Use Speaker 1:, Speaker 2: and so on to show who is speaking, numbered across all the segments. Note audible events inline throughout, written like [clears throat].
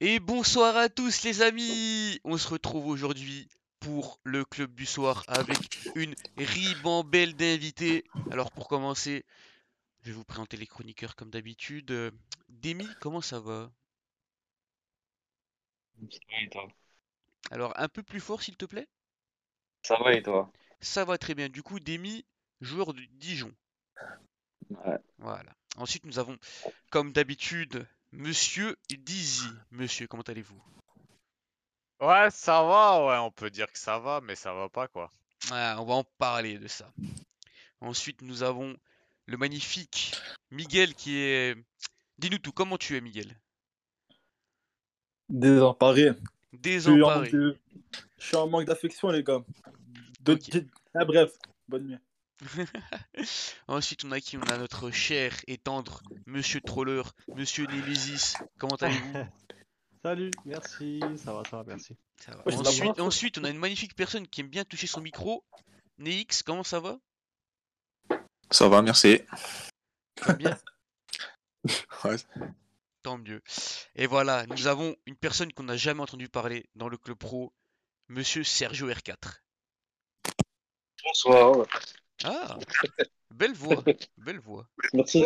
Speaker 1: Et bonsoir à tous les amis On se retrouve aujourd'hui pour le club du soir avec une ribambelle d'invités. Alors pour commencer, je vais vous présenter les chroniqueurs comme d'habitude. Euh, Demi, comment ça va
Speaker 2: Ça va et toi?
Speaker 1: Alors un peu plus fort s'il te plaît.
Speaker 2: Ça va et toi?
Speaker 1: Ça va très bien. Du coup, Demi, joueur de Dijon.
Speaker 2: Ouais.
Speaker 1: Voilà. Ensuite, nous avons, comme d'habitude, Monsieur Dizzy. Monsieur, comment allez-vous
Speaker 3: Ouais, ça va, ouais, on peut dire que ça va, mais ça va pas, quoi.
Speaker 1: Ah, on va en parler de ça. Ensuite, nous avons le magnifique Miguel qui est... Dis-nous tout, comment tu es Miguel
Speaker 4: Désemparé. Je suis en manque
Speaker 1: Désemparé.
Speaker 4: de- je suis en manque d'affection, les gars. De...
Speaker 1: Ok.
Speaker 4: de- Ah, bref, bonne nuit.
Speaker 1: Ensuite, on a qui On a notre cher et tendre Monsieur Troller, Monsieur Nemesis. Comment allez-vous
Speaker 5: [laughs] Salut, merci, ça va, ça va, merci.
Speaker 1: Ça va.
Speaker 4: Ouais, c'est la hein.
Speaker 1: Ensuite,
Speaker 4: première fois.
Speaker 1: ensuite, on a une magnifique personne qui aime bien toucher son micro. Néix, comment ça va
Speaker 6: Ça va, merci. [laughs]
Speaker 1: Tu vas bien
Speaker 6: Ouais.
Speaker 1: [laughs] Tant mieux. Et voilà, nous avons une personne qu'on n'a jamais entendu parler dans le club pro, Monsieur Sergio R4.
Speaker 2: Bonsoir.
Speaker 1: Ah
Speaker 4: [laughs]
Speaker 1: Belle voix, belle voix.
Speaker 2: Merci.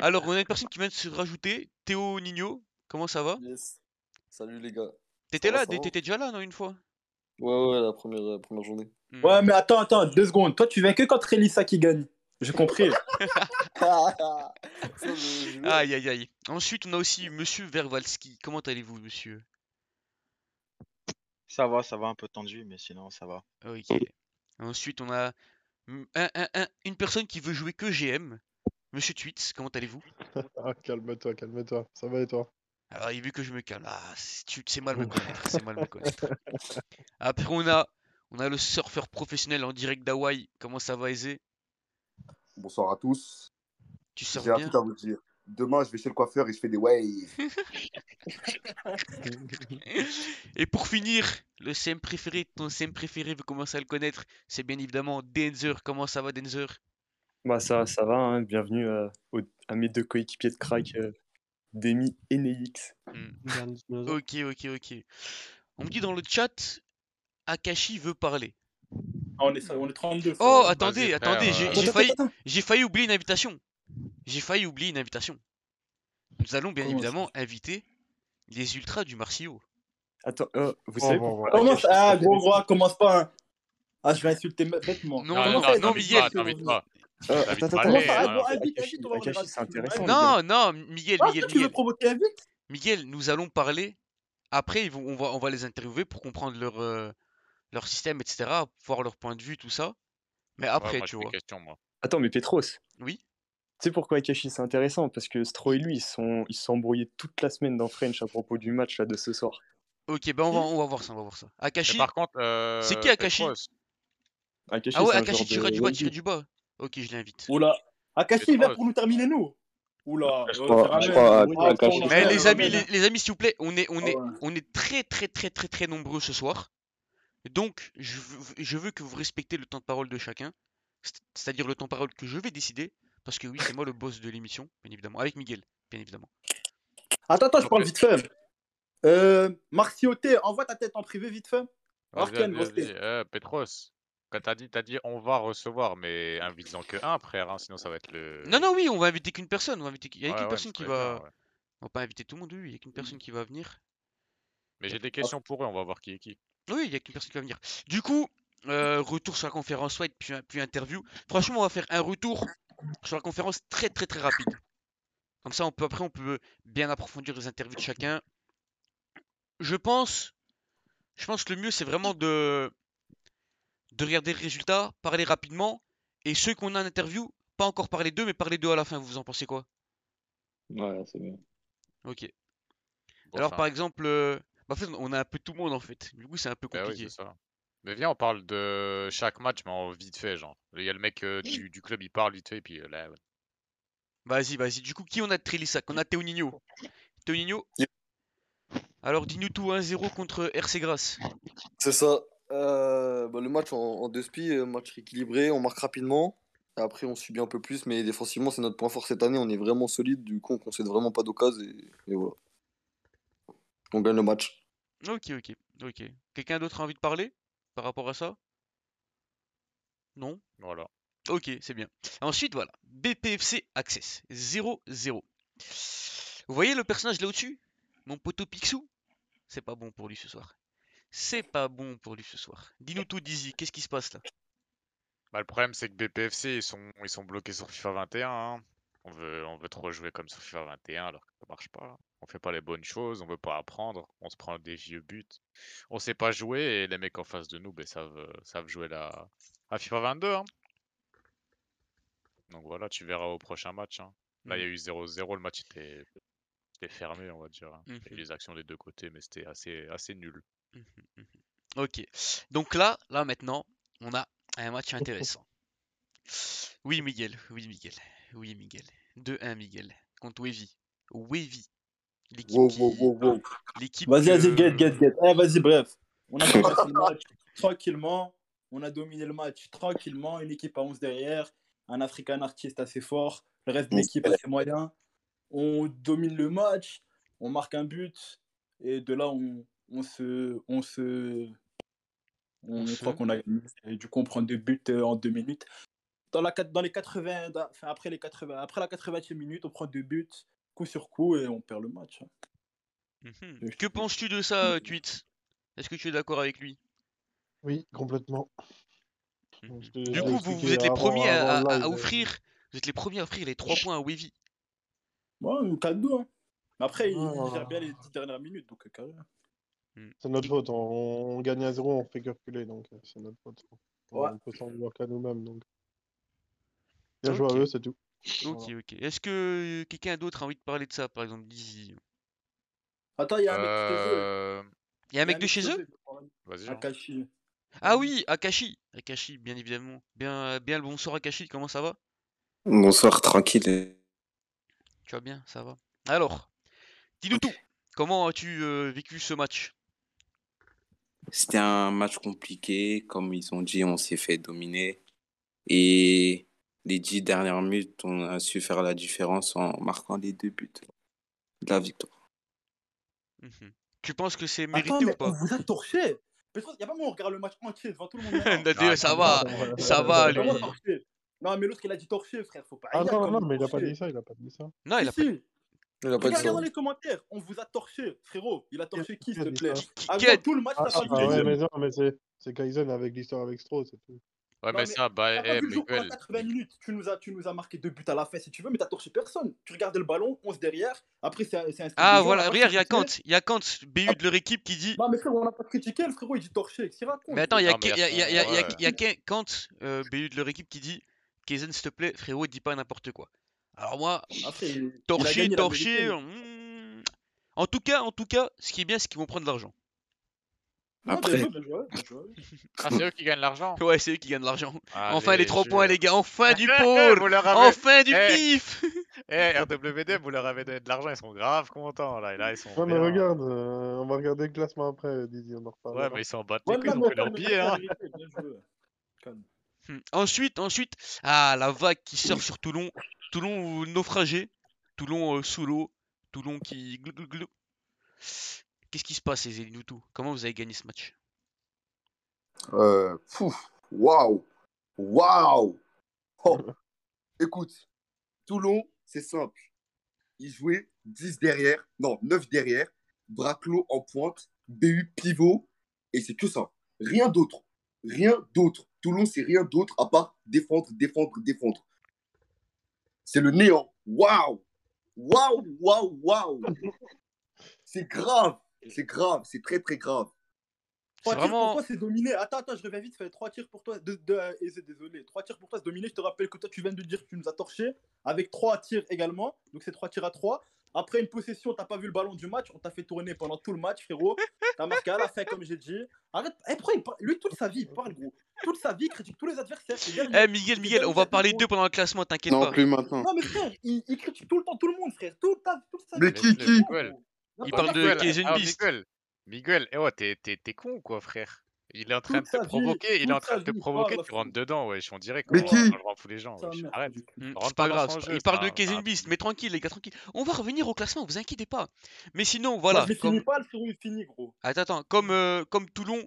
Speaker 1: Alors, on a une personne qui vient de se rajouter, Théo Nino. Comment ça va
Speaker 7: Yes. Salut les gars.
Speaker 1: T'étais
Speaker 7: Ça va,
Speaker 1: là,
Speaker 7: ça va.
Speaker 1: t'étais déjà là, non, une fois
Speaker 7: Ouais, ouais, la première, euh, première journée.
Speaker 1: Hmm.
Speaker 4: Ouais, mais attends, attends, deux secondes. Toi, tu viens que quand Relissa qui gagne. J'ai compris.
Speaker 7: Ah, ah, ah. Ça, je- je-
Speaker 1: Aïe, aïe, aïe. Ensuite, on a aussi Monsieur Vervalski. Comment allez-vous, monsieur
Speaker 5: Ça va, ça va, un peu tendu, mais sinon ça va.
Speaker 1: Ok. Ensuite, on a mm, un- un- un- une personne qui veut jouer que GM. Monsieur Tweets, comment allez-vous
Speaker 8: Ah, calme-toi, calme-toi. Ça va et toi?
Speaker 1: Alors, il vu que je me calme. Ah, c'est tu- c'est mal me connaître. C'est mal me connaître. Après, on a, on a le surfeur professionnel en direct d'Hawaï. Comment ça va, Aizé
Speaker 9: Bonsoir à tous.
Speaker 1: Tu surfes
Speaker 9: J'ai un
Speaker 1: bien
Speaker 9: truc à vous dire. Demain, je vais chez le coiffeur et je fais des waves.
Speaker 1: Et pour finir, le CM préféré, ton CM préféré, vous commencez à le connaître. C'est bien évidemment Denzer. Comment ça va, Denzer
Speaker 10: Bah ça, ça va, hein. Bienvenue euh, au- à mes deux coéquipiers de crack, euh, Demi et Neix.
Speaker 5: Dernier dinosaure.
Speaker 1: Hmm. Ok, ok, ok. On me dit dans le chat, Akashi veut parler.
Speaker 4: Ah, on, est, hein. on est 32. ça
Speaker 1: Oh,
Speaker 4: va.
Speaker 1: attendez,
Speaker 3: frère,
Speaker 1: attendez, j'ai-
Speaker 3: euh,
Speaker 1: j'ai
Speaker 4: Attends,
Speaker 1: failli,
Speaker 4: attends, attends.
Speaker 1: j'ai failli oublier une invitation. J'ai failli oublier une invitation. Nous allons bien
Speaker 4: Comment ça
Speaker 1: évidemment inviter les ultras du Marcio.
Speaker 10: Attends, euh, [laughs] vous
Speaker 8: Oh,
Speaker 10: savez
Speaker 8: bon,
Speaker 10: pourquoi
Speaker 4: Commence-
Speaker 10: Akashi
Speaker 4: Ah,
Speaker 10: s'appelle-
Speaker 4: gros roi, commence pas. hein. Ah, je vais insulter bêtement.
Speaker 1: Non,
Speaker 3: Non,
Speaker 1: non,
Speaker 3: non,
Speaker 1: non,
Speaker 4: ça,
Speaker 1: non,
Speaker 3: t'invites
Speaker 4: Miguel,
Speaker 3: pas, t'invites
Speaker 4: tu-
Speaker 3: pas.
Speaker 10: Euh,
Speaker 3: T'invites
Speaker 10: attends,
Speaker 3: pas hein.
Speaker 10: attends,
Speaker 3: les-
Speaker 4: Comment ça Bon,
Speaker 3: non, non,
Speaker 4: Habite,
Speaker 10: Akashi-
Speaker 4: habite, on va
Speaker 10: Akashi,
Speaker 4: regarder.
Speaker 10: c'est intéressant.
Speaker 1: Non, non, Miguel,
Speaker 4: Ah,
Speaker 1: Miguel,
Speaker 4: toi, tu veux
Speaker 1: Miguel,
Speaker 4: provoquer avec
Speaker 1: Miguel, nous allons parler. Après, ils vont- on va, on va les interviewer pour comprendre leur, euh, leur système, etc., voir leur point de vue, tout ça. Mais
Speaker 3: Ouais,
Speaker 1: après,
Speaker 3: moi,
Speaker 1: tu
Speaker 3: j'ai des
Speaker 1: vois.
Speaker 3: questions, moi.
Speaker 10: Attends, mais Petros, tu
Speaker 1: Oui,
Speaker 10: sais pourquoi Akashi c'est intéressant? Parce que Stro et lui, ils sont, ils se sont embrouillés toute la semaine dans French à propos du match là, de ce soir.
Speaker 1: ok, ben on va, on va voir ça, on va voir ça.
Speaker 3: Mais
Speaker 1: Akashi,
Speaker 3: par contre,
Speaker 1: C'est
Speaker 3: euh,
Speaker 1: qui, Akashi
Speaker 3: Petros,
Speaker 10: Akashi,
Speaker 1: ah ouais,
Speaker 10: c'est un
Speaker 1: Akashi,
Speaker 10: genre de
Speaker 1: tirez du bas,
Speaker 10: Wendy.
Speaker 1: tirez du bas. Ok, je l'invite.
Speaker 4: Oula. Akashi,
Speaker 3: C'est
Speaker 4: il vient
Speaker 3: trop.
Speaker 4: pour nous terminer, nous. Oula.
Speaker 2: Je
Speaker 4: euh,
Speaker 2: crois-
Speaker 4: c'est
Speaker 2: je
Speaker 4: Ramel.
Speaker 2: crois à-
Speaker 4: Ah,
Speaker 2: à Akashi.
Speaker 4: attends,
Speaker 1: Mais
Speaker 4: Ramel,
Speaker 1: les amis,
Speaker 4: Ramel.
Speaker 1: les, les amis, s'il vous plaît, on est, on
Speaker 4: Ah
Speaker 1: est,
Speaker 4: ouais.
Speaker 1: on est très, très, très, très, très nombreux ce soir. Donc, je veux, je veux que vous respectez le temps de parole de chacun, c'est- c'est-à-dire le temps de parole que je vais décider, parce que oui, c'est moi le boss de l'émission, bien évidemment, avec Miguel, bien évidemment.
Speaker 4: Attends, attends, je parle vite fait. Euh, Marcio T, envoie ta tête en privé vite fait.
Speaker 3: vas-y,
Speaker 4: Arcane,
Speaker 3: vas-y,
Speaker 4: Rosté.
Speaker 3: vas-y. Euh, Petros, quand t'as dit, t'as dit on va recevoir, mais invite-en que un, frère, hein, sinon ça va être le.
Speaker 1: Non, non, oui, on va inviter qu'une personne, on va inviter, il y a
Speaker 3: Ouais,
Speaker 1: qu'une
Speaker 3: ouais,
Speaker 1: personne
Speaker 3: c'est
Speaker 1: qui
Speaker 3: très bien,
Speaker 1: va,
Speaker 3: ouais. Mmh.
Speaker 1: on va pas inviter tout le monde, oui, il y a qu'une personne qui va venir.
Speaker 3: Mais j'ai des questions pour eux, on va voir qui est qui.
Speaker 1: Oui, il y a qu'une personne qui va venir. Du coup, euh, retour sur la conférence White, puis, puis interview. Franchement, on va faire un retour sur la conférence très très très rapide. Comme ça, on peut, après, on peut bien approfondir les interviews de chacun. Je pense, je pense que le mieux, c'est vraiment de, de regarder le résultat, parler rapidement, et ceux qu'on a en interview, pas encore parler d'eux, mais parler d'eux à la fin. Vous en pensez quoi?
Speaker 2: Ouais, c'est bien.
Speaker 1: Ok.
Speaker 3: Bon,
Speaker 1: Alors,
Speaker 3: enfin,
Speaker 1: par exemple, euh, bah, en fait, on a un peu tout le monde en fait. Du coup, c'est un peu
Speaker 3: bah oui,
Speaker 1: compliqué.
Speaker 3: c'est ça. Mais viens, on parle de chaque match, mais en vite fait, genre. Il y a le mec euh, du, du club, il parle vite fait, et puis euh, là,
Speaker 1: Vas-y, vas-y. Du coup, qui on a de Trélissac? On a Théonigno. Théonigno? Alors, dis-nous tout 1-0 contre RC Grasse.
Speaker 7: [laughs] C'est ça. Euh, bah, le match en, en deux spies, euh, match équilibré, on marque rapidement. Et après, on subit un peu plus, mais défensivement, c'est notre point fort cette année. On est vraiment solide, du coup, on concède vraiment pas d'occasion et... et voilà. On gagne le match.
Speaker 1: Ok, ok, ok. Quelqu'un d'autre a envie de parler par rapport à ça? Non?
Speaker 3: Voilà.
Speaker 1: Ok, c'est bien. Ensuite, voilà. BPFC Access 0-0. Vous voyez le personnage là au-dessus? Mon poteau Picsou? C'est pas bon pour lui ce soir. C'est pas bon pour lui ce soir. Dis-nous tout, Dizzy. Qu'est-ce qui se passe là?
Speaker 3: Bah, le problème, c'est que BPFC, ils sont, ils sont bloqués sur FIFA 21. hein. On veut, on veut trop jouer comme sur FIFA 21 alors que ça marche pas. On fait pas les bonnes choses, on veut pas apprendre, on se prend des vieux buts. On sait pas jouer et les mecs en face de nous, ben, savent, euh, savent jouer la... à FIFA 22. hein. Donc voilà, tu verras au prochain match. hein. Là,
Speaker 1: Mmh.
Speaker 3: il y a eu 0-0, le match était, était fermé, on va dire. hein. Il y a eu
Speaker 1: Mhm.
Speaker 3: des actions des deux côtés, mais c'était assez, assez nul.
Speaker 1: Ok. Donc là, là maintenant, on a un match intéressant. Oui, Miguel. Oui, Miguel. Oui, Miguel. 2-1, Miguel. Contre Wavy. Wavy. L'équipe
Speaker 4: Wow,
Speaker 1: qui-
Speaker 4: wow, wow, wow.
Speaker 1: L'équipe
Speaker 4: Vas-y, vas-y,
Speaker 1: que-
Speaker 4: get, get, get. Eh, vas-y, bref. On a [laughs] commencé le match tranquillement. On a dominé le match tranquillement. Une équipe à 11 derrière. Un African artiste assez fort. Le reste de l'équipe assez moyen. On domine le match. On marque un but. Et de là, on, on se. On se. On
Speaker 1: Hein?
Speaker 4: croit qu'on a gagné. Et du coup, on prend deux buts euh, en deux minutes. Dans, la, quat- dans les 80, dans- enfin, après, les 80, après la 80e minute, on prend deux buts, coup sur coup, et on perd le match.
Speaker 1: Mhm. Que penses-tu de ça, euh, Tweet? Est-ce que tu es d'accord avec lui?
Speaker 8: Oui, complètement. Donc, je te- je
Speaker 1: Mhm. Du
Speaker 8: l'ai
Speaker 1: coup, vous,
Speaker 8: expliqué
Speaker 1: vous êtes les
Speaker 8: avant-
Speaker 1: premiers à,
Speaker 8: avant le
Speaker 1: à- à
Speaker 8: live, euh,
Speaker 1: offrir. Vous êtes les premiers à offrir les 3 points à Wavy.
Speaker 4: Ouais, un cadeau. Hein. Mais Après, il
Speaker 8: Ah.
Speaker 4: il gère bien les 10 dernières minutes, donc euh, carré.
Speaker 1: Hmm.
Speaker 8: C'est notre faute. On, on gagne à zéro, on fait que reculer, donc euh, c'est notre faute. On
Speaker 4: Ouais.
Speaker 8: on peut s'en vouloir qu'à nous-mêmes, donc. Bien joué à eux, c'est tout.
Speaker 1: Ok, ok. Est-ce que euh, quelqu'un d'autre a envie de parler de ça, par exemple, Dizzy?
Speaker 4: Attends, il y a un mec qui te veut.
Speaker 3: Euh,
Speaker 1: Il y a un mec de chez eux?
Speaker 3: Vas-y. hein.
Speaker 4: Akashi.
Speaker 1: Ah oui, Akashi. Akashi, bien évidemment. Bien, bien le bonsoir, Akashi. Comment ça va?
Speaker 6: Bonsoir, tranquille. et-
Speaker 1: Tu vas bien, ça va. Alors, dis-nous tout. Comment as-tu euh, vécu ce match?
Speaker 11: C'était un match compliqué. Comme ils ont dit, on s'est fait dominer. Et les dix dernières minutes, on a su faire la différence en marquant les deux buts de la victoire.
Speaker 1: Mhm. Tu penses que c'est mérité
Speaker 4: Attends,
Speaker 1: ou
Speaker 4: mais
Speaker 1: pas?
Speaker 4: on vous a
Speaker 1: [laughs]
Speaker 4: torché. hein. Mais il n'y a pas moi, on regarde le match entier devant tout le monde. maintenant.
Speaker 8: Ah,
Speaker 1: Nadé, ça va,
Speaker 4: [laughs]
Speaker 1: ça va,
Speaker 4: Vraiment
Speaker 1: lui.
Speaker 4: torché. Non, mais l'autre, il a dit torché, frère. Faut pas.
Speaker 8: Ah
Speaker 4: dire
Speaker 8: non,
Speaker 4: comme
Speaker 8: non, mais il a
Speaker 4: torché.
Speaker 8: pas dit ça, il a pas dit ça.
Speaker 1: Non, il a
Speaker 4: Si, si.
Speaker 8: Il a pas dit
Speaker 4: Regarde
Speaker 8: ça.
Speaker 4: dans les commentaires. On vous a torché, frérot. Il a torché qui, s'il te plaît
Speaker 1: Qui
Speaker 4: Avant
Speaker 1: a-
Speaker 4: tout le match,
Speaker 8: Ah,
Speaker 4: t'as pas
Speaker 8: ah, ouais,
Speaker 4: vu.
Speaker 8: mais, non, mais c'est, c'est Kaizen avec l'histoire avec Stroh, c'est tout.
Speaker 3: Ouais, mais,
Speaker 4: mais
Speaker 3: ça, bah,
Speaker 4: T'as pas
Speaker 3: eh,
Speaker 4: vu le jour pendant
Speaker 3: Miguel,
Speaker 4: 80 minutes, tu nous, as, tu nous as marqué deux buts à la fin si tu veux, mais t'as torché personne. Tu regardais le ballon, 11 derrière, après c'est un- c'est un
Speaker 1: Ah voilà, regarde, il y a Kant, il y a Kant, BU de leur équipe qui dit.
Speaker 4: Non mais frérot, on n'a pas critiqué, le frérot il dit torché, qu'est-ce qu'il raconte
Speaker 1: Mais attends, il y a
Speaker 4: Non, mais
Speaker 1: Ke- il y a- il y a- il y a- il y a- il y a
Speaker 4: ouais.
Speaker 1: Ke- Kant, euh, BU de leur équipe qui dit Kaizen, s'il te plaît, frérot, dis pas n'importe quoi. Alors moi,
Speaker 4: Après, il a
Speaker 1: torché,
Speaker 4: gagné, il a mérité,
Speaker 1: torché.
Speaker 4: mais-
Speaker 1: hmm. En tout cas, en tout cas, ce qui est bien, c'est qu'ils vont prendre de l'argent.
Speaker 4: Non,
Speaker 11: Après-
Speaker 4: bien joué, bien joué, bien joué.
Speaker 1: [laughs]
Speaker 3: Ah, c'est Ah, eux qui gagnent [laughs] l'argent.
Speaker 1: Ouais, c'est eux qui gagnent de l'argent. Enfin,
Speaker 3: Allez,
Speaker 1: les 3 points,
Speaker 3: Jules.
Speaker 1: les gars,
Speaker 3: [laughs]
Speaker 1: enfin du
Speaker 3: Eh, Vous
Speaker 1: pôle,
Speaker 3: leur avez-
Speaker 1: enfin du
Speaker 3: Eh.
Speaker 1: pif.
Speaker 3: [laughs] Eh, RWD, vous leur avez donné de l'argent, ils sont grave contents. Là, et là ils sont.
Speaker 8: Ouais, mais
Speaker 3: bien.
Speaker 8: regarde, euh, on va regarder le classement après, Didi, on en reparle.
Speaker 3: Ouais, mais ils s'en battent les
Speaker 4: Ouais,
Speaker 3: couilles, ils
Speaker 4: non, mais
Speaker 3: ont fait leur
Speaker 4: attends, mais
Speaker 3: billet.
Speaker 4: t'as
Speaker 3: Hein.
Speaker 4: mérité, bien joué. Calme.
Speaker 1: Hmm. Ensuite, ensuite, ah, la vague qui sort sur Toulon. Toulon euh, naufragé. Toulon euh, sous l'eau. Toulon qui. glou, glou, glou. Qu'est-ce qui se passe, les Elinutu Comment vous avez gagné ce match
Speaker 9: Euh, pouf, waouh, waouh. Oh. Écoute, Toulon, c'est simple. Il jouait 10 derrière, non, 9 derrière, Braclo en pointe, BU pivot, et c'est que ça. Rien d'autre. Rien d'autre. Toulon, c'est rien d'autre à part défendre, défendre, défendre. C'est le néant. Waouh! Waouh, waouh, waouh! C'est grave, c'est grave, c'est très, très grave.
Speaker 4: Trois tirs
Speaker 1: vraiment-
Speaker 4: pour toi, c'est dominé. Attends, attends, je reviens vite. Fait trois tirs pour toi. De, de- euh, et c'est désolé. Trois tirs pour toi, c'est dominé. Je te rappelle que toi, tu viens de dire que tu nous as torché avec trois tirs également. Donc c'est trois tirs à trois. Après une possession, t'as pas vu le ballon du match. On t'a fait tourner pendant tout le match, frérot. T'as marqué à la fin, comme j'ai dit. Arrête. Eh, pourquoi il parle Lui, toute sa vie, il parle, gros. Toute sa vie, il critique tous les adversaires. C'est bien.
Speaker 1: Eh, Miguel, Miguel, on va parler d'eux pendant le classement, t'inquiète
Speaker 6: Non,
Speaker 1: pas.
Speaker 6: plus maintenant.
Speaker 4: Non, mais frère, il, il critique tout le temps tout le monde, frère. Toute ta- toute sa
Speaker 9: Mais
Speaker 4: vie.
Speaker 9: qui, qui?
Speaker 3: Miguel,
Speaker 1: Il
Speaker 4: N'importe
Speaker 1: parle de
Speaker 3: Miguel, oh,
Speaker 1: Kaizen
Speaker 3: ah,
Speaker 1: Beast.
Speaker 3: Miguel, Miguel, eh ouais, t'es- t'es t'es con ou quoi, frère Il est en train de
Speaker 4: Toute
Speaker 3: te
Speaker 4: sa vie,
Speaker 3: provoquer, il est en
Speaker 4: toute
Speaker 3: train
Speaker 4: sa
Speaker 3: de te
Speaker 4: vie, il
Speaker 3: provoquer,
Speaker 4: parle,
Speaker 3: tu rentres dedans, wesh, on dirait qu'on
Speaker 1: Mais qui
Speaker 3: on fou les gens,
Speaker 1: Sa
Speaker 3: wesh,
Speaker 1: mère,
Speaker 3: arrête.
Speaker 1: Mm,
Speaker 3: Rentre
Speaker 1: C'est pas
Speaker 3: dans
Speaker 1: grave,
Speaker 3: son
Speaker 1: c'est pas-
Speaker 3: jeu,
Speaker 1: il parle
Speaker 3: c'est
Speaker 1: de
Speaker 3: un-
Speaker 1: Kaizen Beast, mais tranquille les gars, tranquille. On va revenir au classement, vous inquiétez pas. Mais sinon,
Speaker 4: Moi,
Speaker 1: voilà,
Speaker 4: je l'ai
Speaker 1: comme
Speaker 4: fini pas, le frérot, il finit, gros.
Speaker 1: Attends, attends, comme, euh, comme Toulon,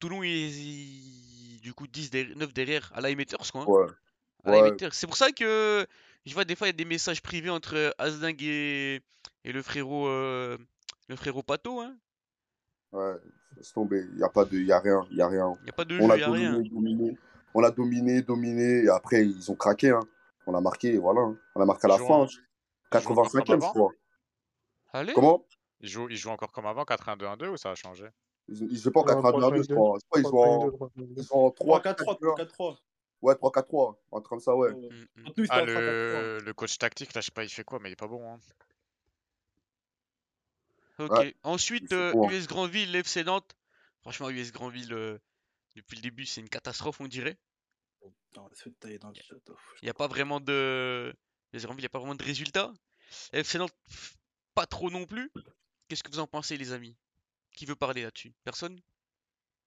Speaker 1: Toulon il est il- du coup 10 derrière, 9 derrière à la Emitters quoi. hein.
Speaker 6: Ouais.
Speaker 1: À la
Speaker 6: Ouais.
Speaker 1: Emitters. C'est pour ça que je vois des fois il y a des messages privés entre euh, Asding et, et le frérot euh, le frérot Pato hein.
Speaker 9: Ouais, laisse tomber. Il n'y a pas de, y a rien, il y a rien.
Speaker 1: Y a pas de
Speaker 9: on
Speaker 1: jeu,
Speaker 9: l'a
Speaker 1: y a rien.
Speaker 9: dominé, dominé. On l'a dominé, dominé. Et après, ils ont craqué. hein. On a marqué, et voilà. hein. On a marqué à
Speaker 3: Ils
Speaker 9: la
Speaker 3: jouent
Speaker 9: fin.
Speaker 3: en-
Speaker 9: hein.
Speaker 3: ils jouent encore comme
Speaker 9: 85e, je
Speaker 3: avant
Speaker 9: crois.
Speaker 1: Allez
Speaker 9: Comment?
Speaker 3: Ils jouent, ils jouent encore comme avant, 4-1-2-1-2 ou ça a changé
Speaker 9: Ils ne jouent pas
Speaker 3: Non,
Speaker 9: 4-1-2, je
Speaker 3: 3-5-2.
Speaker 9: crois. Je crois qu'ils jouent en, ils jouent en 3-4-3.
Speaker 4: 3-4-3.
Speaker 9: Ouais, 3-4-3. Un truc comme ça, ouais.
Speaker 4: Contre nous, c'était
Speaker 3: Ah,
Speaker 4: en 3-4-3.
Speaker 3: le... le coach tactique, là, je sais pas, il fait quoi, mais il est pas bon. Hein.
Speaker 1: Ok.
Speaker 3: Ouais,
Speaker 1: Ensuite,
Speaker 3: c'est hein.
Speaker 1: euh,
Speaker 2: hein.
Speaker 3: bon.
Speaker 1: US Grandville, FC Nantes. Franchement, US Grandville, euh, depuis le début, c'est une catastrophe, on dirait.
Speaker 4: Non, ce taille dans le chat. hein.
Speaker 1: Il n'y a pas vraiment de. US Grandville, il n'y a pas vraiment de résultats. FC Nantes, pff, pas trop non plus. Qu'est-ce que vous en pensez, les amis? Qui veut parler là-dessus? Personne?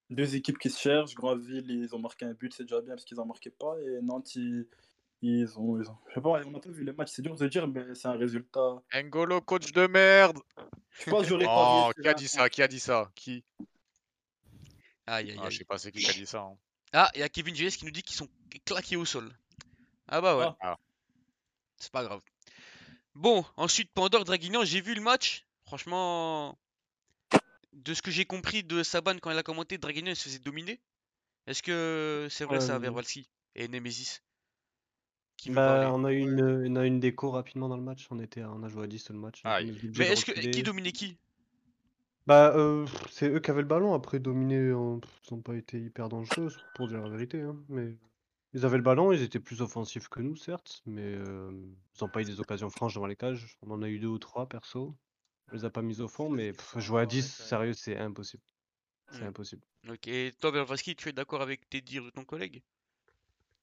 Speaker 4: Deux équipes qui se cherchent. Granville, ils ont marqué un but, c'est déjà bien parce qu'ils en marquaient pas. Et Nantes, ils, ils ont, ils ont- Je sais pas, on a pas vu les matchs, c'est dur de dire, mais c'est un résultat.
Speaker 3: N'Golo, coach de merde
Speaker 4: Je pense que j'aurais
Speaker 3: Oh,
Speaker 4: pas
Speaker 3: qui a dit ça Qui a dit ça Qui
Speaker 1: Aïe, aïe,
Speaker 3: Ah, Je
Speaker 1: aïe.
Speaker 3: sais pas c'est qui qui a dit ça. hein.
Speaker 1: Ah, il y a Kevin JS qui nous dit qu'ils sont claqués au sol. Ah bah ouais,
Speaker 3: Ah.
Speaker 1: c'est pas grave. Bon, ensuite, Pandore, Draguignan, j'ai vu le match. Franchement, de ce que j'ai compris de Saban quand il a commenté, Draguignan, il se faisait dominer. Est-ce que c'est vrai ça,
Speaker 5: Euh,
Speaker 1: Vervalsi et Nemesis? Qui veut
Speaker 5: Bah,
Speaker 1: parler?
Speaker 5: on a eu une, on a eu une déco rapidement dans le match. On était, à- on a joué à 10 tout le match. donc on est obligé
Speaker 1: Mais
Speaker 5: de
Speaker 1: est-ce que qui
Speaker 5: reculer.
Speaker 1: dominait qui?
Speaker 5: Bah, euh, pff, c'est eux qui avaient le ballon. Après, dominés, euh, pff, ils n'ont pas été hyper dangereux, pour dire la vérité. hein, mais ils avaient le ballon, ils étaient plus offensifs que nous, certes, mais euh, ils n'ont pas eu des occasions franches devant les cages. On en a eu deux ou trois, perso. On les a pas mis au fond, mais pff, jouer à 10, sérieux, c'est impossible. C'est
Speaker 1: Hmm.
Speaker 5: impossible.
Speaker 1: Ok, et toi, Vervalski, tu es d'accord avec tes dires de ton collègue?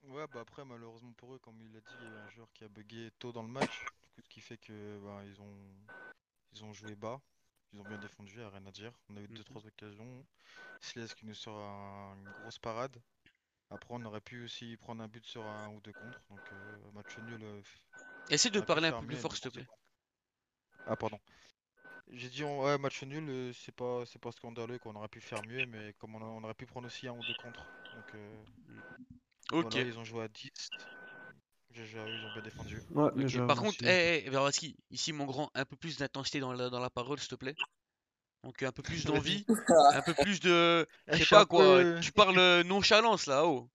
Speaker 12: Ouais, bah après, malheureusement pour eux, comme il l'a dit, il y a eu un joueur qui a bugué tôt dans le match, du coup, ce qui fait que bah, ils ont ils ont joué bas, ils ont bien défendu, y a rien à dire. On a eu
Speaker 1: Mhm.
Speaker 12: deux trois occasions. Silas qui nous sort un- une grosse parade. Après, on aurait pu aussi prendre un but sur un ou deux contre, donc euh, match nul. euh,
Speaker 1: Essaie de
Speaker 12: on aurait pu
Speaker 1: parler un peu plus
Speaker 12: fermer,
Speaker 1: fort,
Speaker 12: mais
Speaker 1: s'il te plaît.
Speaker 12: Ah, pardon. J'ai dit on- ouais match nul euh, c'est pas c'est pas scandaleux qu'on aurait pu faire mieux mais comme on, a- on aurait pu prendre aussi un ou deux contre donc euh,
Speaker 1: Ok.
Speaker 12: voilà ils ont joué à 10 GG à eux, ils ont bien défendu
Speaker 5: Ouais, mais
Speaker 1: Ok,
Speaker 5: j'avoue
Speaker 1: par contre, eh,
Speaker 5: aussi.
Speaker 1: hey, Vervaski, ici mon grand, un peu plus d'intensité dans la, dans la parole, s'il te plaît. Donc un peu plus
Speaker 12: [laughs]
Speaker 1: d'envie, un peu plus de,
Speaker 12: Eh,
Speaker 1: je
Speaker 12: je
Speaker 1: sais
Speaker 12: suis un
Speaker 1: pas quoi,
Speaker 12: peu-
Speaker 1: tu parles euh, nonchalance là, oh.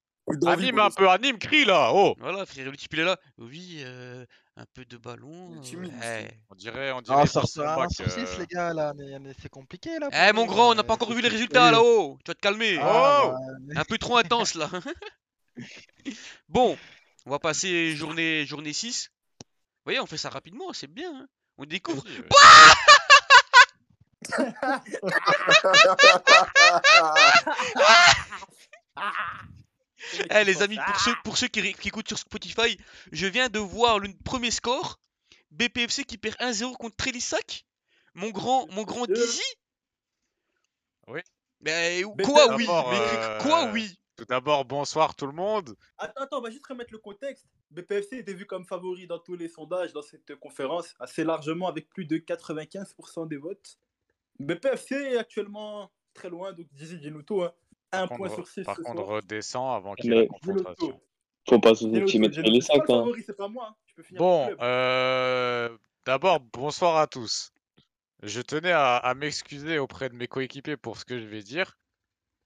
Speaker 3: Anime un peu, anime, crie là Oh
Speaker 1: Voilà, frère, le type il est là. Oui, euh, un peu de ballon. euh, eh.
Speaker 3: On dirait, on dirait
Speaker 12: Ah,
Speaker 3: Edouard
Speaker 12: ça ressemble à un
Speaker 3: Sombac,
Speaker 12: saucisse,
Speaker 3: euh,
Speaker 12: les gars, là, mais, mais c'est compliqué, là,
Speaker 1: Eh
Speaker 12: pour
Speaker 1: mon
Speaker 12: nous,
Speaker 1: grand, on
Speaker 12: là,
Speaker 1: n'a pas encore
Speaker 12: faut
Speaker 1: vu les
Speaker 12: se laisser
Speaker 1: résultats
Speaker 12: aller.
Speaker 1: là-haut. Tu vas te calmer.
Speaker 3: Oh!
Speaker 12: Ah,
Speaker 1: Un peu trop intense là. [laughs] Bon, on va passer journée journée 6. Vous voyez, on fait ça rapidement, c'est bien. hein. On découvre.
Speaker 3: Vas-y, [laughs] ouais.
Speaker 1: Ah! Eh les amis, pour
Speaker 3: ah.
Speaker 1: ceux, pour ceux qui, ré- qui écoutent sur Spotify, je viens de voir le premier score. BPFC qui perd 1-0 contre Trélissac. Mon grand,
Speaker 3: Euh,
Speaker 1: mon grand Dizzy.
Speaker 3: Oui.
Speaker 1: Mais euh,
Speaker 3: Mais
Speaker 1: quoi
Speaker 3: tout
Speaker 1: oui
Speaker 3: d'abord,
Speaker 1: Mais quoi
Speaker 3: euh,
Speaker 1: oui
Speaker 3: Tout d'abord, bonsoir tout le monde.
Speaker 4: Attends, attends, on va juste remettre le contexte. BPFC était vu comme favori dans tous les sondages dans cette euh, conférence, assez largement avec plus de 95% des votes. BPFC est actuellement très loin, donc Dizzy Ginuto, hein. un
Speaker 3: Par
Speaker 4: point
Speaker 3: contre,
Speaker 4: sur six
Speaker 3: par
Speaker 4: ce
Speaker 3: contre,
Speaker 4: soir.
Speaker 3: redescends avant qu'il y ait la
Speaker 2: Mais
Speaker 3: confrontation.
Speaker 2: faut pas sous-estimer
Speaker 4: Ginuto,
Speaker 2: tous les
Speaker 4: Ginuto, c'est pas
Speaker 2: sacs.
Speaker 4: le
Speaker 2: Hein.
Speaker 4: favori, c'est pas moi. hein. Je peux finir mon
Speaker 3: Bon,
Speaker 4: club.
Speaker 3: euh, d'abord, bonsoir à tous. Je tenais à, à m'excuser auprès de mes coéquipiers pour ce que je vais dire,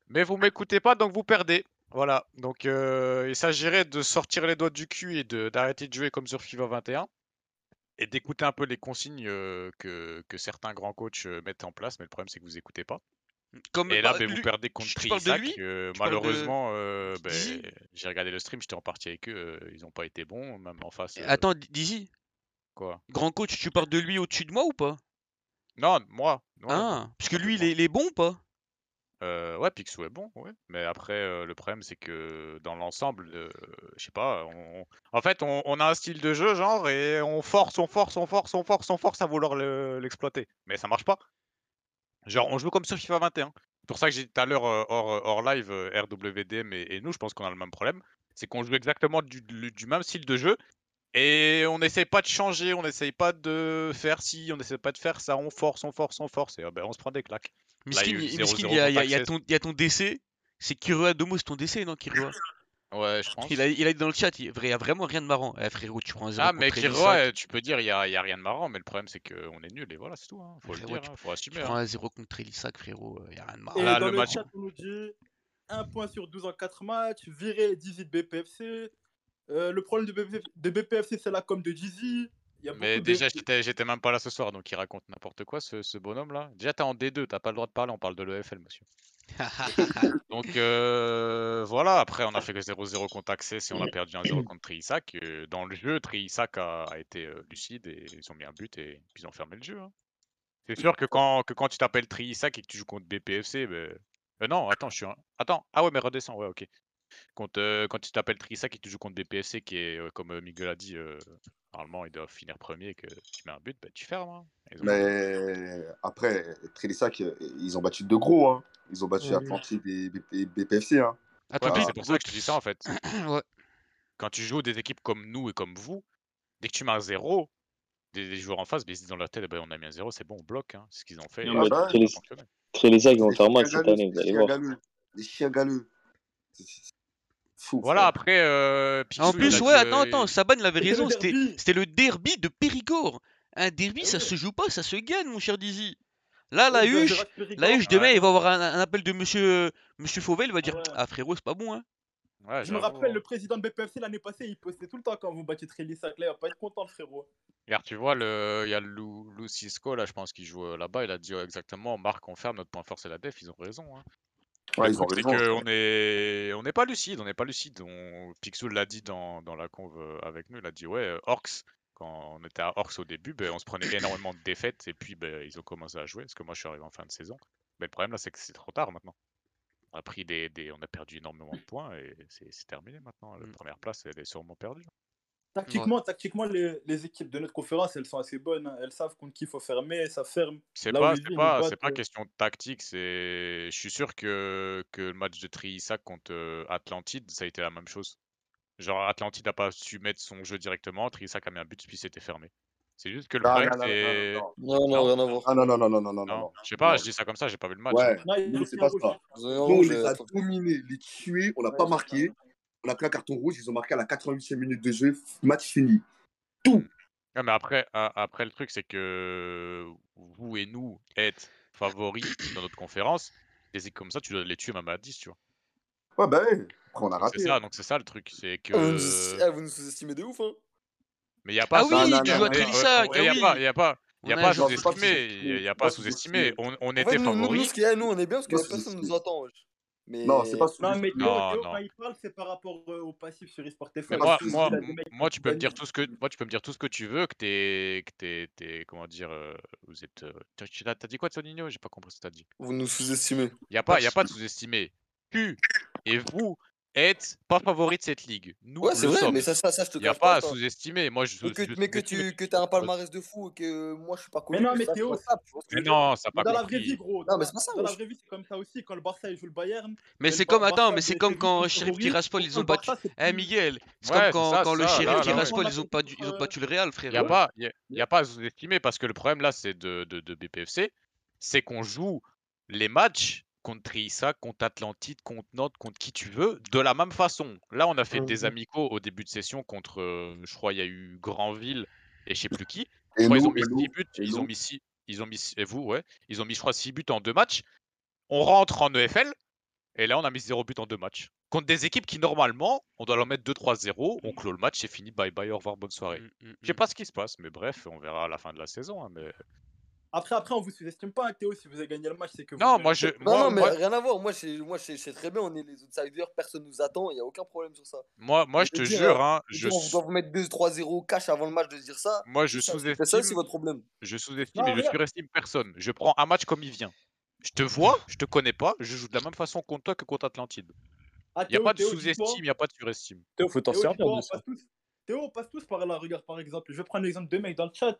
Speaker 3: mais vous m'écoutez pas, donc vous perdez. Voilà, donc euh, il s'agirait de sortir les doigts du cul et de- d'arrêter de jouer comme sur FIFA 21 et d'écouter un peu les consignes euh, que, que certains grands coachs euh, mettent en place, mais le problème c'est que vous écoutez pas.
Speaker 1: Comme
Speaker 3: Et là,
Speaker 1: bah,
Speaker 3: ben, vous
Speaker 1: lui-
Speaker 3: perdez
Speaker 1: tu,
Speaker 3: contre
Speaker 1: tu parles de
Speaker 3: Trisac.
Speaker 1: lui
Speaker 3: euh,
Speaker 1: Tu parles de
Speaker 3: malheureusement, euh, ben,
Speaker 1: Dizzy
Speaker 3: j'ai regardé le stream, j'étais en partie avec eux. euh, ils n'ont pas été bons, même en face. euh,
Speaker 1: Attends, D- Dizzy,
Speaker 3: quoi
Speaker 1: grand coach, tu parles de lui au-dessus de moi ou pas
Speaker 3: Non, moi. Ouais, ouais,
Speaker 1: Hein Parce que
Speaker 3: parle de
Speaker 1: lui, il
Speaker 3: moi.
Speaker 1: est, il est bon ou pas
Speaker 3: Euh, ouais, Picsou est bon, ouais. Mais après, euh, le problème, c'est que dans l'ensemble, euh, je sais pas, on... en fait, on, on a un style de jeu, genre, et on force, on force, on force, on force, on force à vouloir le- l'exploiter. Mais ça marche pas. Genre, on joue comme sur FIFA 21. C'est pour ça que j'ai dit tout à l'heure euh, hors, euh, hors live, euh, RWDM et, et nous, je pense qu'on a le même problème. C'est qu'on joue exactement du, du- du même style de jeu et on n'essaye pas de changer, on n'essaye pas de faire ci, on n'essaye pas de faire ça, on force, on force, on force et euh, ben, on se prend des claques. Là, il y a
Speaker 1: Miskin,
Speaker 3: eu
Speaker 1: il-
Speaker 3: 0-0
Speaker 1: Miskin, il y a, il y a- il y a
Speaker 3: contact,
Speaker 1: ton, il y a ton décès. C'est Kirua Domo, c'est ton décès, non, Kirua
Speaker 3: Ouais, je pense.
Speaker 1: Il a, il a dit dans le chat, il il y a vraiment rien de marrant. Eh, frérot, tu prends un zéro
Speaker 3: Ah, mais
Speaker 1: contre Elise,
Speaker 3: Kiroa,
Speaker 1: ça,
Speaker 3: euh, tu peux dire, il n'y a, il y a rien de marrant, mais le problème, c'est qu'on est nul, et voilà, c'est tout. Hein. Faut le
Speaker 1: Frérot,
Speaker 3: dire, hein, faut
Speaker 1: tu
Speaker 3: assumer.
Speaker 1: prends
Speaker 3: hein.
Speaker 1: un 0 contre Elisac, frérot, il y a rien de marrant.
Speaker 4: Et
Speaker 3: Bah, Là,
Speaker 4: dans
Speaker 3: le
Speaker 4: le
Speaker 3: match-
Speaker 4: chat, on nous dit 1 point sur 12 en 4 matchs, viré 18 BPFC. Euh, le problème de, BPF- de BPFC, c'est la com de Dizzy. Il y a
Speaker 3: Mais
Speaker 4: beaucoup
Speaker 3: déjà,
Speaker 4: de...
Speaker 3: j'étais j'étais même pas là ce soir, donc il raconte n'importe quoi, ce, ce bonhomme-là. Déjà, t'es en D2, t'as pas le droit de parler, on parle de
Speaker 1: [laughs]
Speaker 3: l'EFL, monsieur. Donc euh, voilà, après, on a fait que 0-0 contre Access et on a perdu 1-0 contre Triissac. Euh, Dans le jeu, Triissac a, a été euh, lucide et ils ont mis un but et puis ils ont fermé le jeu. hein. C'est sûr que quand, que quand tu t'appelles Triissac et que tu joues contre BPFC, ben... euh, non, attends, je suis un... Attends, ah ouais, mais redescends, ouais, ok. Quand, euh, quand tu t'appelles Trissac et que tu joues contre BPFC, qui est, euh, comme euh, Miguel a dit, euh, normalement, ils doivent finir premier et que tu mets un but, ben, tu fermes. hein. Ils ont-
Speaker 9: Mais après, Trélissac, euh, ils ont battu de gros. Hein. Ils ont battu
Speaker 3: Oui.
Speaker 9: Atlantide et BP- BPFC. Hein.
Speaker 3: Ouais, mais
Speaker 9: Ah,
Speaker 3: c'est pour ça que je te dis ça, en fait.
Speaker 1: Ouais.
Speaker 3: Quand tu joues des équipes comme nous et comme vous, dès que tu mets un zéro, des, des joueurs en face, ben, ils se disent dans leur tête, eh ben, on a mis un zéro, c'est bon, on bloque. hein. C'est ce qu'ils ont fait.
Speaker 9: Non,
Speaker 3: et
Speaker 9: mais
Speaker 3: ça a
Speaker 9: Trélis-
Speaker 3: fonctionné.
Speaker 13: Trélissac, ils vont
Speaker 9: des
Speaker 13: faire
Speaker 9: chiens
Speaker 13: mal cette
Speaker 9: galeux,
Speaker 13: année, vous
Speaker 9: des
Speaker 13: allez
Speaker 9: chiens
Speaker 13: voir.
Speaker 9: galeux. Des chiens galeux. C'est- c'est- c'est Fou,
Speaker 3: Voilà, après, euh,
Speaker 1: En
Speaker 3: Picsou, il
Speaker 1: plus,
Speaker 3: a
Speaker 1: ouais,
Speaker 3: dit,
Speaker 1: attends,
Speaker 3: euh,
Speaker 1: attends, Saban il avait
Speaker 3: C'était le
Speaker 1: raison, c'était
Speaker 3: derby.
Speaker 1: c'était le derby de Périgord. Un derby, ça se joue pas, ça se gagne, mon cher Dizzy. Là, la
Speaker 4: Ouais, deux
Speaker 1: huche,
Speaker 4: zéro Ah Périgord.
Speaker 1: la huche demain,
Speaker 4: Ouais.
Speaker 1: il va avoir un, un appel de monsieur, euh, monsieur Fauvel, il va dire
Speaker 4: ouais.
Speaker 1: Ah frérot, c'est pas bon, hein.
Speaker 3: Ouais,
Speaker 4: Je me rappelle, le président de BPFC l'année passée, il postait tout le temps quand vous battiez Trélissac. Là, il va pas être content, le frérot.
Speaker 3: Regarde, tu vois, le... il y a Lou, Lou Cisco, là, je pense qu'il joue euh, là-bas. Il a dit euh, exactement, Marc, on ferme, notre point fort, c'est la def. Ils ont raison. hein.
Speaker 9: Ouais,
Speaker 3: Le
Speaker 9: ils ont
Speaker 3: truc, c'est
Speaker 9: raison.
Speaker 3: qu'on est... on n'est pas lucide, on n'est pas lucide. On... Picsou l'a dit dans, dans la conve euh, avec nous, il a dit, ouais, euh, Orcs, quand on était à Orcs au début, ben, on se prenait énormément de défaites, et puis ben, ils ont commencé à jouer, parce que moi je suis arrivé en fin de saison. Mais le problème là, c'est que c'est trop tard maintenant. On a, pris des, des- on a perdu énormément de points, et c'est c'est terminé maintenant. La Mmh. première place, elle est sûrement perdue.
Speaker 4: Tactiquement, tactiquement les, les équipes de notre conférence, elles sont assez bonnes. hein. Elles savent contre qui il faut fermer, ça ferme.
Speaker 3: C'est
Speaker 4: Là où
Speaker 3: pas,
Speaker 4: ils
Speaker 3: c'est
Speaker 4: viennent, ils
Speaker 3: pas, c'est
Speaker 4: battent.
Speaker 3: pas
Speaker 4: euh.
Speaker 3: question de tactique. C'est, je suis sûr que, que le match de Triissac contre euh, Atlantide, ça a été la même chose. Genre Atlantide n'a pas su mettre son jeu directement, Triissac a mis un but puis c'était fermé. C'est juste que le
Speaker 9: Non,
Speaker 3: problème,
Speaker 9: Ah, non, non,
Speaker 3: c'est,
Speaker 9: non, non, non.
Speaker 3: non,
Speaker 9: Ah, non, non, non, non, non, non, non,
Speaker 3: non,
Speaker 9: non.
Speaker 3: je sais pas, je dis ça comme ça, j'ai pas vu le match. hein.
Speaker 9: Ouais,
Speaker 4: Bah,
Speaker 9: nous, c'est pas ça.
Speaker 4: hein.
Speaker 9: Nous, on les a dominés, les tués, on n'a pas marqué. On a pris un carton rouge, ils ont marqué à la 88e minute de jeu, match fini.
Speaker 3: Ouais, mais après, a- après le truc, c'est que vous et nous êtes favoris dans notre conférence. Des équipes comme ça, tu dois les tuer même à 10, tu vois.
Speaker 9: Ouais, bah ouais. Après, on a
Speaker 3: Donc c'est
Speaker 9: raté.
Speaker 3: ça,
Speaker 9: hein. Euh,
Speaker 3: donc c'est ça le truc, c'est
Speaker 7: Ah, vous nous sous-
Speaker 3: que.
Speaker 7: ah, vous nous sous-estimez de ouf, hein
Speaker 3: Mais il n'y a pas
Speaker 1: Ah
Speaker 3: à
Speaker 1: oui,
Speaker 3: sous-estimer.
Speaker 1: tu joues à
Speaker 3: on est- euh,
Speaker 1: Trélissac,
Speaker 3: on-
Speaker 1: ah
Speaker 3: et y a
Speaker 1: oui.
Speaker 3: pas, y a pas, y
Speaker 1: On
Speaker 3: a
Speaker 1: a
Speaker 3: pas à
Speaker 1: joué.
Speaker 7: Non, c'est pas
Speaker 3: sous-estimer.
Speaker 7: sous-estimé,
Speaker 3: Il n'y a,
Speaker 7: c'est
Speaker 3: pas à
Speaker 7: pas
Speaker 3: sous-estimer.
Speaker 7: sous-estimé.
Speaker 3: On, on
Speaker 7: En fait,
Speaker 3: était
Speaker 7: nous, nous, nous,
Speaker 3: favoris.
Speaker 7: ce qu'il y a, nous, on est bien parce que
Speaker 9: Pas
Speaker 7: personne
Speaker 9: sous-estimé.
Speaker 7: nous entend. wesh. Mais...
Speaker 9: Non, c'est pas
Speaker 4: Non, mais Théo,
Speaker 3: Non,
Speaker 4: Théo,
Speaker 3: non.
Speaker 4: quand il parle, c'est par rapport euh, au passif sur eSport
Speaker 3: hein. Mais
Speaker 4: FM.
Speaker 3: moi,
Speaker 4: Parce que
Speaker 3: moi,
Speaker 4: lui, il a des
Speaker 3: m-
Speaker 4: mecs
Speaker 3: moi, tu peux me dire
Speaker 4: dynamiques.
Speaker 3: tout ce que, moi, tu peux me dire tout ce que tu veux, que t'es, que t'es, t'es- comment dire, euh, vous êtes, euh, t'as t'as- t'as dit quoi, Tonino? J'ai pas compris ce que t'as dit.
Speaker 7: Vous nous sous-estimez.
Speaker 3: Il n'y a pas, y a pas de sous-estimé. Tu et vous êtes pas favoris de cette ligue. Nous
Speaker 7: Ouais, c'est
Speaker 3: le
Speaker 7: vrai,
Speaker 3: sommes.
Speaker 7: mais ça, ça, ça, je te
Speaker 3: Il n'y a
Speaker 7: cache
Speaker 3: pas
Speaker 7: pas
Speaker 3: à
Speaker 7: ça.
Speaker 3: sous-estimer. Moi, je,
Speaker 7: Ou que,
Speaker 3: je
Speaker 7: mais que
Speaker 3: sous-estime.
Speaker 7: tu que t'as un palmarès de fou et que euh, moi, je suis pas
Speaker 4: Mais
Speaker 7: connu.
Speaker 4: non,
Speaker 7: mais
Speaker 4: mais
Speaker 7: ça, c'est
Speaker 4: Théo,
Speaker 7: pas ça, tu vois ce que
Speaker 3: Mais
Speaker 7: je veux dire
Speaker 3: non, ça n'a
Speaker 4: mais
Speaker 3: pas
Speaker 4: dans la vraie
Speaker 3: compris.
Speaker 4: vie, gros,
Speaker 7: Non,
Speaker 4: dans
Speaker 7: mais
Speaker 4: la,
Speaker 7: c'est pas ça,
Speaker 4: dans la
Speaker 7: wesh.
Speaker 4: vraie vie, c'est comme ça aussi. Quand le Barça il joue le Bayern,
Speaker 1: Mais
Speaker 4: et le
Speaker 1: c'est
Speaker 4: Bar-
Speaker 1: comme, attends,
Speaker 4: Barça
Speaker 1: mais c'est
Speaker 4: de
Speaker 1: comme
Speaker 4: Séville
Speaker 1: quand
Speaker 4: contre
Speaker 1: Sheriff
Speaker 4: Rory,
Speaker 1: Tiraspol,
Speaker 4: pour
Speaker 1: ils
Speaker 4: moi,
Speaker 1: ont
Speaker 4: le
Speaker 1: battu.
Speaker 4: Barça, c'est
Speaker 1: Eh,
Speaker 4: plus.
Speaker 1: Miguel, c'est comme
Speaker 3: Ouais, c'est
Speaker 1: quand,
Speaker 3: ça,
Speaker 1: quand le
Speaker 3: ça,
Speaker 1: Sheriff
Speaker 3: là, là, ouais.
Speaker 1: Tiraspol, ils ont pas, du- ils ont battu le Real,
Speaker 3: Il n'y a
Speaker 1: frérot.
Speaker 3: pas, y a, y a pas à sous-estimer parce que le problème là, c'est de, de, de BPFC, c'est qu'on joue les matchs contre Issa, contre Atlantide, contre Nantes, contre qui tu veux, de la même façon. Là, on a fait des
Speaker 8: Mhm.
Speaker 3: amicaux au début de session contre, euh, je crois, il y a eu Granville et je sais plus qui. Je
Speaker 9: Et
Speaker 3: crois ils ont
Speaker 9: nous,
Speaker 3: mis
Speaker 9: et
Speaker 3: 6
Speaker 9: nous,
Speaker 3: buts,
Speaker 9: et
Speaker 3: ils ont
Speaker 9: nous.
Speaker 3: mis six- ils ont mis six- et vous, ouais, ils ont mis, je crois, 6 buts en deux matchs. On rentre en EFL et là, on a mis 0 but en deux matchs. Contre des équipes qui, normalement, on doit leur mettre 2-3-0,
Speaker 9: Mmh.
Speaker 3: on clôt le match, c'est fini, bye bye, au revoir, bonne soirée. Je sais pas ce qui se passe, mais bref, on verra à la fin de la saison. hein, mais...
Speaker 4: Après, après, on vous sous-estime pas, hein, Théo. Si vous avez gagné le match, c'est que vous.
Speaker 3: Non,
Speaker 4: le
Speaker 3: moi,
Speaker 4: méritez.
Speaker 3: je,
Speaker 7: Non,
Speaker 3: moi,
Speaker 7: non, mais
Speaker 3: moi,
Speaker 7: rien à voir. Moi, je sais- moi, je sais je sais très bien, on est les outsiders, personne nous attend, il n'y a aucun problème sur ça.
Speaker 3: moi, moi,
Speaker 7: Mais
Speaker 3: je
Speaker 7: de
Speaker 3: te
Speaker 7: dire,
Speaker 3: jure,
Speaker 7: euh,
Speaker 3: hein,
Speaker 7: de
Speaker 3: je,
Speaker 7: dire on
Speaker 3: sou-
Speaker 7: doit vous mettre 2-3-0 cash avant le match, de se dire ça,
Speaker 3: moi, je
Speaker 7: c'est ça, c'est ça aussi
Speaker 3: sous-estime,
Speaker 7: votre problème.
Speaker 3: je sous-estime et
Speaker 4: Non,
Speaker 3: je
Speaker 4: regarde.
Speaker 3: surestime personne. Je prends un match comme il vient. Je te vois, je te connais pas, je joue de la même façon contre toi que contre Atlantide.
Speaker 4: Ah,
Speaker 3: Il n'y a
Speaker 4: Théo,
Speaker 3: pas de
Speaker 4: Théo, dis-toi.
Speaker 3: sous-estime, il n'y a pas de surestime.
Speaker 10: Théo, faut t'en
Speaker 4: Théo,
Speaker 10: servir
Speaker 4: dis-toi,
Speaker 10: de
Speaker 4: on
Speaker 10: ça.
Speaker 4: passe tous. Théo, on passe tous par là. Regarde, par exemple, je vais prendre l'exemple de mecs dans le chat.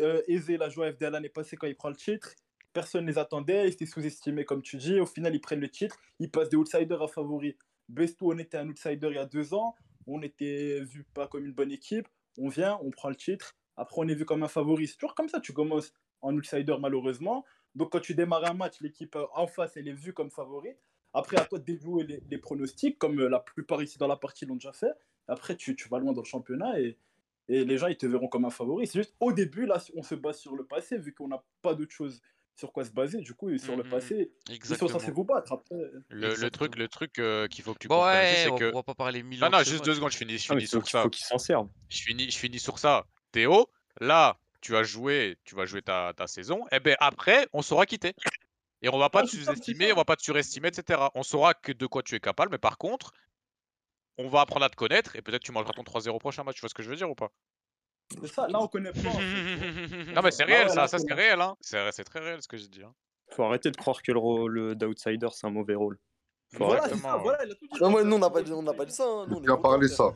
Speaker 4: Euh, Eze, il a joué à FDL l'année passée quand il prend le titre. Personne ne les attendait, ils étaient sous-estimés, comme tu dis. Au final, ils prennent le titre, ils passent des outsiders à favoris. Bestou, on était un outsider il y a deux ans, on était vu pas comme une bonne équipe. On vient, on prend le titre, après on est vu comme un favori. C'est toujours comme ça, tu commences en outsider malheureusement. Donc quand tu démarres un match, l'équipe euh, en face, elle est vue comme favorite. Après, à toi de déjouer les, les pronostics, comme euh, la plupart ici dans la partie l'ont déjà fait. Après, tu, tu vas loin dans le championnat et, et les gens, ils te verront comme un favori. C'est juste au début, là, on se base sur le passé, vu qu'on n'a pas d'autre chose sur quoi se baser, du coup, et sur
Speaker 3: Mhm.
Speaker 4: le passé. Ils sont
Speaker 1: exactement.
Speaker 4: censés vous battre après.
Speaker 3: Le, le truc, le truc euh, qu'il faut que tu
Speaker 1: Bon,
Speaker 3: comprennes,
Speaker 1: ouais,
Speaker 3: c'est
Speaker 1: on-
Speaker 3: que.
Speaker 1: on va pas parler mille hein. ans
Speaker 3: Non,
Speaker 1: de
Speaker 3: non,
Speaker 1: ce
Speaker 3: juste
Speaker 1: match.
Speaker 3: deux secondes, je finis, je
Speaker 10: Ah, mais
Speaker 3: finis sur
Speaker 10: faut-
Speaker 3: ça.
Speaker 10: faut qu'ils s'en servent.
Speaker 3: Je finis, je finis sur ça. Théo, là, tu as joué, tu vas jouer ta, ta saison. Et ben après, on saura quitter. Et on va
Speaker 4: Ah,
Speaker 3: pas te sous-estimer, on va pas te surestimer, etc. On saura que de quoi tu es capable, mais par contre, on va apprendre à te connaître et peut-être tu mangeras ton 3-0 au prochain match. Tu vois ce que je veux dire ou pas
Speaker 4: C'est ça, là, on connaît pas. en fait.
Speaker 3: [laughs]
Speaker 1: Mm.
Speaker 3: Non, mais c'est
Speaker 4: Ah
Speaker 3: réel,
Speaker 4: ouais,
Speaker 3: ça,
Speaker 4: là,
Speaker 3: ça
Speaker 4: on
Speaker 3: c'est
Speaker 4: connaît.
Speaker 3: réel. Hein. C'est c'est très réel ce que j'ai dit. hein.
Speaker 10: Faut arrêter de croire que le rôle d'outsider, c'est un mauvais rôle. Faut
Speaker 3: Voilà,
Speaker 10: arrêter.
Speaker 3: c'est ça, voilà,
Speaker 4: il a tout
Speaker 7: Non, moi, nous, on n'a pas, dit- on n'a pas dit ça. hein. Nous, on est
Speaker 10: Bien
Speaker 7: contents,
Speaker 10: parlé,
Speaker 7: frère.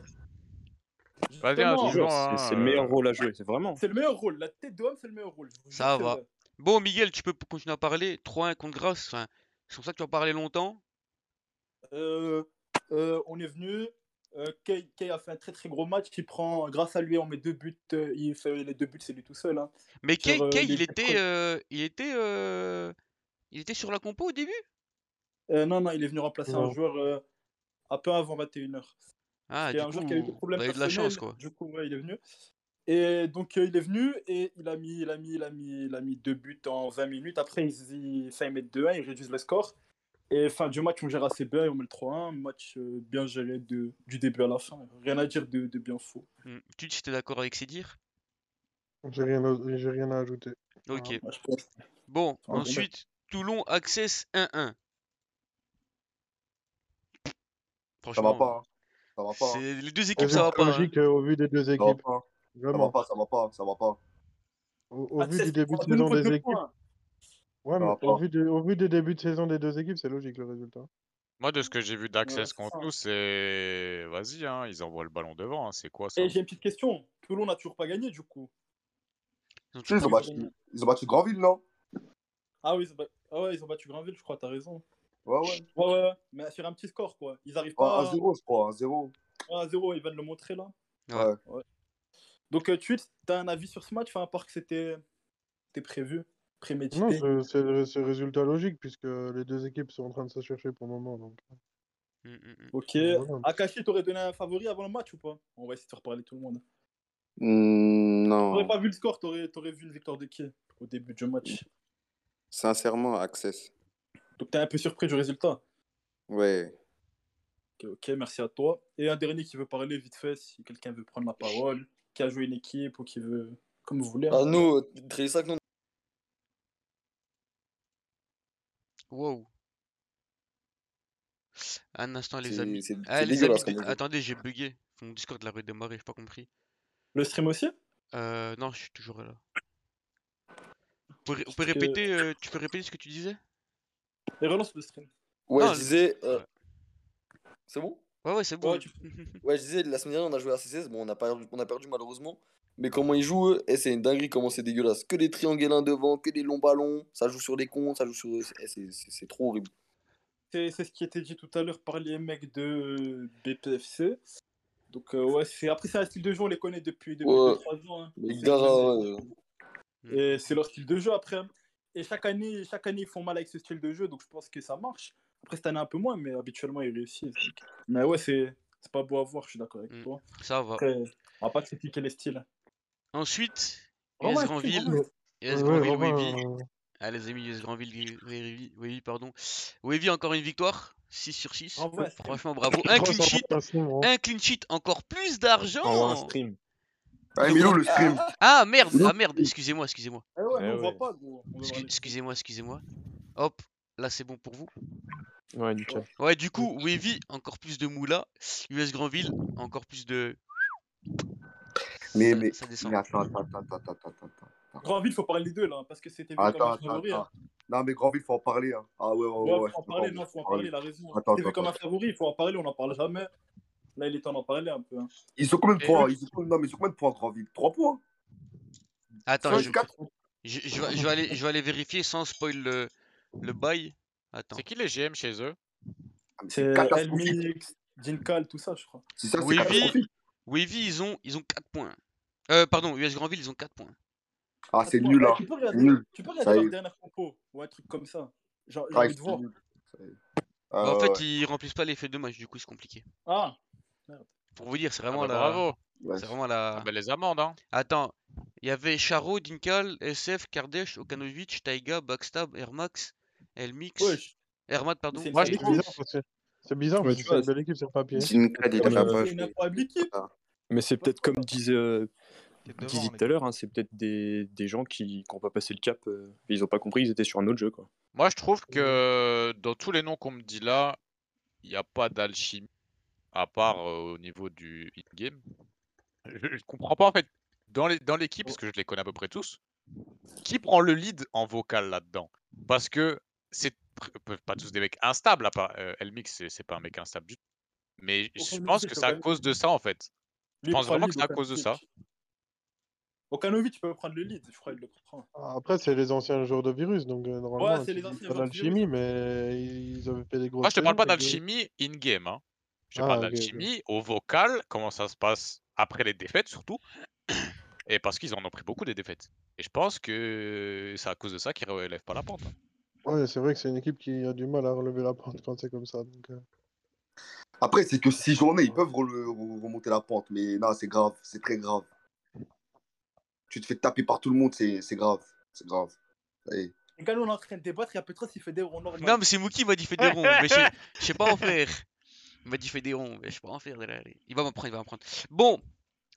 Speaker 3: Vas-y,
Speaker 10: Je
Speaker 3: hein,
Speaker 10: te jure,
Speaker 3: suivant,
Speaker 10: c'est-
Speaker 3: hein,
Speaker 10: c'est le meilleur
Speaker 3: euh,
Speaker 10: rôle à jouer, c'est vraiment.
Speaker 4: C'est le meilleur rôle, la tête de homme, c'est le meilleur rôle. Je vous jure,
Speaker 1: Ça
Speaker 4: c'est
Speaker 1: va.
Speaker 4: vrai.
Speaker 1: Bon, Miguel, tu peux p- continuer à parler. 3-1 contre Grasse. Enfin, c'est pour ça que tu vas parler longtemps.
Speaker 4: Euh, euh, on est venu. Euh, Kay, Kay a fait un très très gros match. Il prend, grâce à lui, on met deux buts. euh, il fait les deux buts, c'est lui tout seul. hein.
Speaker 1: Mais
Speaker 4: Sur,
Speaker 1: Kay,
Speaker 4: euh,
Speaker 1: Kay,
Speaker 4: les
Speaker 1: il
Speaker 4: quatre
Speaker 1: était,
Speaker 4: premiers-
Speaker 1: euh, il était, euh, il était sur la compo au début.
Speaker 4: Euh, non, non, il est venu remplacer un
Speaker 1: Non.
Speaker 4: joueur euh, un peu avant 21h.
Speaker 1: Ah,
Speaker 4: C'était
Speaker 1: du
Speaker 4: un joueur qui a eu des
Speaker 1: coup,
Speaker 4: problèmes
Speaker 1: vous avez de la
Speaker 4: personnels.
Speaker 1: chance, quoi.
Speaker 4: Du coup, ouais, il est venu. Et donc, euh, il est venu et il a mis, il a mis, il a mis, il a mis deux buts en 20 minutes. Après, ils, ils, ça, ils mettent 2-1, ils réduisent le score. Et fin du match, on gère assez bien et on met le 3-1. Match euh, bien géré de, du début à la fin. Rien à dire de, de bien faux.
Speaker 1: Mm. Tu dis que t'es d'accord avec Sidir?
Speaker 8: J'ai rien, à- j'ai rien à ajouter.
Speaker 1: Ok.
Speaker 4: Ah, Moi, je pense.
Speaker 1: Bon,
Speaker 4: un bon match.
Speaker 1: ensuite, Toulon Access 1-1.
Speaker 9: Ça va
Speaker 1: Franchement,
Speaker 9: pas. hein. Ça va pas. hein.
Speaker 1: c'est les deux équipes, ça va
Speaker 8: Résultat
Speaker 1: pas. hein.
Speaker 8: logique euh, au vu des deux
Speaker 9: Ça va
Speaker 8: équipes.
Speaker 9: pas. hein. Ça va
Speaker 8: Vraiment.
Speaker 9: pas, ça va pas, ça va pas.
Speaker 8: Au, au vu
Speaker 4: Access
Speaker 8: du début de
Speaker 4: prend de
Speaker 8: saison
Speaker 4: nouveau
Speaker 8: des
Speaker 4: deux
Speaker 8: équipes.
Speaker 4: points.
Speaker 8: Ouais,
Speaker 9: Ça
Speaker 8: mais
Speaker 9: va
Speaker 8: au
Speaker 9: pas.
Speaker 8: vu, des- au vu des débuts de saison des deux équipes, c'est logique le résultat.
Speaker 3: Moi, de ce que j'ai vu d'Access
Speaker 4: c'est
Speaker 3: contre
Speaker 4: ça.
Speaker 3: nous, c'est. Vas-y, hein, ils envoient le ballon devant. hein, C'est quoi ça
Speaker 4: Et j'ai une petite question. Toulon n'a toujours pas gagné du coup.
Speaker 1: Ils ont
Speaker 9: Si, Ils ont
Speaker 1: toujours pas
Speaker 9: battu,
Speaker 1: gagné.
Speaker 9: ils ont battu Granville, non
Speaker 4: Ah oui, ils ont, bat- ah ouais, ils ont battu Granville, je crois, t'as raison.
Speaker 9: Ouais, ouais.
Speaker 4: Ouais, ouais, ouais, mais sur un petit score quoi. Ils arrivent
Speaker 9: Ouais,
Speaker 4: pas
Speaker 9: 1-0, Ah, je crois, hein. 1-0.
Speaker 4: à 1-0, ils viennent le montrer là.
Speaker 1: Ouais.
Speaker 9: Ouais.
Speaker 4: Ouais. Donc, euh, tu as un avis sur ce match enfin, À part que c'était c'était prévu,
Speaker 8: Non,
Speaker 4: prémédité.
Speaker 8: c'est c'est- c'est résultat logique puisque les deux équipes sont en train de se chercher pour le moment. Donc,
Speaker 1: Mm, mm, mm.
Speaker 4: Ok.
Speaker 8: voilà.
Speaker 4: Akashi, t'aurais donné un favori avant le match ou pas On va essayer de faire parler tout le monde.
Speaker 11: Hmm,
Speaker 4: T'aurais
Speaker 11: non,
Speaker 4: pas vu le score, t'aurais t'aurais vu une victoire de qui au début du match
Speaker 11: sincèrement, Access.
Speaker 4: Donc, t'es un peu surpris du résultat.
Speaker 11: Ouais.
Speaker 4: Ok, ok, merci à toi. Et un dernier qui veut parler vite fait, si quelqu'un veut prendre la parole, qui a joué une équipe ou qui veut. Comme vous voulez. hein.
Speaker 7: Ah, nous, euh, Trélissac, nous.
Speaker 1: Wow. Un instant, les
Speaker 7: C'est
Speaker 1: amis.
Speaker 7: c'est-
Speaker 1: Ah,
Speaker 7: c'est
Speaker 1: les amis,
Speaker 7: dégueulasse
Speaker 1: de-
Speaker 7: comme jeu.
Speaker 1: attendez, j'ai bugué. Mon Discord l'a redémarré, j'ai pas compris.
Speaker 4: Le stream aussi
Speaker 1: Euh, non, je suis toujours là. Vous pouvez, vous
Speaker 4: Parce
Speaker 1: pouvez
Speaker 4: que-
Speaker 1: répéter, euh, tu peux répéter ce que tu disais?
Speaker 4: Et relance le stream.
Speaker 7: Ouais,
Speaker 1: Non,
Speaker 7: je
Speaker 1: le-
Speaker 7: disais. euh,
Speaker 1: ouais.
Speaker 7: C'est bon
Speaker 1: Ouais, ouais, c'est bon.
Speaker 4: Ouais,
Speaker 1: hein.
Speaker 4: tu-
Speaker 3: [laughs]
Speaker 7: Ouais, je disais, la semaine dernière, on a joué à C16. Bon, on a perdu, on a perdu malheureusement. Mais comment ils jouent, eux, eh, c'est une dinguerie, comment c'est dégueulasse. Que des triangulins devant, que des longs ballons. Ça joue sur les comptes, ça joue sur. eh, c'est- c'est c'est trop horrible.
Speaker 4: C'est c'est ce qui était dit tout à l'heure par les mecs de euh, BPFC. Donc, euh, ouais, c'est après, c'est un style de jeu, on les connaît depuis, depuis
Speaker 7: Ouais.
Speaker 4: 2-3 ans. hein.
Speaker 7: Mais
Speaker 4: C'est
Speaker 7: gare
Speaker 4: le
Speaker 7: à-
Speaker 4: même-
Speaker 7: ouais,
Speaker 4: Et c'est leur style de jeu après. hein. Et chaque année, chaque année, ils font mal avec ce style de jeu, donc je pense que ça marche. Après, cette année, un peu moins, mais habituellement, ils réussissent. donc. Mais ouais, c'est c'est pas beau à voir, je suis d'accord avec
Speaker 1: Mm,
Speaker 4: toi.
Speaker 1: Ça va.
Speaker 4: Après, on Hmm. va pas critiquer les styles.
Speaker 1: Ensuite, US
Speaker 4: Romain,
Speaker 1: Granville.
Speaker 4: Romain.
Speaker 1: US
Speaker 8: Ouais,
Speaker 1: Granville, Wavy.
Speaker 8: Robin, euh,
Speaker 1: Ah, les amis, US Granville, Wavy, Wavy, pardon. Wavy, encore une victoire. 6 sur 6.
Speaker 4: Envoie un stream. [coughs]
Speaker 1: Franchement, [laughs] bravo. Bah, Un
Speaker 8: grosse
Speaker 1: clean sheet.
Speaker 8: orientation, hein.
Speaker 1: Un clean sheet. Encore
Speaker 10: Envoie un
Speaker 1: plus d'argent.
Speaker 10: stream.
Speaker 9: Ah,
Speaker 1: De
Speaker 9: mais il est où
Speaker 1: gros-
Speaker 9: le stream
Speaker 1: Ah, merde.
Speaker 9: Il est où
Speaker 1: Ah, merde. Excusez-moi, excusez-moi.
Speaker 4: Eh ouais,
Speaker 10: Eh
Speaker 4: mais on voit
Speaker 10: ouais.
Speaker 4: pas, gros. On veut voir les
Speaker 1: Excu-
Speaker 4: streams.
Speaker 1: Excusez-moi, excusez-moi. Hop. Là, c'est bon pour vous.
Speaker 10: Ouais, nickel.
Speaker 1: Ouais, du coup, Wavy, encore plus de moula. US Granville, encore plus de.
Speaker 9: Mais,
Speaker 7: Eh,
Speaker 1: Ça,
Speaker 9: mais,
Speaker 1: ça descend.
Speaker 9: mais attends, attends, attends, attends, attends, attends, attends.
Speaker 4: Granville, faut parler des deux, là, hein, parce que c'était vu comme
Speaker 9: Attends,
Speaker 4: un
Speaker 9: attends,
Speaker 4: favori.
Speaker 9: attends.
Speaker 4: hein.
Speaker 9: Non, mais Granville, faut en parler. Hein. Ah ouais, ouais,
Speaker 4: Ouais,
Speaker 9: ouais, ouais,
Speaker 4: faut en
Speaker 9: je peux pas,
Speaker 4: parler,
Speaker 9: ouais,
Speaker 4: non, faut en
Speaker 9: faut en parler.
Speaker 4: parler, il a raison. hein.
Speaker 9: Attends,
Speaker 4: C'est
Speaker 9: attends,
Speaker 4: vu comme
Speaker 9: attends.
Speaker 4: un favori, il faut en parler, on n'en parle jamais. Là, il est temps d'en parler un peu. hein.
Speaker 9: Ils ont combien de
Speaker 1: Et-
Speaker 9: points Ils ont... Non, mais ils ont combien de points, Granville 3 points
Speaker 1: Attends,
Speaker 9: 5,
Speaker 1: je,
Speaker 9: 4
Speaker 1: Je, je vais, je vais aller, je vais aller vérifier sans spoil le, le bail. Attends.
Speaker 3: C'est qui les GM chez eux
Speaker 4: C'est
Speaker 1: catastrophique.
Speaker 4: Elmix, Dinkal, tout ça, je crois.
Speaker 1: Wavy, Wavy, ils ont, ils ont 4 points. Euh, pardon, US Granville, ils ont 4 points.
Speaker 9: Ah, c'est
Speaker 4: Ouais,
Speaker 9: nul là.
Speaker 4: Eh, Tu peux regarder,
Speaker 9: Nul.
Speaker 4: tu peux regarder
Speaker 9: Ça y
Speaker 4: leur
Speaker 9: est.
Speaker 4: dernière compo ou un truc comme ça. Genre, j'ai
Speaker 9: Ah,
Speaker 4: envie de
Speaker 9: c'est
Speaker 4: voir.
Speaker 9: nul. Ça y est.
Speaker 1: Bah, en
Speaker 9: Ah,
Speaker 1: fait,
Speaker 9: ouais.
Speaker 1: ils remplissent pas l'effet de match, du coup, c'est compliqué.
Speaker 4: Ah,
Speaker 1: Pour vous dire, c'est vraiment
Speaker 3: bah,
Speaker 1: la.
Speaker 3: bravo.
Speaker 1: C'est vraiment la.
Speaker 3: Ah bah, les amendes, hein.
Speaker 1: Attends, il y avait Charo, Dinkal, SF, Kardesh, Okanovic, Taiga, Backstab, Airmax, Elmix. Airmat,
Speaker 4: Ah,
Speaker 1: pardon.
Speaker 8: Ouais, c'est
Speaker 1: et-
Speaker 8: bizarre parce que c'est bizarre
Speaker 10: Ouais,
Speaker 8: parce
Speaker 10: tu
Speaker 8: que c'est une
Speaker 10: vois,
Speaker 8: belle équipe sur le papier.
Speaker 10: Dinkal, il
Speaker 8: Ouais,
Speaker 10: est là-bas,
Speaker 8: mais-
Speaker 10: je Mais c'est peut-être comme disait euh, Dizzy tout à l'heure, hein, c'est peut-être des, des gens qui n'ont pas passé le cap, euh, ils ont pas compris, ils étaient sur un autre jeu. Quoi.
Speaker 3: Moi, je trouve que dans tous les noms qu'on me dit là, il n'y a pas d'alchimie, à part euh, au niveau du in-game. Je ne comprends pas, en fait, dans les- dans l'équipe, parce que je les connais à peu près tous, qui prend le lead en vocal là-dedans Parce que c'est pr- peu- pas tous des mecs instables, à part euh, Elmix, c'est- c'est pas un mec instable du tout. Mais je
Speaker 4: Aucun
Speaker 3: pense
Speaker 4: outil,
Speaker 3: que
Speaker 4: c'est
Speaker 3: c'est à
Speaker 4: vrai.
Speaker 3: cause de ça, en fait. Je
Speaker 4: Lui, il
Speaker 3: pense
Speaker 4: prend le
Speaker 3: vraiment que
Speaker 4: lead,
Speaker 3: c'est à
Speaker 4: aucun
Speaker 3: cause de
Speaker 4: outil.
Speaker 3: ça.
Speaker 4: Okanovic, tu peux prendre le lead, je crois qu'il le prend.
Speaker 8: Après, c'est les anciens joueurs de virus, donc euh, normalement,
Speaker 4: Ouais, c'est
Speaker 8: tu
Speaker 4: les
Speaker 8: dis
Speaker 4: anciens
Speaker 8: pas
Speaker 4: joueurs de
Speaker 8: d'alchimie, mais ils avaient fait des grosses.
Speaker 3: Moi, je te parle pas
Speaker 8: saisons, les gars.
Speaker 3: d'alchimie in-game. Hein. Je te
Speaker 8: Ah,
Speaker 3: parle
Speaker 8: ok, ok.
Speaker 3: d'alchimie au vocal, comment ça se passe après les défaites surtout. [clears throat] Et parce qu'ils en ont pris beaucoup des défaites. Et je pense que c'est à cause de ça qu'ils relèvent pas la pente. hein.
Speaker 8: Ah, Ouais, c'est vrai que c'est une équipe qui a du mal à relever la pente quand c'est comme ça. Donc, euh,
Speaker 9: Après, c'est que six journées, ils peuvent rele- re- remonter la pente. Mais non, c'est grave. C'est très grave. Tu te fais taper par tout le monde, c'est c'est grave. C'est grave. Ça y est.
Speaker 4: Les gars, nous, on est en train de débattre, il y a Petros, il fait des ronds normaux.
Speaker 1: Non, mais c'est Mookie, il m'a dit fais des ronds, mais je sais- je sais pas en faire. Il m'a dit fais des ronds, mais je sais pas en faire. là, là, là. Il va m'en prendre, il va m'en prendre. Bon,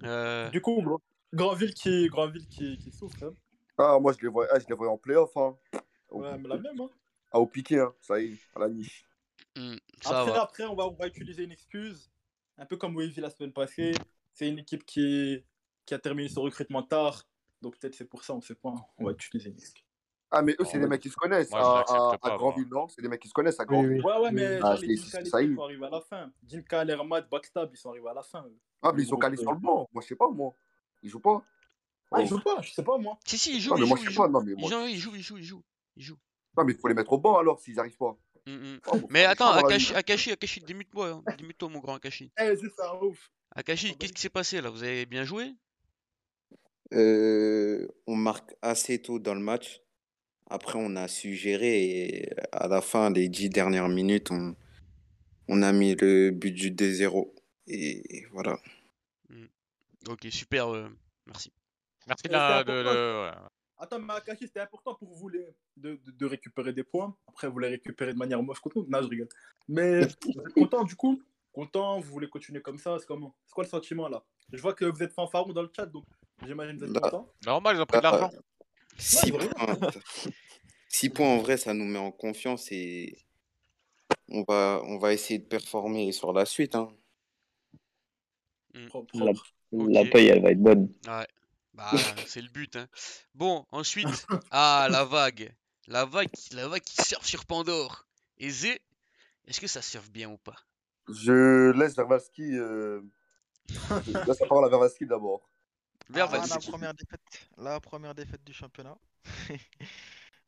Speaker 1: euh,
Speaker 4: Du coup, gros, Grandville qui, Grandville qui, qui souffre. hein.
Speaker 9: Ah, moi, je les voyais, ah, je les voyais en playoff. Hein. Au,
Speaker 4: Ouais, mais la même. Hein.
Speaker 9: ah, au piqué, hein. ça y est, à la niche.
Speaker 1: ça
Speaker 4: Après,
Speaker 1: va.
Speaker 4: après on, va, on va utiliser une excuse, un peu comme Wavy la semaine passée. C'est une équipe qui, qui a terminé son recrutement tard. Donc peut-être c'est pour ça, on sait pas. On va utiliser une excuse.
Speaker 9: Ah, mais eux,
Speaker 4: On
Speaker 9: c'est des
Speaker 4: va-
Speaker 9: mecs qui se connaissent
Speaker 3: Moi, je
Speaker 9: à,
Speaker 3: l'accepte
Speaker 9: à,
Speaker 3: pas,
Speaker 9: à
Speaker 3: moi.
Speaker 9: Grandville, non C'est des mecs qui se connaissent à
Speaker 8: Oui,
Speaker 9: Grandville.
Speaker 8: oui.
Speaker 4: Ouais, ouais, mais
Speaker 9: Ah,
Speaker 4: genre les
Speaker 9: c'est-
Speaker 4: Dinka,
Speaker 9: c'est-
Speaker 4: les
Speaker 9: ça
Speaker 4: trucs
Speaker 9: y est.
Speaker 4: vont arriver à la fin. Dinka, l'Hermat, Backstab, ils sont arrivés à la fin. eux.
Speaker 9: Ah, mais
Speaker 4: Le
Speaker 9: ils sont
Speaker 4: groupe,
Speaker 9: calés
Speaker 4: euh.
Speaker 9: sur le banc. Moi, je sais pas, moi. Ils jouent pas.
Speaker 4: Ah, ils
Speaker 9: Oh.
Speaker 4: jouent pas, je sais pas moi.
Speaker 1: Si, si, il
Speaker 9: Non,
Speaker 1: joue,
Speaker 9: Ah, mais
Speaker 1: il
Speaker 9: moi,
Speaker 1: joue,
Speaker 9: je
Speaker 1: il
Speaker 9: sais pas.
Speaker 1: joue.
Speaker 9: Non, mais
Speaker 1: Il
Speaker 9: moi.
Speaker 1: joue, il joue, il joue, il joue. il joue.
Speaker 9: Non, mais il faut les mettre au banc alors, s'ils arrivent pas.
Speaker 1: Mm, mm.
Speaker 9: Oh, mon
Speaker 1: Mais
Speaker 9: frère,
Speaker 1: attends,
Speaker 9: laisse-moi dans la
Speaker 1: Akashi,
Speaker 9: vie.
Speaker 1: Akashi, Akashi, démute-moi, hein. démute-toi mon grand Akashi.
Speaker 4: Eh, c'est ça, ouf. Ah, bah
Speaker 1: Akashi, qu'est-ce qui s'est passé là Vous avez bien joué
Speaker 11: Euh, on marque assez tôt dans le match. Après, on a su gérer et à la fin, les dix dernières minutes, on, on a mis le but du 2-0. Et voilà.
Speaker 1: Ok, super, euh, merci.
Speaker 4: Euh,
Speaker 3: Merci
Speaker 4: c'est
Speaker 3: là, de,
Speaker 4: important.
Speaker 3: de- ouais.
Speaker 4: Attends, mais Akashi, c'était important pour vous les- de, de- de récupérer des points. Après, vous les récupérez de manière moche contre nous. Non, je rigole. Mais vous êtes content du coup Content, vous voulez continuer comme ça C'est comment C'est quoi le sentiment là Je vois que vous êtes fanfaron dans le chat, donc j'imagine que vous êtes content.
Speaker 3: Normal, ils ont pris de l'argent.
Speaker 11: 6 points. [laughs] 6 points, en vrai, ça nous met en confiance et on va, on va essayer de performer sur la suite. hein.
Speaker 1: Mm.
Speaker 4: Propre,
Speaker 13: La,
Speaker 4: propre.
Speaker 13: la paye, elle va être bonne.
Speaker 1: Ouais, bah c'est le but, hein. Bon,
Speaker 4: [laughs]
Speaker 1: ensuite, ah la vague, la vague, qui- la vague qui surfe sur Pandore. Et Zé, est-ce que ça surfe bien ou pas?
Speaker 9: Je laisse Vervaski. euh, [laughs] Je laisse la parole à Vervaski d'abord.
Speaker 12: Ah, la
Speaker 1: Vervaski.
Speaker 12: première défaite, la première défaite du championnat.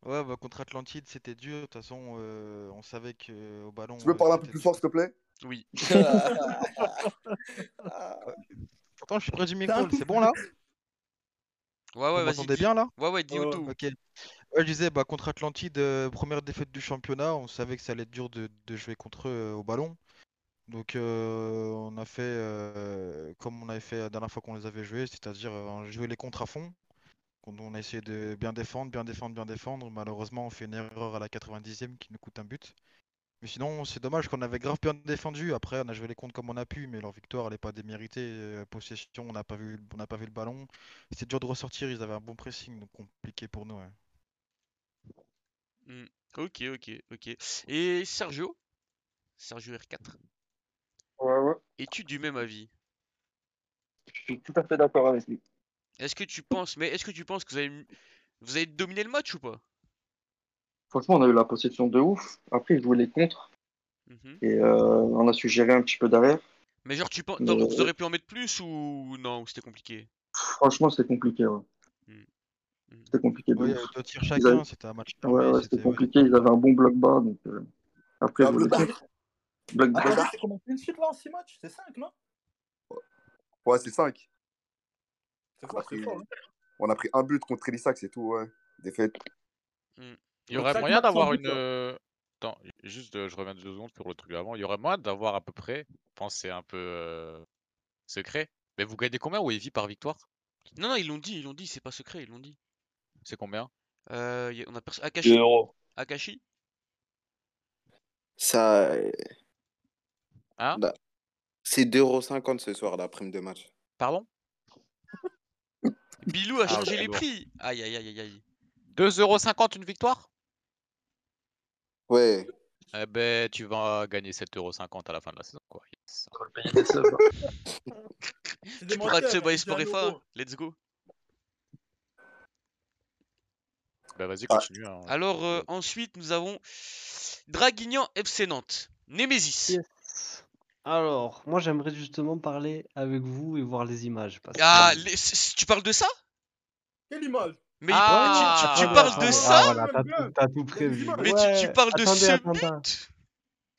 Speaker 12: Ouais, bah contre Atlantide, c'était dur. De toute façon, euh, on savait que au ballon,
Speaker 9: Tu peux
Speaker 12: euh,
Speaker 9: parler un peu
Speaker 12: c'était
Speaker 9: plus fort, s'il te plaît [laughs] Ah,
Speaker 1: Oui.
Speaker 12: Pourtant, je suis près du
Speaker 4: un
Speaker 12: micro,
Speaker 4: peu
Speaker 12: c'est bon là?
Speaker 1: Ouais, ouais,
Speaker 12: Vous
Speaker 1: vas-y,
Speaker 12: m'entendez
Speaker 1: dis.
Speaker 12: bien là?
Speaker 1: Ouais, ouais, dis-nous tout.
Speaker 12: Oh, Ok. Ouais, je disais, bah, contre Atlantide, euh, première défaite du championnat, on savait que ça allait être dur de, de jouer contre eux euh, au ballon. Donc euh, on a fait euh, comme on avait fait la dernière fois qu'on les avait joués, c'est-à-dire euh, jouer les contre à fond. Quand on a essayé de bien défendre, bien défendre, bien défendre. Malheureusement, on fait une erreur à la 90e qui nous coûte un but. Mais sinon, c'est dommage qu'on avait grave bien défendu. Après, on a joué les comptes comme on a pu, mais leur victoire, elle n'est pas déméritée. Euh, Possession, on n'a pas vu, on n'a pas vu le ballon. C'était dur de ressortir. Ils avaient un bon pressing, donc compliqué pour nous. ouais.
Speaker 1: Hmm, Ok, ok, ok. Et Sergio, Sergio R4,
Speaker 13: Ouais, ouais.
Speaker 1: es-tu du même avis?
Speaker 13: Je suis tout à fait d'accord avec lui.
Speaker 1: Est-ce que tu penses, mais est-ce que tu penses que vous avez, m- vous avez dominé le match ou pas?
Speaker 13: Franchement, on a eu la possession de ouf. Après, ils jouaient les contres.
Speaker 1: Mhm.
Speaker 13: Et euh, on a su gérer un petit peu derrière.
Speaker 1: Mais genre, tu penses,
Speaker 13: Mais euh,
Speaker 1: vous auriez pu en mettre plus ou non, ou c'était compliqué? Hmm.
Speaker 13: franchement, c'est compliqué. ouais. C'était compliqué. de
Speaker 12: Ouais, il y
Speaker 13: ouf.
Speaker 12: avait deux tirs
Speaker 13: Ils
Speaker 12: chacun,
Speaker 13: avaient-
Speaker 12: c'était un match fermé,
Speaker 13: Ouais, ouais,
Speaker 12: c'était-
Speaker 13: c'était compliqué. Ils avaient un bon bloc bas. Donc, euh, après,
Speaker 7: Ah,
Speaker 4: Un
Speaker 13: ils
Speaker 4: bloc
Speaker 13: avaient-
Speaker 4: bas.
Speaker 13: bloc bas.
Speaker 4: Attends, c'est combien de suite là en 6 matchs C'est 5 non
Speaker 9: Ouais, c'est 5.
Speaker 4: C'est
Speaker 9: On a
Speaker 4: fort,
Speaker 9: pris,
Speaker 4: c'est fort. hein.
Speaker 9: on a pris un but contre Elissac, c'est tout, ouais. Défaite.
Speaker 3: Il y
Speaker 1: Mmh.
Speaker 9: Donc,
Speaker 3: aurait
Speaker 9: chaque
Speaker 3: moyen
Speaker 9: match sans
Speaker 3: d'avoir
Speaker 9: but,
Speaker 3: une.
Speaker 9: ouais.
Speaker 3: euh, Attends, juste, euh, je reviens deux secondes sur le truc avant. Il y aurait moyen d'avoir à peu près. Je pense que c'est un peu euh, secret. Mais vous gagnez combien au Heavy par victoire
Speaker 1: Non, non, ils l'ont dit, ils l'ont dit, c'est pas secret, ils l'ont dit.
Speaker 3: C'est combien
Speaker 1: Euh, y a- on a perso- Akashi.
Speaker 3: euros.
Speaker 1: Akashi
Speaker 11: Ça. euh,
Speaker 3: Hein
Speaker 11: là, C'est 2,50€ ce soir, la prime de match.
Speaker 3: Pardon
Speaker 1: Bilou a
Speaker 11: Ah,
Speaker 1: changé
Speaker 11: ok,
Speaker 1: les
Speaker 11: lourd.
Speaker 1: prix. Aïe aïe aïe aïe aïe.
Speaker 3: 2,50€ une victoire
Speaker 11: Ouais.
Speaker 3: Eh ben, tu vas gagner 7,50€ à la fin de la saison, quoi. Yes.
Speaker 4: [laughs] C'est
Speaker 1: Tu pourras te
Speaker 4: démenti,
Speaker 1: sub à
Speaker 4: elle
Speaker 1: Sport
Speaker 4: m'a dit un
Speaker 1: FA,
Speaker 4: euro.
Speaker 1: hein. let's go.
Speaker 3: Bah, vas-y,
Speaker 5: Ah.
Speaker 3: continue. hein.
Speaker 1: Alors euh, ensuite nous avons Draguignan FC Nantes. Nemesis.
Speaker 5: Alors, moi j'aimerais justement parler avec vous et voir les images. Parce que-
Speaker 1: Ah, les- c- c- tu parles de ça
Speaker 4: Quelle image
Speaker 1: Mais
Speaker 5: Ah,
Speaker 1: tu, tu- tu
Speaker 5: attendez,
Speaker 1: parles de
Speaker 5: attendez.
Speaker 1: ça
Speaker 5: Ah, voilà, t'as tout, t'as tout prévu.
Speaker 1: Mais tu, tu
Speaker 5: Ouais,
Speaker 1: parles de
Speaker 5: attendez,
Speaker 1: ce
Speaker 5: attendez.
Speaker 1: but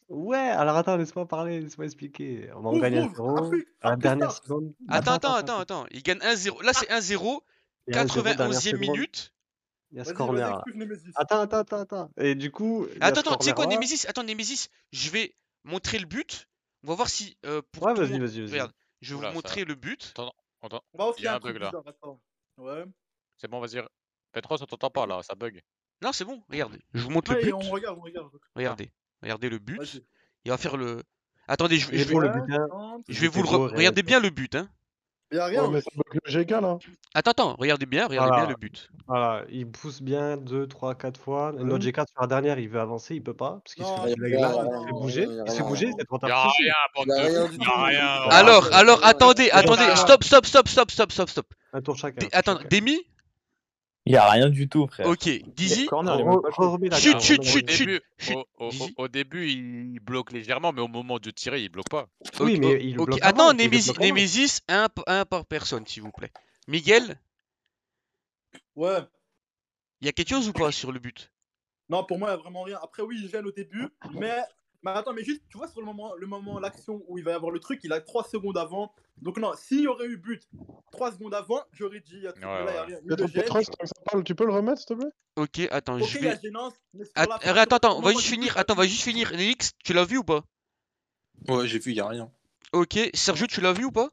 Speaker 5: Ouais, alors attends, laisse-moi parler, laisse-moi expliquer. On en
Speaker 1: Ouvre,
Speaker 5: gagne à
Speaker 1: ouvre,
Speaker 5: zéro.
Speaker 1: Afrique,
Speaker 5: À la
Speaker 1: Afrique
Speaker 5: dernière
Speaker 1: Stars.
Speaker 5: seconde.
Speaker 1: Attends, attends, attends, attends. Il gagne 1-0. Là, c'est 1-0.
Speaker 5: Il y a un zéro, dernière
Speaker 1: 91e
Speaker 5: seconde.
Speaker 1: e minute.
Speaker 5: Il y a ce
Speaker 4: Vas-y,
Speaker 5: corner.
Speaker 4: vas-y,
Speaker 5: là.
Speaker 4: explique Nemesis.
Speaker 5: Attends, attends, attends, attends. Et du coup, il y a ce
Speaker 1: Attends, attends, tu sais
Speaker 5: corner
Speaker 1: quoi,
Speaker 5: là.
Speaker 1: Nemesis Attends, Nemesis, je vais montrer le but. On va voir si euh, pour
Speaker 5: Ouais,
Speaker 1: tout le
Speaker 5: vas-y,
Speaker 1: monde.
Speaker 5: vas-y, vas-y.
Speaker 1: Regarde, je vais vous
Speaker 3: Oula, ça-
Speaker 1: montrer le but.
Speaker 3: Attends, attends.
Speaker 4: Bah, aussi,
Speaker 3: Il
Speaker 4: il
Speaker 3: y
Speaker 4: y a
Speaker 3: a
Speaker 4: un
Speaker 3: un bug
Speaker 4: truc
Speaker 3: là.
Speaker 4: bizarre, attends. Ouais.
Speaker 3: C'est bon, vas-y. Petros, on t'entend pas là, ça bug.
Speaker 1: Non, c'est bon, regardez. Je vous montre le
Speaker 4: Ouais,
Speaker 1: but.
Speaker 4: on regarde, on regarde.
Speaker 1: Regardez. Regardez le but.
Speaker 4: Vas-y.
Speaker 1: Il va faire le. Attendez, je, vais-
Speaker 5: Il est
Speaker 1: je vais.
Speaker 5: beau le but, hein.
Speaker 1: Je
Speaker 5: Il
Speaker 1: vais vous
Speaker 5: était
Speaker 1: le.
Speaker 5: beau,
Speaker 1: re- Regardez
Speaker 5: réalisé.
Speaker 1: bien le but, hein.
Speaker 4: Il y a
Speaker 8: Ouais,
Speaker 4: rien.
Speaker 8: mais c'est bug le GK là.
Speaker 1: Attends, attends, regardez bien, regardez bien
Speaker 5: Voilà.
Speaker 1: le but.
Speaker 5: Voilà, il pousse bien 2, 3, 4 fois. Notre
Speaker 1: Ouais.
Speaker 5: G4 sur la dernière, il veut avancer, il peut pas, parce qu'il se fait
Speaker 4: Non,
Speaker 5: toucher
Speaker 4: il
Speaker 5: la
Speaker 4: y a
Speaker 5: glace,
Speaker 4: rien,
Speaker 5: il se fait
Speaker 4: non,
Speaker 5: bouger,
Speaker 4: il y a
Speaker 5: il se fait
Speaker 4: rien,
Speaker 5: bouger,
Speaker 4: non.
Speaker 5: c'est trop
Speaker 3: Y
Speaker 5: tard
Speaker 3: a
Speaker 5: touché.
Speaker 3: rien, bande
Speaker 5: y
Speaker 3: de
Speaker 5: rien
Speaker 3: fous,
Speaker 5: du
Speaker 3: y a
Speaker 5: tout.
Speaker 3: rien.
Speaker 5: Ah,
Speaker 1: Alors,
Speaker 5: ouais.
Speaker 1: alors, attendez,
Speaker 5: Un tour
Speaker 1: attendez,
Speaker 5: chacun.
Speaker 1: stop, stop, stop, stop, stop, stop, stop.
Speaker 5: Un tour chacun,
Speaker 1: Dé-
Speaker 5: un tour
Speaker 1: Attends,
Speaker 5: chacun.
Speaker 1: Demi,
Speaker 14: Il n'y a rien du tout, frère.
Speaker 1: ok, Dizzy,
Speaker 14: Corner,
Speaker 5: il est même pas chaud. Remets la
Speaker 1: chut,
Speaker 5: garde,
Speaker 1: chut,
Speaker 5: remets la
Speaker 3: Au
Speaker 1: chut,
Speaker 5: garde.
Speaker 1: chut,
Speaker 3: début,
Speaker 1: chut,
Speaker 3: au, au- au-
Speaker 1: Dizzy.
Speaker 3: au début, il bloque légèrement, mais au moment de tirer, il bloque pas.
Speaker 5: Oui,
Speaker 1: Ok, o-
Speaker 5: mais il le
Speaker 1: ok. Ah
Speaker 5: bloque
Speaker 1: Attends,
Speaker 5: avant, il le
Speaker 1: Némésis,
Speaker 5: bloque avant.
Speaker 1: Némésis, un, p- un par personne, s'il vous plaît. Miguel,
Speaker 4: Ouais.
Speaker 1: il y a quelque chose ou pas sur le but?
Speaker 4: Non, pour moi, il n'y a vraiment rien. Après, oui, il gêne au début, mais... mais attends, mais juste, tu vois, sur le moment, le moment, l'action où il va y avoir le truc, il a 3 secondes avant. Donc, non, s'il y aurait eu but 3 secondes avant, j'aurais dit, il y a truc, mais là, il
Speaker 3: Ouais,
Speaker 4: n'y a
Speaker 3: ouais.
Speaker 4: rien. Il le
Speaker 8: Peut-être
Speaker 4: gêne.
Speaker 8: Petros, tant que ça parle, tu peux le remettre s'il te plaît
Speaker 1: Ok, attends,
Speaker 4: Ok,
Speaker 1: je
Speaker 4: il y a
Speaker 1: vais.
Speaker 4: gênance, mais sur
Speaker 1: Att-
Speaker 4: la fin, sur
Speaker 1: Attends, attends,
Speaker 4: le
Speaker 1: on va
Speaker 4: moment
Speaker 1: juste
Speaker 4: du but,
Speaker 1: finir.
Speaker 4: il y a
Speaker 1: Attends, on va
Speaker 4: but.
Speaker 1: juste finir. Nélix, tu l'as vu ou pas?
Speaker 11: Ouais, j'ai vu, il a rien.
Speaker 1: Ok, Sergio, tu l'as vu ou pas?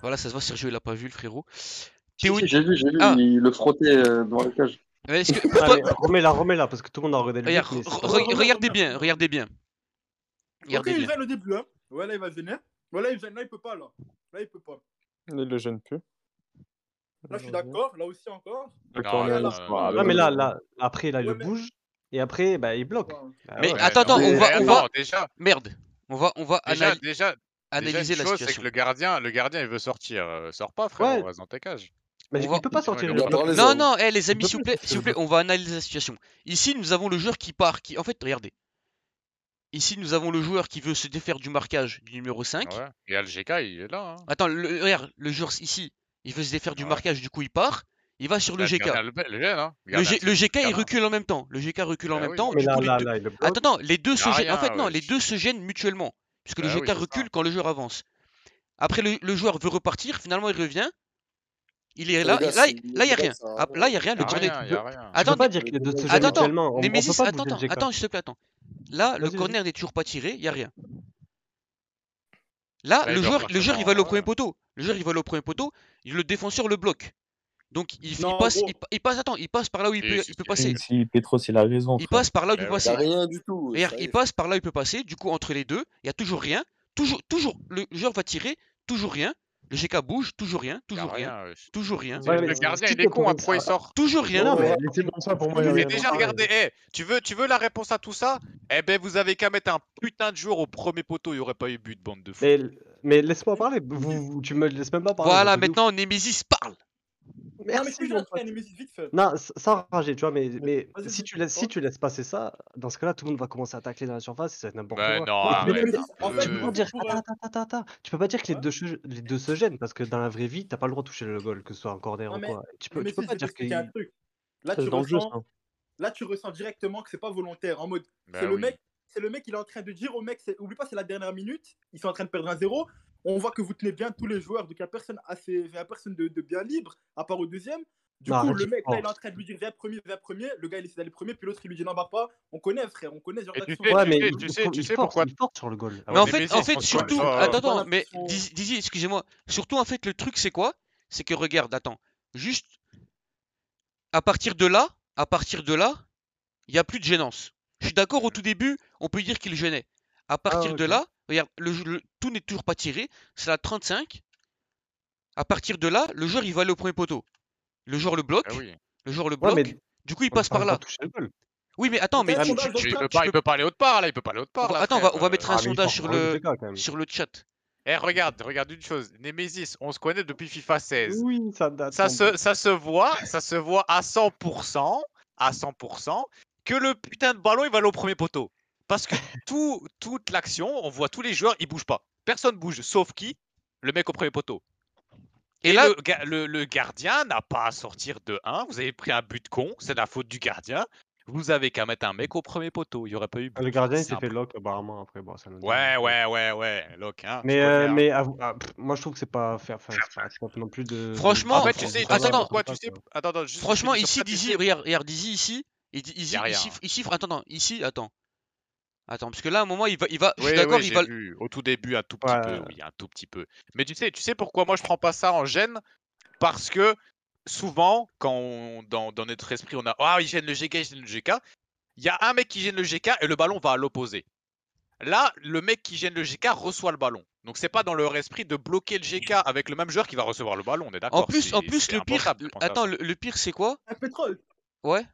Speaker 1: Voilà, ça se voit, Sergio, il a pas vu le frérot.
Speaker 13: Si,
Speaker 1: Théo.
Speaker 13: si, j'ai vu, j'ai vu,
Speaker 1: Ah,
Speaker 13: il le frottait euh, dans la cage.
Speaker 1: mais est-ce que pour
Speaker 5: Ah,
Speaker 1: toi,
Speaker 5: mais remets-la, remets-la, parce que tout le monde a regardé le
Speaker 1: regarde,
Speaker 5: but, mais
Speaker 1: re-
Speaker 5: c'est pas ça.
Speaker 1: re- regardez bien, regardez bien,
Speaker 4: Ok,
Speaker 1: regardez
Speaker 4: il
Speaker 1: bien.
Speaker 4: gêne au début, hein. Ouais, là, il va gêner. Ouais, là, il gêne, là, il peut pas, là. Là, il peut pas.
Speaker 10: Il le gêne plus.
Speaker 4: Ah, Là, je suis d'accord, là aussi encore.
Speaker 10: Le
Speaker 3: Non,
Speaker 10: corner,
Speaker 1: euh,
Speaker 4: Ouais,
Speaker 10: il
Speaker 4: là.
Speaker 10: se
Speaker 5: Non,
Speaker 10: bat
Speaker 5: Ah, mais
Speaker 10: avec.
Speaker 5: là, là, après, là, il
Speaker 4: Ouais,
Speaker 5: le
Speaker 4: mais.
Speaker 5: bouge, et après, bah, il bloque.
Speaker 4: Putain.
Speaker 5: Bah,
Speaker 1: Mais
Speaker 5: ouais.
Speaker 1: attends, attends,
Speaker 3: non,
Speaker 1: on
Speaker 3: mais eh,
Speaker 1: va, on va.
Speaker 3: attends, déjà,
Speaker 1: Merde. On va, on va
Speaker 3: déjà,
Speaker 1: anal-
Speaker 3: déjà, déjà, une
Speaker 1: analyser la
Speaker 3: chose, c'est que
Speaker 1: situation.
Speaker 3: le gardien, le gardien, il veut sortir. Euh, Sors pas,
Speaker 5: Ouais,
Speaker 3: frérot, reste dans ta cage.
Speaker 5: mais
Speaker 1: On
Speaker 5: il
Speaker 1: va.
Speaker 5: peut pas
Speaker 3: Sinon, il
Speaker 5: sortir,
Speaker 3: est
Speaker 5: il est
Speaker 11: Bah,
Speaker 3: bloqué.
Speaker 11: par les
Speaker 1: Non,
Speaker 11: hommes.
Speaker 1: non, eh, les
Speaker 5: Il
Speaker 1: amis,
Speaker 5: peut
Speaker 1: s'il vous
Speaker 5: plus
Speaker 1: plaît, s'il
Speaker 5: sortir
Speaker 1: vous
Speaker 5: le
Speaker 1: plaît,
Speaker 5: bloc.
Speaker 1: on va analyser la situation. Ici, nous avons le joueur qui part, qui. En fait, regardez. Ici, nous avons le joueur qui veut se défaire du marquage du numéro 5.
Speaker 3: Ouais. Et Algeka, il est là. hein.
Speaker 1: Attends, le, regarde, le joueur ici, il veut se défaire du
Speaker 3: Ah Ouais.
Speaker 1: marquage, du coup, il part. Il va sur le
Speaker 3: Bah, le
Speaker 1: GK.
Speaker 3: gardien le, le gêne, hein. Le
Speaker 1: Le,
Speaker 3: gardien
Speaker 1: G-
Speaker 3: tire
Speaker 1: le
Speaker 3: sur
Speaker 1: GK,
Speaker 3: le
Speaker 1: il
Speaker 3: gardien.
Speaker 1: recule en même temps. Le GK recule en
Speaker 3: Bah
Speaker 1: même
Speaker 3: oui.
Speaker 1: temps.
Speaker 5: Mais
Speaker 1: Du
Speaker 5: là,
Speaker 1: coup, les
Speaker 5: là,
Speaker 1: deux.
Speaker 5: là, il le bloque.
Speaker 1: Attends, non, les deux
Speaker 3: Y
Speaker 1: se
Speaker 3: a
Speaker 1: gênent. En
Speaker 3: rien,
Speaker 1: fait, non, les
Speaker 3: wesh.
Speaker 1: deux se gênent mutuellement. Puisque le
Speaker 3: Bah oui,
Speaker 1: GK
Speaker 3: c'est ça.
Speaker 1: recule quand le joueur avance. Après, le, le joueur veut repartir. Finalement, il revient. Il
Speaker 5: Bah,
Speaker 7: Mais
Speaker 1: est
Speaker 7: les
Speaker 1: là.
Speaker 7: gars,
Speaker 1: Là,
Speaker 7: c'est-
Speaker 1: là, il n'y a
Speaker 7: les gars,
Speaker 1: rien.
Speaker 7: ça a
Speaker 1: Ah, Là, il n'y a rien.
Speaker 3: Y
Speaker 1: Le
Speaker 3: a
Speaker 1: corner.
Speaker 5: Tu
Speaker 3: rien, y
Speaker 5: peux,
Speaker 3: a rien.
Speaker 5: tu peux
Speaker 1: Attends,
Speaker 5: pas
Speaker 1: né-
Speaker 5: dire
Speaker 7: Le
Speaker 5: qu'il est de se
Speaker 7: corner,
Speaker 5: gêner
Speaker 1: attends,
Speaker 7: c'est
Speaker 1: attends.
Speaker 5: mutuellement. On, on peut
Speaker 1: Nemesis,
Speaker 5: pas
Speaker 1: attends,
Speaker 5: bouger le
Speaker 1: attends,
Speaker 5: GK.
Speaker 1: attends, s'il te plaît, attends. Là, le
Speaker 5: Vas-y, vas-y.
Speaker 1: corner n'est toujours pas tiré. Il n'y a rien. Là,
Speaker 3: Là, Bah,
Speaker 1: le
Speaker 3: il veut
Speaker 1: joueur, le
Speaker 3: repartir
Speaker 1: joueur, il va aller
Speaker 3: en.
Speaker 1: au premier
Speaker 3: Ouais.
Speaker 1: poteau. Le joueur, il va aller au premier poteau. Le défenseur le bloque. Donc, il, il
Speaker 4: Non, en
Speaker 1: passe, il,
Speaker 4: gros.
Speaker 1: pa- il passe, attends, il passe par là où il
Speaker 3: Si,
Speaker 1: peut,
Speaker 3: si,
Speaker 1: il peut
Speaker 3: si, si.
Speaker 1: passer.
Speaker 14: Si, Petros, il a raison,
Speaker 1: Il
Speaker 14: frère.
Speaker 1: passe par là où il
Speaker 10: Eh,
Speaker 1: peut
Speaker 3: Bah oui.
Speaker 7: y a
Speaker 1: passer.
Speaker 7: rien du tout,
Speaker 1: Regarde,
Speaker 7: ça y
Speaker 1: il
Speaker 7: est.
Speaker 1: passe par là où il peut passer. Du coup, entre les deux, il y a toujours rien. Toujours, toujours, le joueur va tirer. Toujours rien. Le GK bouge. Toujours rien.
Speaker 3: Y a
Speaker 1: Toujours rien.
Speaker 3: rien, wesh.
Speaker 1: Toujours rien.
Speaker 5: Ouais,
Speaker 3: Le
Speaker 5: mais
Speaker 3: le gardien,
Speaker 5: si
Speaker 3: il est
Speaker 5: t'es
Speaker 3: con, hein,
Speaker 5: convaincu.
Speaker 3: pourquoi
Speaker 8: ah,
Speaker 3: il sort?
Speaker 1: Toujours
Speaker 5: Mais
Speaker 1: rien.
Speaker 5: non,
Speaker 8: Ouais,
Speaker 5: mais
Speaker 8: ouais,
Speaker 5: laissez-moi.
Speaker 8: comme ça, pour moi, il
Speaker 3: Tu
Speaker 8: y a
Speaker 3: sais
Speaker 8: rien.
Speaker 3: déjà
Speaker 8: Ouais.
Speaker 3: regarder, eh, tu veux, tu veux la réponse à tout ça? Eh ben, vous avez qu'à mettre un putain de jour au premier poteau, il n'y aurait pas eu but, bande de fous.
Speaker 5: Mais, mais laisse-moi parler. Vous, vous- tu me laisses même pas parler, j'en
Speaker 1: Voilà,
Speaker 5: peux plus.
Speaker 1: maintenant, Nemesis parle.
Speaker 4: Non, Ah, mais je suis gentil, Animus, vite fait.
Speaker 5: Non, s- sans rager, tu vois, mais, mais
Speaker 4: vas-y,
Speaker 5: si, tu laisses, si tu laisses passer ça, dans ce cas-là, tout le monde va commencer à tacler dans la surface et ça va être n'importe
Speaker 3: Bah
Speaker 5: quoi.
Speaker 3: non,
Speaker 8: Ah,
Speaker 5: Mais
Speaker 3: arrête
Speaker 5: tu
Speaker 3: un
Speaker 5: peux
Speaker 3: peu.
Speaker 5: pas dire, attends, attends, attends, attends, tu peux pas dire que les, deux, che- les deux se gênent parce que dans la vraie vie, t'as pas le droit de toucher le goal, que ce soit un corner
Speaker 4: Non,
Speaker 5: ou
Speaker 4: mais-
Speaker 5: quoi. Tu
Speaker 4: non,
Speaker 5: peux,
Speaker 4: mais
Speaker 5: tu peux
Speaker 4: si,
Speaker 5: pas
Speaker 4: je vais
Speaker 5: dire que.
Speaker 4: t'expliquer un truc. Là,
Speaker 5: Ça
Speaker 4: tu
Speaker 5: reste dans le jeu,
Speaker 4: ressens.
Speaker 5: ça.
Speaker 4: Là, tu ressens directement que c'est pas volontaire. En mode,
Speaker 3: Bah
Speaker 4: c'est le
Speaker 3: oui.
Speaker 4: mec, c'est le mec, il est en train de dire au mec, c'est- oublie pas, c'est la dernière minute, ils sont en train de perdre un zéro. On voit que vous tenez bien tous les joueurs, donc il n'y a personne, assez, il y a personne de, de bien libre, à part au deuxième. Du
Speaker 5: Non,
Speaker 4: coup,
Speaker 5: arrête,
Speaker 4: le
Speaker 5: il
Speaker 4: mec, là, il est en
Speaker 5: force.
Speaker 4: train de lui dire, viens premier, viens premier. Le gars, il essaie d'aller premier, puis l'autre, il lui dit, non, bah pas. On connaît, frère, on connaît ce genre
Speaker 3: Et tu
Speaker 4: d'action.
Speaker 3: sais, tu sais, tu sais, tu sais pourquoi.
Speaker 5: sur le goal.
Speaker 3: Ah
Speaker 1: Mais
Speaker 3: ouais,
Speaker 1: en fait,
Speaker 3: Messi,
Speaker 1: en
Speaker 3: je
Speaker 1: fait
Speaker 3: pense qu'on le
Speaker 1: surtout,
Speaker 3: fait pas, euh,
Speaker 1: attends, attends, mais
Speaker 4: Voilà,
Speaker 1: Dizzy, Dizzy, excusez-moi, surtout en fait, le truc c'est quoi? C'est que regarde, attends, juste à partir de là, à partir de là, il n'y a plus de gênance. Je suis d'accord, au tout début, on peut dire qu'il gênait. À partir de
Speaker 5: Ah, ok.
Speaker 1: là, regarde, le, jeu- le- tout n'est toujours pas tiré, c'est la 35. À partir de là, le joueur il va aller au premier poteau. Le joueur le bloque, le joueur le
Speaker 5: Ouais,
Speaker 1: bloque,
Speaker 5: mais
Speaker 1: du coup il
Speaker 5: on n'a
Speaker 1: passe
Speaker 5: pas le droit
Speaker 1: par là.
Speaker 3: Ah,
Speaker 5: de Ah, toucher le goal.
Speaker 1: Oui, mais attends,
Speaker 4: Mais
Speaker 1: mais
Speaker 4: t'as un
Speaker 1: tu-
Speaker 4: sondage
Speaker 1: tu-
Speaker 4: dans le
Speaker 1: tu-
Speaker 3: Il
Speaker 4: chat
Speaker 3: peut
Speaker 1: tu
Speaker 3: pas, il
Speaker 1: peux-
Speaker 3: peut pas aller autre part là, il peut pas aller autre part là.
Speaker 1: Attends, on va,
Speaker 3: frère,
Speaker 1: on va mettre
Speaker 3: euh,
Speaker 1: un
Speaker 5: Ah, mais il
Speaker 1: sondage
Speaker 5: faut
Speaker 1: sur
Speaker 5: parler
Speaker 1: le,
Speaker 5: des gars, quand même.
Speaker 1: sur le chat.
Speaker 3: Eh, regarde, regarde une chose. Nemesis, on se connaît depuis FIFA 16.
Speaker 5: Oui, ça date.
Speaker 3: Ça se, ça se voit, ça se voit à 100%, à 100%, que le putain de ballon, il va aller au premier poteau. Parce que tout, toute l'action, on voit tous les joueurs, ils bougent pas. Personne bouge, sauf qui Le mec au premier poteau. Et,
Speaker 1: Et là-
Speaker 3: le, ga- le- le gardien n'a pas à sortir de 1. Vous avez pris un but con, c'est la faute du gardien. Vous avez qu'à mettre un mec au premier poteau. Il n'y aurait pas eu but.
Speaker 5: Le gardien, il s'est
Speaker 3: Simple.
Speaker 5: fait lock apparemment après. Bon, ça nous dit
Speaker 3: Ouais, ouais, ouais, ouais. Loc,
Speaker 1: Ah,
Speaker 3: hein, je
Speaker 5: Mais, euh,
Speaker 3: préfère.
Speaker 5: mais avou- ah, pff, moi je trouve que c'est pas faire, enfin, c'est pas top non plus de. de-
Speaker 1: Franchement,
Speaker 5: de-
Speaker 3: En fait,
Speaker 5: de-
Speaker 3: tu
Speaker 5: de-
Speaker 3: sais,
Speaker 5: de-
Speaker 3: tu sais
Speaker 5: de-
Speaker 3: pourquoi,
Speaker 5: comme
Speaker 3: tu
Speaker 5: ça,
Speaker 3: sais. Attends, attends, juste.
Speaker 1: Franchement,
Speaker 3: je finis sur
Speaker 1: ici,
Speaker 3: ça, tu
Speaker 1: Dizzy,
Speaker 3: sais-
Speaker 1: regarde, regarde, Dizzy ici, il dit-
Speaker 3: Y
Speaker 1: Izzy,
Speaker 3: a rien.
Speaker 1: ici, ici, fr- attends, attends, ici, attends, attends, parce que là, à un moment, il va, il va, je suis
Speaker 3: Oui,
Speaker 1: d'accord,
Speaker 3: oui,
Speaker 1: il
Speaker 3: j'ai
Speaker 1: va,
Speaker 3: vu. Au tout début, un tout petit
Speaker 5: Ouais.
Speaker 3: peu, oui, un tout petit peu. Mais tu sais, tu sais pourquoi moi je prends pas ça en gêne Parce que souvent, quand on- dans, dans notre esprit, on a Ah, il gêne le GK, il gêne le GK. Il y a un mec qui gêne le GK et le ballon va à l'opposé. Là, le mec qui gêne le GK reçoit le ballon. Donc c'est pas dans leur esprit de bloquer le GK avec le même joueur qui va recevoir le ballon, on est d'accord
Speaker 1: en plus, en
Speaker 3: c'est-
Speaker 1: plus,
Speaker 3: c'est
Speaker 1: le pire,
Speaker 3: impensable de
Speaker 1: le-
Speaker 3: penser à
Speaker 1: attends,
Speaker 3: ça.
Speaker 1: le, le pire, c'est quoi?
Speaker 4: Un pétrole.
Speaker 1: Ouais.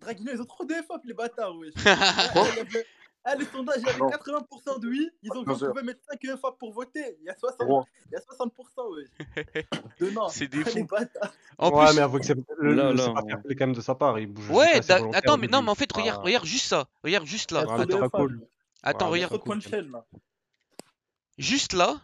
Speaker 4: Draguignan, ils ont trop de FOP, les bâtards,
Speaker 1: [laughs]
Speaker 4: wesh. Ah, il y avait- ah, le sondage, il y avait
Speaker 13: Non.
Speaker 4: 80% de oui. Ils ont vu qu'on
Speaker 13: Loser.
Speaker 4: pouvait mettre 5 FOP pour voter. Il y a 60%,
Speaker 13: Roi.
Speaker 4: il y a 60%
Speaker 1: [laughs]
Speaker 4: wesh. De non.
Speaker 1: C'est des
Speaker 4: Ah, les
Speaker 1: fous.
Speaker 4: bâtards.
Speaker 1: En
Speaker 5: ouais,
Speaker 1: plus,
Speaker 5: mais avouez que c'est le,
Speaker 10: Là,
Speaker 5: le-
Speaker 10: là,
Speaker 5: c'est pas
Speaker 10: on-
Speaker 5: fair play quand même de sa part. Il bouge.
Speaker 1: ouais,
Speaker 5: c'est
Speaker 1: d'a-
Speaker 5: volontaire
Speaker 1: attends,
Speaker 5: au
Speaker 1: mais non,
Speaker 5: début.
Speaker 1: mais en fait,
Speaker 5: c'est
Speaker 1: regarde,
Speaker 5: pas-
Speaker 1: regarde juste ça, regarde juste là,
Speaker 4: Elles sont
Speaker 5: Ouais,
Speaker 1: attends,
Speaker 5: c'est
Speaker 4: de
Speaker 5: pas
Speaker 4: FOP.
Speaker 5: cool.
Speaker 1: attends,
Speaker 5: Ouais, mais
Speaker 1: regarde,
Speaker 5: pas
Speaker 4: Trop de
Speaker 5: cool.
Speaker 4: points de chaîne, là.
Speaker 1: juste là.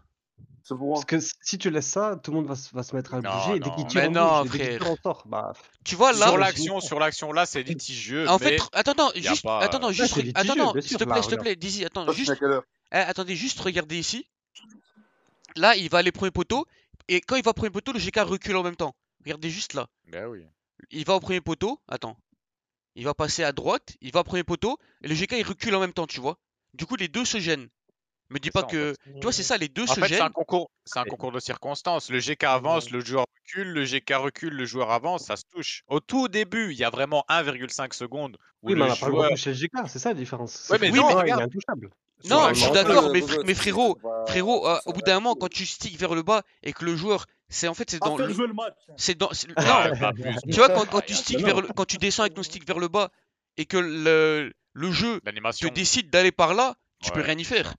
Speaker 13: C'est pour
Speaker 5: Parce que si tu laisses ça, tout le monde va, se- va se mettre à
Speaker 3: Non,
Speaker 5: bouger. et dès qu'il
Speaker 3: non.
Speaker 5: tire,
Speaker 1: Mais
Speaker 5: on
Speaker 1: non,
Speaker 5: bouge. Et dès qu'il tire,
Speaker 1: frère.
Speaker 5: on sort. Bah,
Speaker 1: Tu vois
Speaker 5: c'est
Speaker 1: là,
Speaker 3: Sur
Speaker 5: la génie.
Speaker 3: l'action, sur l'action là, c'est litigieux,
Speaker 1: En fait,
Speaker 3: mais
Speaker 1: tr- attends, attends,
Speaker 3: il y a
Speaker 1: juste,
Speaker 3: pas
Speaker 1: attends,
Speaker 3: euh,
Speaker 1: attends,
Speaker 5: Là,
Speaker 1: juste,
Speaker 5: c'est
Speaker 1: re- attends,
Speaker 5: litigieux,
Speaker 1: attends,
Speaker 5: bien
Speaker 1: s'il
Speaker 5: sûr.
Speaker 1: te plaît,
Speaker 5: Là,
Speaker 1: s'il te
Speaker 5: regarde.
Speaker 1: plaît, Dizzy, attends,
Speaker 13: Ça, c'est à
Speaker 1: juste,
Speaker 13: quelle heure
Speaker 1: eh, attendez, juste regardez ici. Là, il va aller premier poteau, et quand il va au premier poteau, le GK recule en même temps. Regardez juste là.
Speaker 3: Ben oui.
Speaker 1: Il va au premier poteau, attends. Il va passer à droite, il va au premier poteau, et le GK il recule en même temps, tu vois. Du coup, les deux se gênent. Me dis
Speaker 3: C'est
Speaker 1: pas
Speaker 3: ça, en
Speaker 1: que.
Speaker 3: fait.
Speaker 1: Tu vois, c'est ça, les deux
Speaker 3: En
Speaker 1: se
Speaker 3: fait, c'est un
Speaker 1: gênent.
Speaker 3: concours, c'est un concours de circonstances. Le
Speaker 5: Mmh.
Speaker 3: GK avance, le joueur recule, le GK recule, le joueur avance, ça se touche. Au tout début, il y a vraiment 1,5 secondes où
Speaker 5: Oui, mais
Speaker 3: le
Speaker 5: on n'a pas le droit
Speaker 3: joueur.
Speaker 5: de toucher le GK. C'est ça la différence.
Speaker 3: Ouais,
Speaker 5: C'est
Speaker 3: mais
Speaker 5: que
Speaker 1: Oui,
Speaker 5: le
Speaker 3: non,
Speaker 5: GK, il est
Speaker 3: regarde.
Speaker 5: intouchable.
Speaker 3: Sur
Speaker 1: Non,
Speaker 3: la
Speaker 1: je suis
Speaker 3: course,
Speaker 1: d'accord,
Speaker 7: euh,
Speaker 1: mais,
Speaker 7: Dogo,
Speaker 1: fr- mais
Speaker 7: tu-
Speaker 1: frérot,
Speaker 7: ça va-
Speaker 1: frérot,
Speaker 7: ça
Speaker 1: euh, au
Speaker 7: sert
Speaker 1: bout
Speaker 7: à
Speaker 1: d'un
Speaker 7: rien
Speaker 1: moment,
Speaker 7: du tout.
Speaker 1: quand tu sticks vers le bas et que le joueur, c'est en fait, c'est
Speaker 4: À
Speaker 1: dans
Speaker 4: faire
Speaker 1: le,
Speaker 4: jouer le match. Ah,
Speaker 1: c'est dans,
Speaker 3: [laughs]
Speaker 1: c'est- non,
Speaker 3: Ouais, t'abuses,
Speaker 1: tu vois,
Speaker 3: mec.
Speaker 1: quand, quand
Speaker 3: Aïe,
Speaker 1: tu
Speaker 3: aïe,
Speaker 1: sticks
Speaker 3: aïe.
Speaker 1: vers le, quand tu descends avec ton stick vers le bas et que le, le jeu te
Speaker 3: L'animation.
Speaker 1: décide d'aller par là, tu peux
Speaker 3: Ouais,
Speaker 1: rien y faire.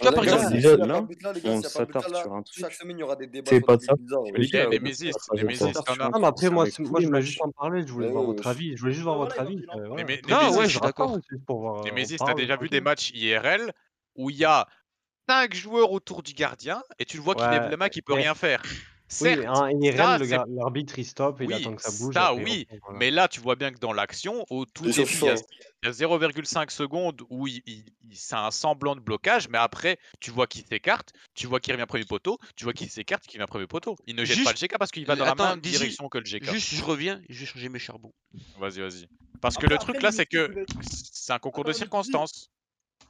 Speaker 1: Tu vois,
Speaker 7: Ah, Là,
Speaker 1: par
Speaker 7: les gars,
Speaker 1: exemple,
Speaker 7: s'il
Speaker 14: Déjà,
Speaker 7: n'y a
Speaker 14: là,
Speaker 7: pas de but là, les gars,
Speaker 14: on
Speaker 7: s'il n'y a pas de but là,
Speaker 14: s'attarde
Speaker 7: là,
Speaker 14: sur un
Speaker 7: chaque
Speaker 14: truc.
Speaker 7: semaine, il y aura des débats Ah,
Speaker 14: C'est
Speaker 7: sur des
Speaker 14: pas de
Speaker 7: buts
Speaker 14: ça.
Speaker 7: bizarres. ouais.
Speaker 14: Les
Speaker 3: Eh,
Speaker 14: gars, on
Speaker 3: Nemesis,
Speaker 14: s'attarde pas sur ça.
Speaker 3: Nemesis, t'en as un
Speaker 5: Non, Ah, mais
Speaker 3: truc
Speaker 5: après, moi,
Speaker 3: avec
Speaker 5: c'est- moi
Speaker 14: Oui,
Speaker 5: je voulais
Speaker 14: mais
Speaker 5: juste en parler. Je voulais
Speaker 7: Mais
Speaker 5: voir
Speaker 7: ouais,
Speaker 5: votre
Speaker 7: wesh.
Speaker 5: avis. Je voulais juste
Speaker 4: Ouais,
Speaker 5: voir
Speaker 4: voilà,
Speaker 5: votre
Speaker 4: il en
Speaker 5: avis.
Speaker 4: il en
Speaker 5: euh,
Speaker 4: parle.
Speaker 5: voilà.
Speaker 3: Némé-
Speaker 5: Ouais,
Speaker 1: Non, ouais,
Speaker 3: Nemesis,
Speaker 1: je suis
Speaker 5: je
Speaker 1: d'accord.
Speaker 5: raconte, c'est juste pour voir. euh, On
Speaker 3: Nemesis, t'as
Speaker 5: parle
Speaker 3: déjà vu des
Speaker 5: tranquille.
Speaker 3: matchs IRL où il y a 5 joueurs autour du gardien et tu le vois qu'il lève
Speaker 5: Ouais,
Speaker 3: la main, qu'il peut
Speaker 5: mais-
Speaker 3: rien faire.
Speaker 5: Oui, mais
Speaker 3: Certes,
Speaker 5: en IRL,
Speaker 3: ça
Speaker 5: le
Speaker 3: c'est
Speaker 5: gars- l'arbitre il stoppe, il
Speaker 3: oui,
Speaker 5: attend que ça bouge et
Speaker 3: ça
Speaker 5: après il
Speaker 3: oui,
Speaker 5: reprend. voilà.
Speaker 3: mais là tu vois bien que dans l'action, au tout
Speaker 7: Les gens
Speaker 3: début, il y a,
Speaker 7: chauds.
Speaker 3: il y a 0,5 secondes où il, il- il- c'est un semblant de blocage, mais après tu vois qu'il s'écarte, tu vois qu'il revient premier poteau, tu vois qu'il s'écarte, qu'il revient premier poteau. Il ne jette pas le
Speaker 1: Juste,
Speaker 3: GK parce qu'il va
Speaker 1: l-
Speaker 3: dans la
Speaker 1: attends,
Speaker 3: même
Speaker 1: Dizzy,
Speaker 3: direction que le GK.
Speaker 1: juste, je reviens, je vais changer mes charbons.
Speaker 3: Vas-y, vas-y. Parce que
Speaker 4: Après,
Speaker 3: le truc
Speaker 4: après,
Speaker 3: là,
Speaker 4: Nemesis,
Speaker 3: c'est que
Speaker 4: vous êtes...
Speaker 3: c'est un concours
Speaker 4: Attends,
Speaker 3: de
Speaker 4: mais Dizzy,
Speaker 3: circonstances.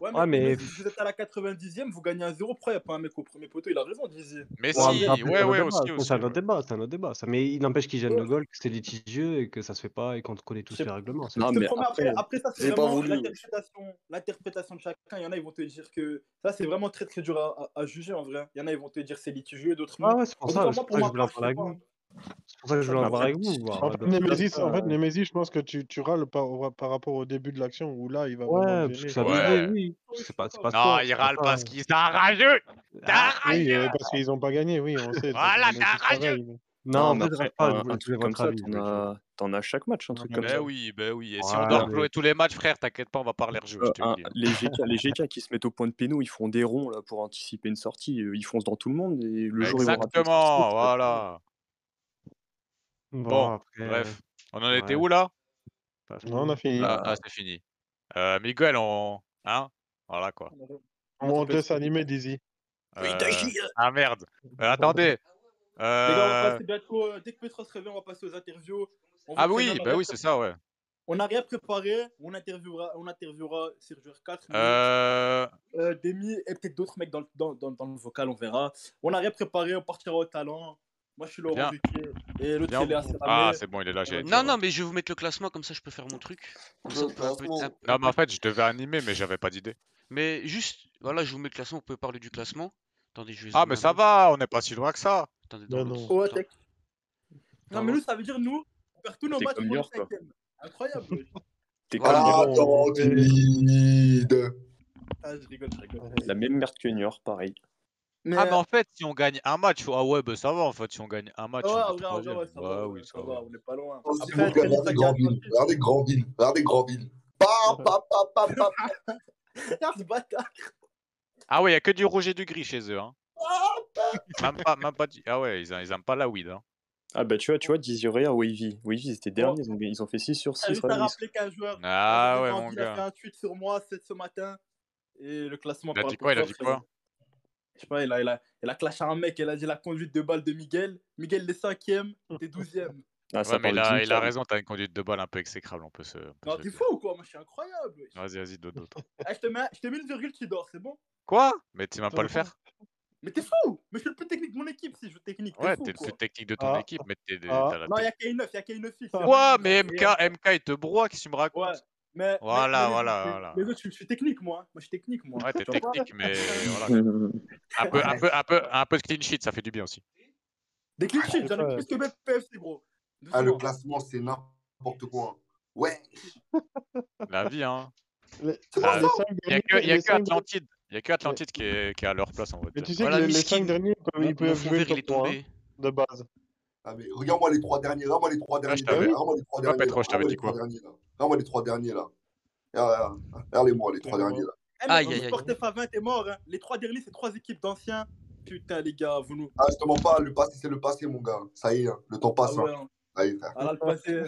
Speaker 4: Ouais, mais
Speaker 5: Ouais, Ah, mais
Speaker 4: Nemesis, vous êtes à la 90e, vous gagnez un 0. Pourquoi il n'y a pas un mec au premier poteau Il a raison, Dizzy.
Speaker 3: Mais
Speaker 5: Ouais, mais
Speaker 3: si,
Speaker 5: après, c'est
Speaker 3: ouais,
Speaker 5: un
Speaker 3: ouais,
Speaker 5: autre débat,
Speaker 3: aussi,
Speaker 5: ça, c'est
Speaker 3: aussi.
Speaker 5: un
Speaker 3: ouais.
Speaker 5: autre débat, c'est un autre débat. Ça. Mais il n'empêche qu'il gêne
Speaker 4: Ouais.
Speaker 5: le goal, que c'est litigieux et que ça se fait pas et qu'on connaît tous
Speaker 4: Je
Speaker 5: les règlements. c'est
Speaker 10: Non,
Speaker 5: tout.
Speaker 4: te
Speaker 10: mais
Speaker 4: promets, après,
Speaker 10: après,
Speaker 4: après ça, c'est
Speaker 7: J'ai pas
Speaker 4: vraiment
Speaker 7: voulu.
Speaker 4: l'interprétation, l'interprétation de chacun. Il y en a, ils vont te dire que ça, c'est vraiment très très dur à, à- à juger en vrai. Il y en a, ils vont te dire c'est litigieux, d'autres
Speaker 5: Ah
Speaker 4: non.
Speaker 5: ouais, c'est pour
Speaker 4: En tout
Speaker 5: ça,
Speaker 4: cas,
Speaker 5: c'est
Speaker 4: moi,
Speaker 5: pour
Speaker 4: pour
Speaker 5: ça que
Speaker 4: ma
Speaker 5: je voulais en
Speaker 4: part, je
Speaker 5: parler avec
Speaker 4: sais pas.
Speaker 5: vous.
Speaker 4: hein.
Speaker 5: C'est pour ça que je voulais en
Speaker 10: après,
Speaker 5: parler avec vous. voir,
Speaker 8: En
Speaker 5: bah,
Speaker 8: fait,
Speaker 5: d'autres trucs
Speaker 8: Nemesis,
Speaker 5: comme
Speaker 8: en
Speaker 5: ça,
Speaker 8: fait,
Speaker 5: euh.
Speaker 8: Nemesis, je pense que tu, tu râles par, par rapport au début de l'action où là, il va vraiment le
Speaker 5: Ouais, parce que
Speaker 8: gêner.
Speaker 5: ça abusé,
Speaker 3: Ouais.
Speaker 5: oui.
Speaker 4: Oui, je
Speaker 5: C'est
Speaker 4: suis
Speaker 5: pas, c'est
Speaker 4: d'accord.
Speaker 5: pas
Speaker 3: Non,
Speaker 5: sport,
Speaker 3: il
Speaker 5: c'est pas
Speaker 3: râle
Speaker 5: ça.
Speaker 3: parce qu'il est un rageux. T'es un
Speaker 5: Ah,
Speaker 8: Oui,
Speaker 3: rageux
Speaker 8: euh, parce qu'ils n'ont pas gagné, oui, on sait. t'as pas
Speaker 3: Voilà, t'es un
Speaker 8: Nemesis
Speaker 3: rageux
Speaker 8: pareil. mais-
Speaker 5: Non,
Speaker 10: mais
Speaker 5: euh, vous n'arrivez
Speaker 10: après,
Speaker 5: pas à
Speaker 10: un-
Speaker 5: vous-
Speaker 10: un
Speaker 5: trouver
Speaker 10: truc comme
Speaker 5: votre
Speaker 10: ça,
Speaker 5: avis,
Speaker 10: t'en as- T'en as chaque match, un truc
Speaker 1: Eh
Speaker 10: comme
Speaker 3: Ben
Speaker 10: ça.
Speaker 3: oui, ben oui. Et si
Speaker 10: Ouais,
Speaker 3: on doit
Speaker 10: mais-
Speaker 3: rejouer tous les matchs, frère, t'inquiète pas, on va pas les rejouer, je
Speaker 10: Euh,
Speaker 3: te
Speaker 10: un-
Speaker 3: le dis.
Speaker 10: les, GK, les GK qui se mettent au point de péno, ils font des ronds là, pour anticiper une sortie, euh, ils foncent dans tout le monde et
Speaker 1: Bah,
Speaker 10: le jour ils vont rater une sortie,
Speaker 3: Exactement,
Speaker 10: tu peux-
Speaker 3: voilà.
Speaker 5: Bon,
Speaker 3: Bon,
Speaker 5: après,
Speaker 3: bref. On en était
Speaker 5: ouais.
Speaker 3: où là
Speaker 8: Non, on a fini.
Speaker 3: Ah, ah, c'est fini. Euh, Miguel, on. Hein Voilà quoi.
Speaker 8: On te laisse animer, Dizzy.
Speaker 3: Euh, Ah merde. Euh, attendez.
Speaker 4: Les gars, on va
Speaker 3: Euh,
Speaker 4: passer bientôt, euh, dès que Petro se réveille, on va passer aux interviews. On vous
Speaker 3: Ah
Speaker 4: prévient, on
Speaker 3: oui,
Speaker 4: a
Speaker 3: bah
Speaker 4: rien
Speaker 3: oui, c'est ça, ouais.
Speaker 4: On n'a rien préparé, on interviewera, on interviewera Sergio 4
Speaker 3: Euh...
Speaker 4: Demi et peut-être d'autres mecs dans le, dans, dans- dans le vocal, on verra. On n'a rien préparé, on partira au talent. Moi, je suis Laurent
Speaker 3: Bien.
Speaker 4: Ruquier et l'autre,
Speaker 3: Bien,
Speaker 4: c'est Léa
Speaker 3: vous-
Speaker 4: Serramé.
Speaker 3: Ah, c'est bon, il est là, j'ai.
Speaker 1: Non, non, mais je vais vous mettre le classement, comme ça je peux faire mon truc. Comme ça, on peut un peu- un-
Speaker 3: Non, mais en fait, je devais animer, mais j'avais pas d'idée.
Speaker 1: Mais juste, voilà, je vous mets le classement, on peut parler du classement. Attendez, je vais
Speaker 3: Ah,
Speaker 1: zoomer
Speaker 3: mais
Speaker 1: un
Speaker 3: ça
Speaker 1: peu.
Speaker 3: va, on n'est pas si loin que ça.
Speaker 1: Attendez,
Speaker 3: Mais
Speaker 1: dans
Speaker 3: non.
Speaker 1: l'autre.
Speaker 4: Ouais,
Speaker 1: dans-
Speaker 4: t'es- Non,
Speaker 1: dans
Speaker 4: mais nous,
Speaker 1: l'autre.
Speaker 4: ça veut dire nous, on perd tous nos
Speaker 1: T'es
Speaker 4: matchs
Speaker 1: comme
Speaker 4: pour le
Speaker 1: York, quoi.
Speaker 4: cinquième.
Speaker 1: [laughs]
Speaker 4: Incroyable.
Speaker 9: Attendide.
Speaker 4: Ah, je rigole, je rigole.
Speaker 10: La même merde que Niort, pareil.
Speaker 3: Ah,
Speaker 4: euh,
Speaker 3: mais en fait, si on gagne un match, ah ouais, bah ça va, en fait, si on gagne un match,
Speaker 4: Ah ouais,
Speaker 3: on est
Speaker 4: ouais, ouais,
Speaker 3: troisième.
Speaker 4: ouais, ça va,
Speaker 3: Ouais,
Speaker 4: ouais,
Speaker 3: oui,
Speaker 4: ça va, on n'est pas loin.
Speaker 9: Oh, s'il
Speaker 4: Après,
Speaker 9: vous plaît,
Speaker 4: Algérie, ça
Speaker 9: regardez
Speaker 4: gagne.
Speaker 9: Granville, regardez Granville, regardez Granville. Pa, pa, pa, pa,
Speaker 4: [laughs]
Speaker 9: pa, pa.
Speaker 4: Regarde ce bâtard.
Speaker 3: Ah ouais, il y a que du rouge et du gris chez eux. Hein. Même pas, même pas du- Ah ouais, ils, a- ils aiment pas la weed. Hein.
Speaker 10: Ah bah tu vois, tu vois, Diziorea, Wavy. Wavy, ils étaient derniers, ils ont- ils ont fait 6 sur 6.
Speaker 4: T'as Ah, juste à rappeler qu'un joueur,
Speaker 3: Ah
Speaker 4: un
Speaker 3: ouais,
Speaker 4: joueur
Speaker 3: mon
Speaker 4: de Granville a
Speaker 3: gars.
Speaker 4: fait un tweet sur moi cette- ce matin et le classement
Speaker 3: Il a
Speaker 4: parle
Speaker 3: dit
Speaker 4: pour
Speaker 3: quoi Il a
Speaker 4: toi,
Speaker 3: dit
Speaker 4: frérot.
Speaker 3: quoi
Speaker 4: Je sais pas, il a, il, a, il a clashé un mec, il a dit la conduite de balle de Miguel. Miguel, les 5e, t'es 12e.
Speaker 10: Ah, ça
Speaker 3: Ouais, mais
Speaker 10: parle
Speaker 3: il a,
Speaker 10: d'une
Speaker 3: il a
Speaker 10: femme.
Speaker 3: raison, t'as une conduite de balle un peu exécrable, on peut se. on peut
Speaker 4: Non,
Speaker 3: se
Speaker 4: t'es
Speaker 3: le
Speaker 4: fou ou quoi Moi, je suis incroyable.
Speaker 3: dire. Vas-y, vas-y,
Speaker 4: [laughs]
Speaker 3: d'autres.
Speaker 4: Eh, je, te mets, je te mets une virgule, tu dors, c'est bon
Speaker 3: Quoi Mais tu vas pas le faire
Speaker 4: Mais t'es fou Mais je suis le plus technique de mon équipe si je veux technique. T'es
Speaker 3: Ouais,
Speaker 4: fou
Speaker 3: t'es le
Speaker 4: quoi.
Speaker 3: plus technique de ton
Speaker 4: Ah.
Speaker 3: équipe, mais t'es. t'es-
Speaker 4: Ah.
Speaker 3: t'as la
Speaker 4: Non, il y
Speaker 3: tête-
Speaker 4: a K9, il y a K9 fixe.
Speaker 3: Quoi Mais MK, MK, il te broie, qu'est-ce que tu me racontes
Speaker 4: Mais,
Speaker 3: Voilà,
Speaker 4: mais les autres,
Speaker 3: voilà,
Speaker 4: c'est-
Speaker 3: voilà.
Speaker 4: Les autres, je je suis technique moi. Moi, je suis technique moi.
Speaker 3: Ouais, t'es
Speaker 4: Tu vois pas
Speaker 3: technique, mais voilà. quoi. Un peu, un peu, un peu, un peu de clean sheet, ça fait du bien aussi.
Speaker 4: Des clean sheets, j'en ai
Speaker 9: Ouais.
Speaker 4: plus que même PFC, gros.
Speaker 9: Ah, le
Speaker 4: Doucement.
Speaker 9: classement, c'est n'importe quoi. Ouais.
Speaker 3: La vie, hein.
Speaker 8: Les-
Speaker 3: Il
Speaker 9: vois ça
Speaker 3: n'y a que, Euh, y a
Speaker 8: Les
Speaker 3: que
Speaker 8: cinq
Speaker 3: Atlantide. Il n'y a que Atlantide qui est, qui est à leur place, on va
Speaker 8: Mais
Speaker 3: dire.
Speaker 8: tu sais que les- les 5 derniers, comme
Speaker 9: Mon-
Speaker 8: ils
Speaker 9: Hein, mon
Speaker 8: peuvent
Speaker 9: fond
Speaker 8: jouer
Speaker 9: vert,
Speaker 8: le
Speaker 9: il est
Speaker 8: top 1
Speaker 9: tombé.
Speaker 8: de base.
Speaker 9: Ah, mais regarde-moi les trois derniers, regarde-moi les trois
Speaker 3: Ah, je
Speaker 9: derniers.
Speaker 3: t'avais.
Speaker 9: Regarde-moi les trois
Speaker 3: Toi,
Speaker 9: derniers là.
Speaker 3: Petro, je t'avais
Speaker 9: Regarde-moi les
Speaker 3: dit
Speaker 9: trois
Speaker 3: quoi
Speaker 9: derniers là. Regarde-moi les trois derniers là. Regarde, regarde, Regardez-moi les trois derniers là.
Speaker 4: Eh, mais
Speaker 1: Aïe,
Speaker 4: le
Speaker 1: aïe, aïe.
Speaker 4: Sport FA20 est mort. hein. Les trois derniers, c'est trois équipes d'anciens. Putain, les gars, vous nous.
Speaker 9: Ah, je te mens pas, le passé, c'est le passé, mon gars. Ça y est, hein, le temps passe.
Speaker 4: Ah ouais,
Speaker 9: hein.
Speaker 4: hein.
Speaker 9: Ça y est, frère.
Speaker 4: Ah là, le
Speaker 1: [laughs]
Speaker 4: passé.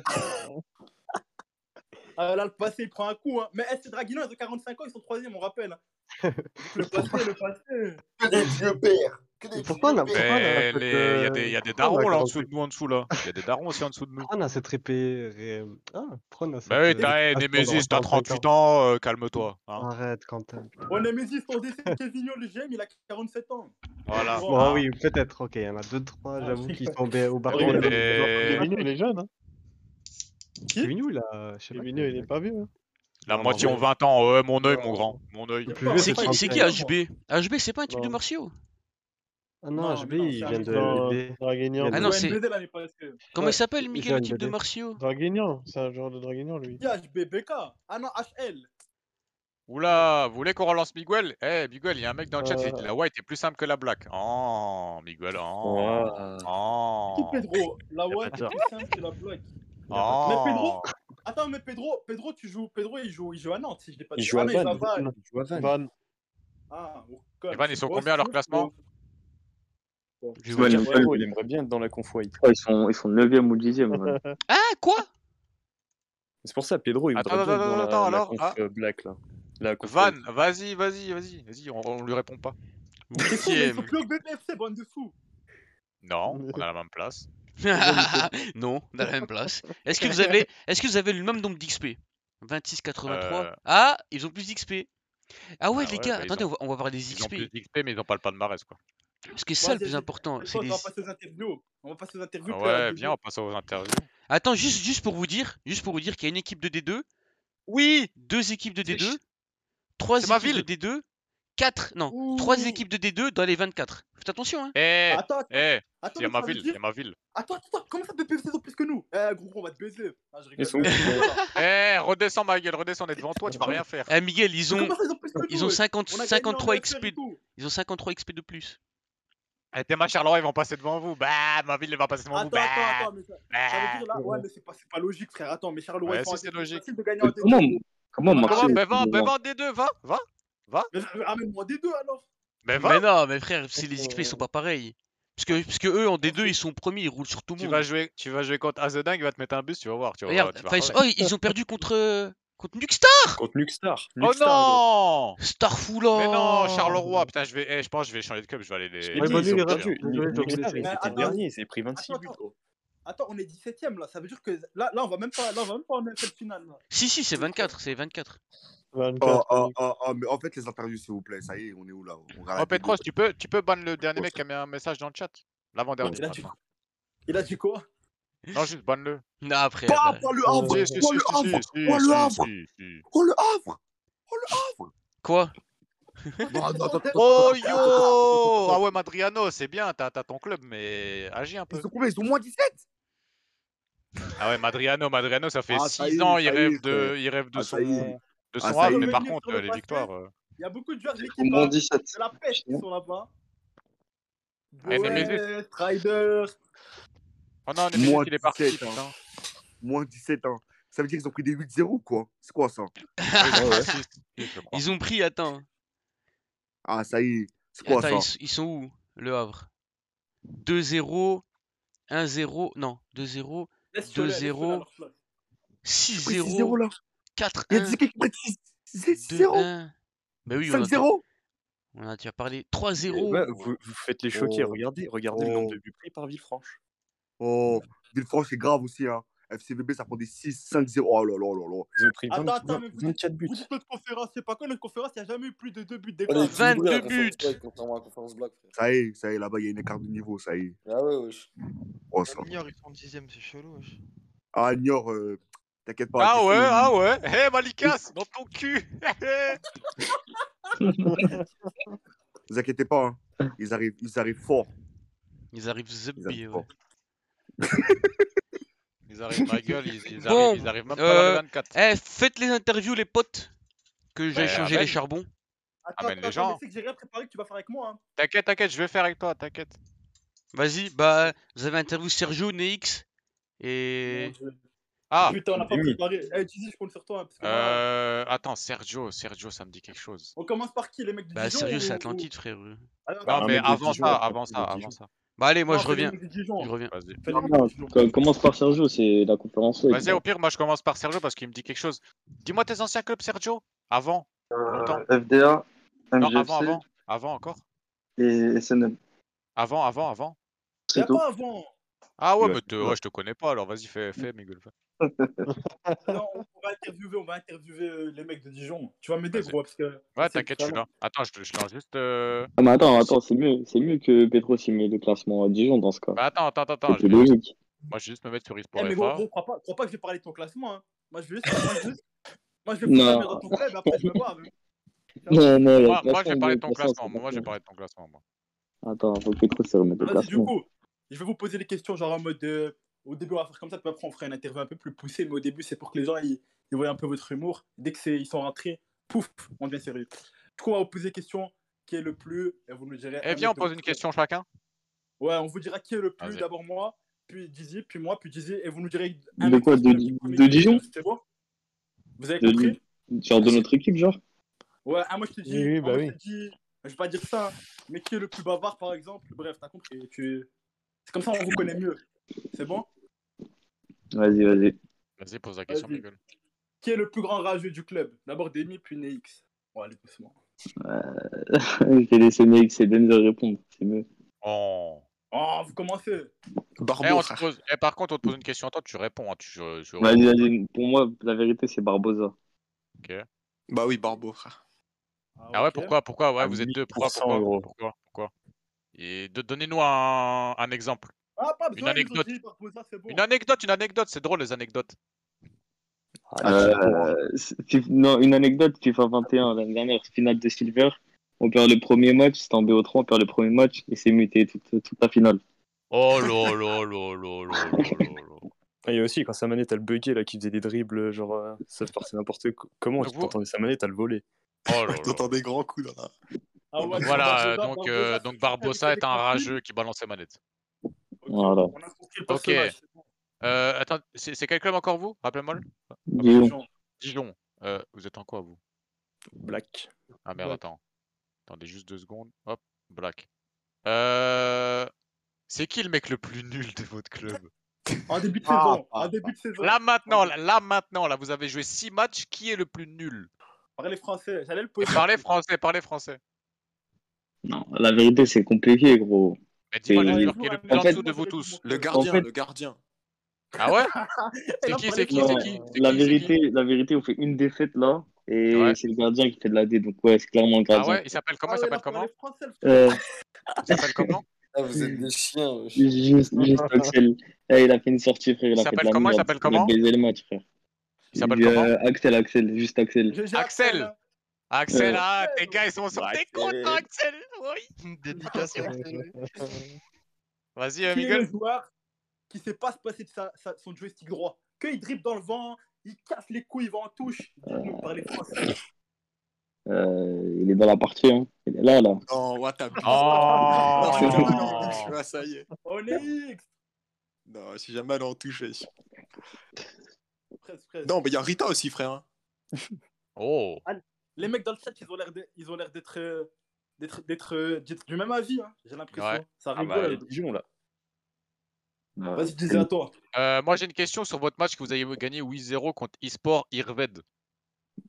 Speaker 4: Ah là, le passé, il prend un coup. Hein. Mais eh, c'est Draguignan, ils ont 45 ans, ils sont troisième, on rappelle. hein. Le passé, le passé.
Speaker 9: Que des vieux pères. Que des
Speaker 5: Pourquoi on a, pourquoi on a
Speaker 3: Mais
Speaker 5: cette,
Speaker 3: il y, a
Speaker 5: euh,
Speaker 3: des- y a des
Speaker 5: pourquoi on a
Speaker 3: darons là en
Speaker 5: quand-
Speaker 3: dessous de nous, en dessous là. Il y a des darons aussi en dessous de nous.
Speaker 5: pourquoi on a cette épée ré- Ah, pourquoi on a cette.
Speaker 3: Bah oui,
Speaker 5: euh,
Speaker 3: t'as eh,
Speaker 5: passe pendant
Speaker 3: Nemesis,
Speaker 5: 45
Speaker 3: t'as
Speaker 5: ans
Speaker 3: 38 ans, euh, calme-toi. hein.
Speaker 5: Arrête, Quentin. putain.
Speaker 4: On est Mésis, ton DC, Casigno, le GM, il a 47 ans.
Speaker 3: Voilà.
Speaker 5: Bon, ah oui, peut-être, ok, il y en a deux, trois, j'avoue, qui sont ba- au bar.
Speaker 8: Ah, mais Kevin, il est jeune. Hein.
Speaker 5: Kevin, il a. Je sais pas.
Speaker 8: Kevin, il est pas vieux. hein.
Speaker 3: La
Speaker 5: Non,
Speaker 3: moitié
Speaker 5: non,
Speaker 3: ont
Speaker 5: mais-
Speaker 3: 20 ans. Ouais, mon œil, mon grand. Mon œil.
Speaker 5: Le plus vieux,
Speaker 1: C'est
Speaker 5: c'est
Speaker 1: qui, c'est qui
Speaker 5: 31.
Speaker 1: HB HB, c'est pas un truc de
Speaker 5: Non.
Speaker 1: martiaux
Speaker 5: Ah non, HB, il vient de
Speaker 8: Non,
Speaker 5: NBD.
Speaker 8: Draguignan.
Speaker 1: Ah non, c'est.
Speaker 4: NBD l'année passée.
Speaker 1: Comment il s'appelle,
Speaker 8: il
Speaker 1: Miguel,
Speaker 8: joue à
Speaker 1: le type de
Speaker 8: NBD.
Speaker 1: martiaux
Speaker 8: Draguignan, c'est un joueur de Draguignan, lui.
Speaker 4: Il y a HBBK. Ah non, HL.
Speaker 3: Oula, vous voulez qu'on relance Miguel Eh, Miguel, il y a un mec dans le chat, il dit
Speaker 8: Euh.
Speaker 3: la white est plus simple que la black. Oh, Miguel, oh.
Speaker 4: Qui
Speaker 3: Oh.
Speaker 4: Pedro La
Speaker 3: Il y a
Speaker 4: Watt
Speaker 3: pas de
Speaker 4: est
Speaker 3: ça.
Speaker 4: plus simple que la blague. Mais Pedro,
Speaker 3: Oh.
Speaker 4: attends, mais Pedro, Pedro, tu joues, Pedro, il joue, il joue à Nantes, si je l'ai pas
Speaker 10: Ils
Speaker 4: dit.
Speaker 10: jouent
Speaker 4: ah,
Speaker 10: à
Speaker 4: non, il joue à
Speaker 10: Vannes.
Speaker 4: Vannes.
Speaker 10: Ils jouent à Vannes.
Speaker 8: Van.
Speaker 4: Ah, au
Speaker 3: Et
Speaker 4: calme.
Speaker 3: Van, ils sont
Speaker 4: Oh,
Speaker 3: combien à leur
Speaker 4: c'est
Speaker 3: classement
Speaker 4: bon. Bon.
Speaker 10: Je
Speaker 3: Ouais,
Speaker 10: veux dire,
Speaker 3: ouais.
Speaker 10: frérot, il aimerait bien être dans la conf white.
Speaker 13: ils sont, ils sont 9e ou 10e. [laughs] ouais.
Speaker 1: Ah, quoi
Speaker 10: [laughs] C'est pour ça, Pedro, il voudrait
Speaker 3: Attends,
Speaker 10: bien être
Speaker 3: attends,
Speaker 10: dans la,
Speaker 3: attends,
Speaker 10: la
Speaker 3: alors,
Speaker 10: conf
Speaker 3: ah.
Speaker 10: euh, black, là. La conf euh,
Speaker 3: Van,
Speaker 10: white.
Speaker 3: vas-y, vas-y, vas-y, vas-y, on, on lui répond pas.
Speaker 4: C'est fou, Oh, mais ils sont
Speaker 3: Huitième.
Speaker 4: que au BPFC, bande de fous.
Speaker 3: [laughs] Non, on a la même place.
Speaker 1: [laughs] non, on a la même place. Est-ce que vous avez, est-ce que vous avez le même nombre d'XP 26, 83.
Speaker 3: Euh.
Speaker 1: Ah, ils ont plus d'XP. Ah ouais,
Speaker 3: Ah
Speaker 1: les
Speaker 3: ouais,
Speaker 1: gars,
Speaker 3: bah, ils
Speaker 1: attendez,
Speaker 3: ont-
Speaker 1: on va, on va voir les
Speaker 3: Ils ont
Speaker 1: XP.
Speaker 3: plus d'XP, mais ils n'ont pas le palmarès, quoi.
Speaker 1: Ce qui est ça le
Speaker 4: Vas-y,
Speaker 1: plus
Speaker 4: vas-y.
Speaker 1: important,
Speaker 4: Pedro,
Speaker 1: c'est
Speaker 4: On
Speaker 1: les.
Speaker 4: va passer aux interviews. On va passer aux interviews. Plus à
Speaker 3: Ah Ouais,
Speaker 4: DD.
Speaker 3: bien, on passe aux interviews.
Speaker 1: Attends, juste, juste pour vous dire, juste pour vous dire qu'il y a une équipe de D2. Oui, deux équipes de D2, trois
Speaker 3: c'est ma
Speaker 1: équipes de D2, quatre, non, trois
Speaker 4: Ouh.
Speaker 1: équipes de D2 dans les 24. Faites attention, hein.
Speaker 3: Eh,
Speaker 4: Attends,
Speaker 3: eh,
Speaker 4: attends,
Speaker 3: il y a
Speaker 4: mais
Speaker 3: ma
Speaker 4: ça veut
Speaker 3: ville, il y
Speaker 4: dire.
Speaker 3: a ma ville.
Speaker 4: Attends, attends, attends, comment ça BPFC sont plus que nous Eh, gros, on va te baiser. Ah, je rigole.
Speaker 10: sont où,
Speaker 3: Eh, redescends ma gueule, redescends, on est devant toi, tu vas rien faire.
Speaker 1: Eh Miguel, ils
Speaker 4: Mais
Speaker 1: ont,
Speaker 4: comment ça, ils ont plus que
Speaker 1: ils
Speaker 4: nous
Speaker 1: ont
Speaker 4: ouais
Speaker 1: 50,
Speaker 4: On a gagné en
Speaker 1: 53
Speaker 4: FR
Speaker 1: XP,
Speaker 4: et tout.
Speaker 1: ils ont 53 XP de plus.
Speaker 3: Eh, Théma Charleroi, ils vont passer devant vous. Bah, ma ville, elle va passer devant vous.
Speaker 4: Attends,
Speaker 3: Bah,
Speaker 4: attends, attends, mais ça,
Speaker 3: bah.
Speaker 4: ça veut dire là, ouais, mais c'est pas, c'est pas logique, frère. Attends, mais Charleroi,
Speaker 3: Ouais,
Speaker 4: ils
Speaker 3: si,
Speaker 4: sont
Speaker 3: c'est logique.
Speaker 4: facile de gagner en D2.
Speaker 3: Comment-
Speaker 1: comment Marseille-
Speaker 3: bah, va, bah, va en D2, va, va, va.
Speaker 4: Mais euh, amène-moi en D2 alors.
Speaker 3: Mais,
Speaker 1: non, mais frère, c'est les XP, ils sont pas pareils. Parce que, parce que eux, en D2, ils sont premiers, ils roulent sur tout le
Speaker 3: Tu
Speaker 1: monde.
Speaker 3: vas jouer, tu vas jouer contre Azedin, il va te mettre un bus, tu vas voir. Tu vas,
Speaker 1: Regarde,
Speaker 3: tu vas
Speaker 1: enfin, ils- oh,
Speaker 3: reconnaître.
Speaker 1: ils ont perdu contre, euh, contre Nukstar
Speaker 10: Contre Nuxstar.
Speaker 3: Oh non
Speaker 1: Starfoula
Speaker 3: Mais non, Charleroi, putain, je vais, eh, je pense que je vais changer de club, je vais aller les.
Speaker 10: Ouais, bah, lui,
Speaker 3: ils
Speaker 10: il
Speaker 3: ont
Speaker 10: est
Speaker 3: perdu.
Speaker 10: radieux, il est radieux,
Speaker 3: Nuxstar,
Speaker 10: il est
Speaker 3: ils
Speaker 10: radieux.
Speaker 3: étaient
Speaker 10: Attends,
Speaker 3: derniers.
Speaker 10: dernier, c'est pris 26
Speaker 4: attends,
Speaker 10: buts,
Speaker 4: attends. Attends, on est 17 ème là, ça veut dire que là, là on va même pas, là, on va même pas en NFL finale. Là.
Speaker 1: Si, si, c'est 24, c'est 24.
Speaker 9: Oh, oh, oh, oh, mais en fait, les interviews, s'il vous plaît, ça y est, on est où là on regarde la
Speaker 3: Oh, Petros,
Speaker 9: vidéo.
Speaker 3: tu peux, tu peux ban le dernier mec qui a mis un message dans le chat. L'avant-dernier.
Speaker 9: Il a
Speaker 3: maintenant.
Speaker 4: Il a dit quoi
Speaker 3: Non, juste banne-le.
Speaker 1: Non, après. bah, euh,
Speaker 9: Pas, pas le Havre
Speaker 3: Si, si,
Speaker 9: Pas
Speaker 3: si,
Speaker 9: le
Speaker 3: si, si,
Speaker 9: Havre
Speaker 3: si,
Speaker 9: Pas
Speaker 3: si,
Speaker 9: le Havre
Speaker 3: si, si.
Speaker 9: Oh le Havre
Speaker 1: Quoi
Speaker 9: Non, Ah, attends, attends, attends,
Speaker 3: Oh
Speaker 9: attends, attends, attends.
Speaker 3: yo Ah ouais, Madriano, c'est bien, t'as t'as ton club, mais agis un peu.
Speaker 9: Ils sont combien Ils ont moins 17
Speaker 3: Ah ouais, Madriano, Madriano, ça fait
Speaker 9: Ah, ça y
Speaker 3: 6
Speaker 9: est,
Speaker 3: ans, il
Speaker 9: ça y
Speaker 3: rêve
Speaker 9: est, frère.
Speaker 3: de, il rêve de
Speaker 9: Ah,
Speaker 3: son,
Speaker 9: ça y est.
Speaker 3: de
Speaker 9: Ah,
Speaker 3: son
Speaker 9: ça
Speaker 3: Havre,
Speaker 9: y
Speaker 3: mais
Speaker 9: est.
Speaker 3: par
Speaker 4: Revenir
Speaker 3: contre,
Speaker 4: sur le
Speaker 3: euh, les
Speaker 4: passé.
Speaker 3: victoires. euh.
Speaker 4: Il y a beaucoup de joueurs de
Speaker 13: Ils ont
Speaker 4: l'équipe. hein,
Speaker 13: moins 17.
Speaker 4: de la pêche qui sont là-bas.
Speaker 3: Ah, Nemesis.
Speaker 4: Boel, Strider.
Speaker 3: Oh non, Nemesis,
Speaker 9: Moins
Speaker 3: il est parti,
Speaker 9: 17
Speaker 3: putain.
Speaker 9: ans. Moins 17 ans. Ça veut dire qu'ils ont pris des 8-0 ou quoi C'est quoi ça
Speaker 3: Ah, ils ont pris six, six, je crois.
Speaker 1: Ils ont pris, attends.
Speaker 9: Ah, ça y est. C'est quoi
Speaker 1: Attends,
Speaker 9: ça
Speaker 1: ils, s- ils sont où Le Havre 2-0, 1-0, non, 2-0,
Speaker 4: Laisse Cholet, laisse Cholet à
Speaker 1: 2-0,
Speaker 4: leur place.
Speaker 9: Ils ont pris 6-0
Speaker 1: 6-0,
Speaker 9: là. Il y a des
Speaker 1: 4-1,
Speaker 9: équipes qui prennent 6 0
Speaker 1: 2-1. Bah oui, on en a,
Speaker 9: 5-0
Speaker 1: on en a déjà parlé.
Speaker 10: Et
Speaker 1: 3-0.
Speaker 10: ouais, vous, vous faites les choquer.
Speaker 9: Oh.
Speaker 10: Regardez, regardez le nombre
Speaker 9: Oh,
Speaker 10: de buts pris par Villefranche.
Speaker 9: oh. Villefranche, c'est grave aussi. Hein. FCVB, ça prend des 6-5-0. Oh là là là là.
Speaker 10: Ils ont pris
Speaker 4: Attends,
Speaker 10: 20
Speaker 4: attends, mais vous dites,
Speaker 10: 24 buts.
Speaker 4: vous dites notre conférence, c'est pas quoi notre conférence, il n'y a jamais eu plus de deux buts
Speaker 7: On
Speaker 4: d'écart.
Speaker 7: est équilibré à la
Speaker 1: 22
Speaker 7: conférence
Speaker 1: buts.
Speaker 7: black, contrairement à la conférence
Speaker 4: [laughs]
Speaker 7: black, frère.
Speaker 9: Ça y est, ça y est, là-bas, il y a une écart de niveau. Ça y est.
Speaker 7: Ah ouais, wesh.
Speaker 9: Oh, ça.
Speaker 12: Agnor, ils sont dixième, c'est chelou. wesh.
Speaker 9: Ah, Niort, euh, t'inquiète pas.
Speaker 3: Ah
Speaker 9: d'ici-
Speaker 3: ouais, ah ouais. Hé, Malikas, dans ton cul.
Speaker 9: Vous inquiétez pas. hein. Ils, arrivent, ils arrivent fort.
Speaker 1: Ils arrivent
Speaker 9: Ils arrivent
Speaker 1: zebbi, ouais.
Speaker 9: fort.
Speaker 3: Ils arrivent, ma gueule, ils, ils
Speaker 1: [laughs] Bon,
Speaker 3: arrivent, ils arrivent même pas dans les
Speaker 1: euh,
Speaker 3: 24.
Speaker 1: eh, faites les interviews, les potes, que j'aille
Speaker 3: Ben,
Speaker 1: changer les
Speaker 3: amène.
Speaker 1: charbons.
Speaker 4: Attends,
Speaker 3: Amène
Speaker 4: attends, attends,
Speaker 3: Ah, les
Speaker 4: mais
Speaker 3: gens.
Speaker 4: c'est que j'ai rien préparé que tu vas faire avec moi. Hein.
Speaker 3: T'inquiète, t'inquiète, je vais faire avec toi, t'inquiète.
Speaker 1: Vas-y, bah, vous avez interview Sergio, Neix
Speaker 4: Mon
Speaker 1: et.
Speaker 4: Dieu.
Speaker 3: Ah,
Speaker 4: Putain, on n'a pas
Speaker 10: Jimmy.
Speaker 4: préparé. Eh, tu dis, je compte sur toi. hein, Parce que voilà,
Speaker 3: euh, attends, Sergio, Sergio, ça me dit quelque chose.
Speaker 4: on commence par qui, les mecs du
Speaker 1: Bah,
Speaker 4: Dijon
Speaker 1: Sergio,
Speaker 4: ou-
Speaker 1: c'est
Speaker 4: ou-
Speaker 1: Atlantide, frère.
Speaker 4: Allez, attends,
Speaker 3: Ah Non,
Speaker 10: un
Speaker 3: mais
Speaker 10: mec de
Speaker 3: avant
Speaker 10: Dijon,
Speaker 3: ça,
Speaker 10: après,
Speaker 3: avant
Speaker 10: c'est
Speaker 3: ça,
Speaker 10: de
Speaker 3: avant
Speaker 10: Dijon.
Speaker 3: ça.
Speaker 1: Bah, allez, moi,
Speaker 4: Non,
Speaker 1: je
Speaker 4: fais les
Speaker 1: reviens.
Speaker 4: mecs du Dijon.
Speaker 1: Je
Speaker 4: hein.
Speaker 1: reviens.
Speaker 3: Vas-y.
Speaker 4: Fais les
Speaker 13: Non,
Speaker 4: mecs
Speaker 13: non,
Speaker 4: du Dijon.
Speaker 13: co- commence par Sergio, c'est la conférence Ouest.
Speaker 3: Vas-y, au pire, moi, je commence par Sergio parce qu'il me dit quelque chose. Dis-moi tes anciens clubs, Sergio. Avant,
Speaker 13: Euh,
Speaker 3: longtemps.
Speaker 13: FDA,
Speaker 3: Non, avant,
Speaker 13: MGFC
Speaker 3: avant, avant encore.
Speaker 13: et SNM.
Speaker 3: Avant, avant, avant.
Speaker 4: Y
Speaker 13: C'est
Speaker 4: a
Speaker 13: tout.
Speaker 4: pas avant.
Speaker 3: Ah ouais,
Speaker 10: Ouais,
Speaker 3: mais
Speaker 10: c'est
Speaker 3: te-
Speaker 10: ça.
Speaker 3: ouais, je te connais pas, alors vas-y, fais, fais, Miguel.
Speaker 13: [laughs]
Speaker 3: fais.
Speaker 4: Non, on on va interviewer, on va interviewer euh, les mecs de Dijon. Tu vas m'aider,
Speaker 3: Vas-y.
Speaker 4: gros, parce que eh, c'est
Speaker 3: Ouais,
Speaker 4: le
Speaker 3: t'inquiète, je suis
Speaker 4: talent.
Speaker 3: là. Attends, je, te- je lance juste. euh,
Speaker 13: Ah, mais attends,
Speaker 3: le
Speaker 13: attends,
Speaker 3: site.
Speaker 13: c'est mieux, c'est mieux que Petros il met le classement à Dijon dans ce cas.
Speaker 3: Bah, attends, attends, attends,
Speaker 13: C'est
Speaker 3: je
Speaker 13: plus
Speaker 3: vais juste.
Speaker 13: logique.
Speaker 3: Moi, je vais juste me mettre sur
Speaker 4: Eh, mais gros,
Speaker 3: e-sport
Speaker 4: gros, crois pas, crois pas que je vais parler de ton classement. Hein. Moi, je vais juste. Moi, je vais, moi, je vais foutre la merde dans
Speaker 13: Non,
Speaker 4: ton club, après, je vais voir. hein.
Speaker 13: non, non, il y a
Speaker 3: Moi, moi, je vais
Speaker 13: classement, il y
Speaker 3: parler
Speaker 13: a
Speaker 3: de ton
Speaker 13: classement, c'est
Speaker 3: classement. Moi, je vais
Speaker 13: classement.
Speaker 3: parler de ton classement. Moi.
Speaker 13: Attends, faut que Petros se remette au
Speaker 4: Ah, Vas-y, du
Speaker 13: classement.
Speaker 4: coup, je vais vous poser des questions, genre en mode. euh, au début, on va faire comme ça, puis après, on fera une interview un peu plus poussée, mais au début, c'est pour que les gens ils, ils voient un peu votre humour. Dès qu'ils sont rentrés, pouf, on devient sérieux. Du coup, on va vous poser des questions. Qui est le plus Et vous nous direz
Speaker 3: Eh,
Speaker 4: un
Speaker 3: viens,
Speaker 4: mec
Speaker 3: on
Speaker 4: de
Speaker 3: pose une
Speaker 4: votre club.
Speaker 3: question chacun.
Speaker 4: Ouais, on vous dira qui est le plus.
Speaker 3: Vas-y.
Speaker 4: D'abord moi, puis Dizzy, puis moi, puis Dizzy. Et vous nous direz un
Speaker 13: De
Speaker 4: mec
Speaker 13: quoi
Speaker 4: votre
Speaker 13: De,
Speaker 4: club du
Speaker 13: Di-
Speaker 4: premier
Speaker 13: de
Speaker 4: qui dit
Speaker 13: Dijon
Speaker 4: C'est bon Vous avez
Speaker 13: de,
Speaker 4: compris
Speaker 13: Di- Genre de notre équipe, genre
Speaker 4: Ouais, ah, moi je te
Speaker 14: Oui,
Speaker 4: dis,
Speaker 14: oui,
Speaker 4: ah,
Speaker 14: bah
Speaker 4: moi je
Speaker 14: oui.
Speaker 4: te dis, je vais pas dire ça, hein, mais qui est le plus bavard par exemple Bref, t'as compris. Tu... C'est comme ça on vous connaît mieux. C'est bon
Speaker 13: Vas-y, vas-y.
Speaker 3: Vas-y, pose la question,
Speaker 4: Vas-y.
Speaker 3: Miguel.
Speaker 4: Qui est le plus grand rageux du club D'abord Demi, puis Neix. Bon, allez, doucement.
Speaker 13: [laughs] Je t'ai laissé mec, c'est bien de répondre, c'est mieux.
Speaker 3: Oh.
Speaker 4: Oh, vous commencez
Speaker 3: Eh,
Speaker 11: Barbeau,
Speaker 3: on te
Speaker 11: frère.
Speaker 3: pose... eh, par contre, on te pose une question à toi, tu réponds. hein, tu- je- je-
Speaker 13: Vas-y, vas-y, pour moi, la vérité, c'est Barbosa.
Speaker 3: Ok.
Speaker 11: Bah oui, Barbeau, frère.
Speaker 4: Ah,
Speaker 3: Ah ouais,
Speaker 4: ok.
Speaker 3: pourquoi Pourquoi
Speaker 10: À
Speaker 3: Ouais, vous êtes deux. Pourquoi
Speaker 10: 1000%,
Speaker 3: Pourquoi
Speaker 10: gros.
Speaker 3: Pourquoi Pourquoi Et de... donnez-nous un... un exemple.
Speaker 4: Ah, pas
Speaker 3: Une
Speaker 4: besoin, ils nous ont
Speaker 3: anecdote.
Speaker 4: dit, par contre, ça c'est bon.
Speaker 3: Une anecdote, une anecdote. C'est drôle, les anecdotes.
Speaker 11: Ah, je suis pour. hein.
Speaker 13: Euh, Fif- non, une anecdote, FIFA 21, l'année dernière, finale de Silver. On perd le premier match, c'était en BO3, on perd le premier match et c'est muté toute, toute la finale.
Speaker 3: Oh là là là là là là là là.
Speaker 10: Ah, Il y a aussi quand Samané t'as le bugué là qui faisait des dribbles, genre euh, ça se passait n'importe co- comment,
Speaker 3: Vous-
Speaker 10: t'entendais Samané t'as le volé.
Speaker 3: Oh
Speaker 11: Ouais,
Speaker 3: là [laughs] là.
Speaker 11: t'entends des grands coups dans la.
Speaker 4: Ah ouais, Barbosa,
Speaker 3: Voilà, euh, donc,
Speaker 4: Barbosa,
Speaker 3: euh,
Speaker 4: c'est
Speaker 3: donc
Speaker 4: celui qui avait
Speaker 3: Barbosa est
Speaker 4: été
Speaker 3: un
Speaker 4: confondu.
Speaker 3: rageux qui balance ses manettes.
Speaker 13: Voilà.
Speaker 4: le
Speaker 3: Ok.
Speaker 4: personnage,
Speaker 3: Euh, attends, c'est c'est quel club encore vous? Rappelez-moi le.
Speaker 13: Dijon.
Speaker 3: Dijon. Euh, vous êtes en quoi vous?
Speaker 10: Black.
Speaker 3: Ah merde,
Speaker 10: Black.
Speaker 3: attends. Attendez juste deux secondes. Hop, Black. Euh... C'est qui le mec le plus nul de votre club?
Speaker 4: En début de saison. En début de saison.
Speaker 3: ah. Là maintenant, là, là, maintenant, là vous avez joué six matchs, qui est le plus nul?
Speaker 4: Parlez français,
Speaker 3: [laughs]
Speaker 4: j'allais le
Speaker 3: Et
Speaker 4: poser.
Speaker 3: Parlez français, parlez français.
Speaker 13: Non, la vérité, c'est compliqué, gros.
Speaker 3: Mais dis-moi
Speaker 13: C'est-
Speaker 3: le joueur qui est le plus en
Speaker 13: En fait-
Speaker 3: dessous de vous tous.
Speaker 13: Le gardien, En fait- le
Speaker 11: gardien.
Speaker 3: Ah
Speaker 4: Et
Speaker 3: ouais? C'est
Speaker 4: là,
Speaker 3: qui,
Speaker 4: parlez
Speaker 3: c'est qui,
Speaker 13: Non,
Speaker 3: c'est
Speaker 4: euh,
Speaker 3: qui? C'est
Speaker 13: la
Speaker 3: qui, c'est qui
Speaker 13: vérité, la vérité, on fait une défaite là, et c'est le gardien qui fait de la D, donc ouais, c'est clairement le
Speaker 3: Ah
Speaker 13: gardien.
Speaker 3: ouais, il s'appelle comment? Il s'appelle comment?
Speaker 13: Euh,
Speaker 3: Il s'appelle comment?
Speaker 7: Ah, vous êtes des chiens. wesh.
Speaker 13: juste,
Speaker 4: [laughs]
Speaker 13: juste
Speaker 7: [laughs]
Speaker 13: Axel. Eh, il a fait une sortie, frère. Il,
Speaker 7: Il
Speaker 13: a fait de
Speaker 7: s'appelle
Speaker 13: la
Speaker 7: comment, il
Speaker 13: merde.
Speaker 7: s'appelle
Speaker 3: comment
Speaker 13: Il a baisé le match, frère.
Speaker 3: Il s'appelle
Speaker 13: Lui,
Speaker 3: comment
Speaker 13: euh, Axel, Axel, juste Axel.
Speaker 3: Axel! Axel,
Speaker 13: Euh,
Speaker 3: ah, tes gars, ils sont sur tes comptes, hein, Axel! [laughs]
Speaker 12: Oui! Dédicace à Axel.
Speaker 3: Vas-y, euh,
Speaker 4: qui est le
Speaker 3: Miguel.
Speaker 4: joueur qui sait pas se passer de sa, sa- son joystick droit. Que il dribble dans le vent, il casse les couilles, il va en touche. Dites-nous, parlez français.
Speaker 13: euh, il est dans la partie, hein. Il est là, là.
Speaker 4: Non,
Speaker 3: Ah,
Speaker 4: what a
Speaker 13: Oh.
Speaker 4: bitch. [laughs]
Speaker 11: [laughs]
Speaker 4: Non,
Speaker 13: je suis jamais touche,
Speaker 4: allé en ouais,
Speaker 11: ça y est.
Speaker 4: On est X.
Speaker 11: Non, je suis jamais allé en toucher.
Speaker 4: Presque, presque.
Speaker 11: Non, mais il y a Rita aussi, frère. hein.
Speaker 3: Oh.
Speaker 4: Allez, Les mecs dans le chat, ils ont l'air de- ils ont l'air d'être euh, d'être d'être euh, d'être du même avis. hein, J'ai l'impression.
Speaker 3: Ouais.
Speaker 4: Ça
Speaker 3: Ah
Speaker 4: rigole.
Speaker 3: bah, les
Speaker 10: Dijon, là.
Speaker 4: Vas-y, disais à toi.
Speaker 3: Euh, moi, j'ai une question sur votre match que vous avez gagné 8-0 contre eSport Irved.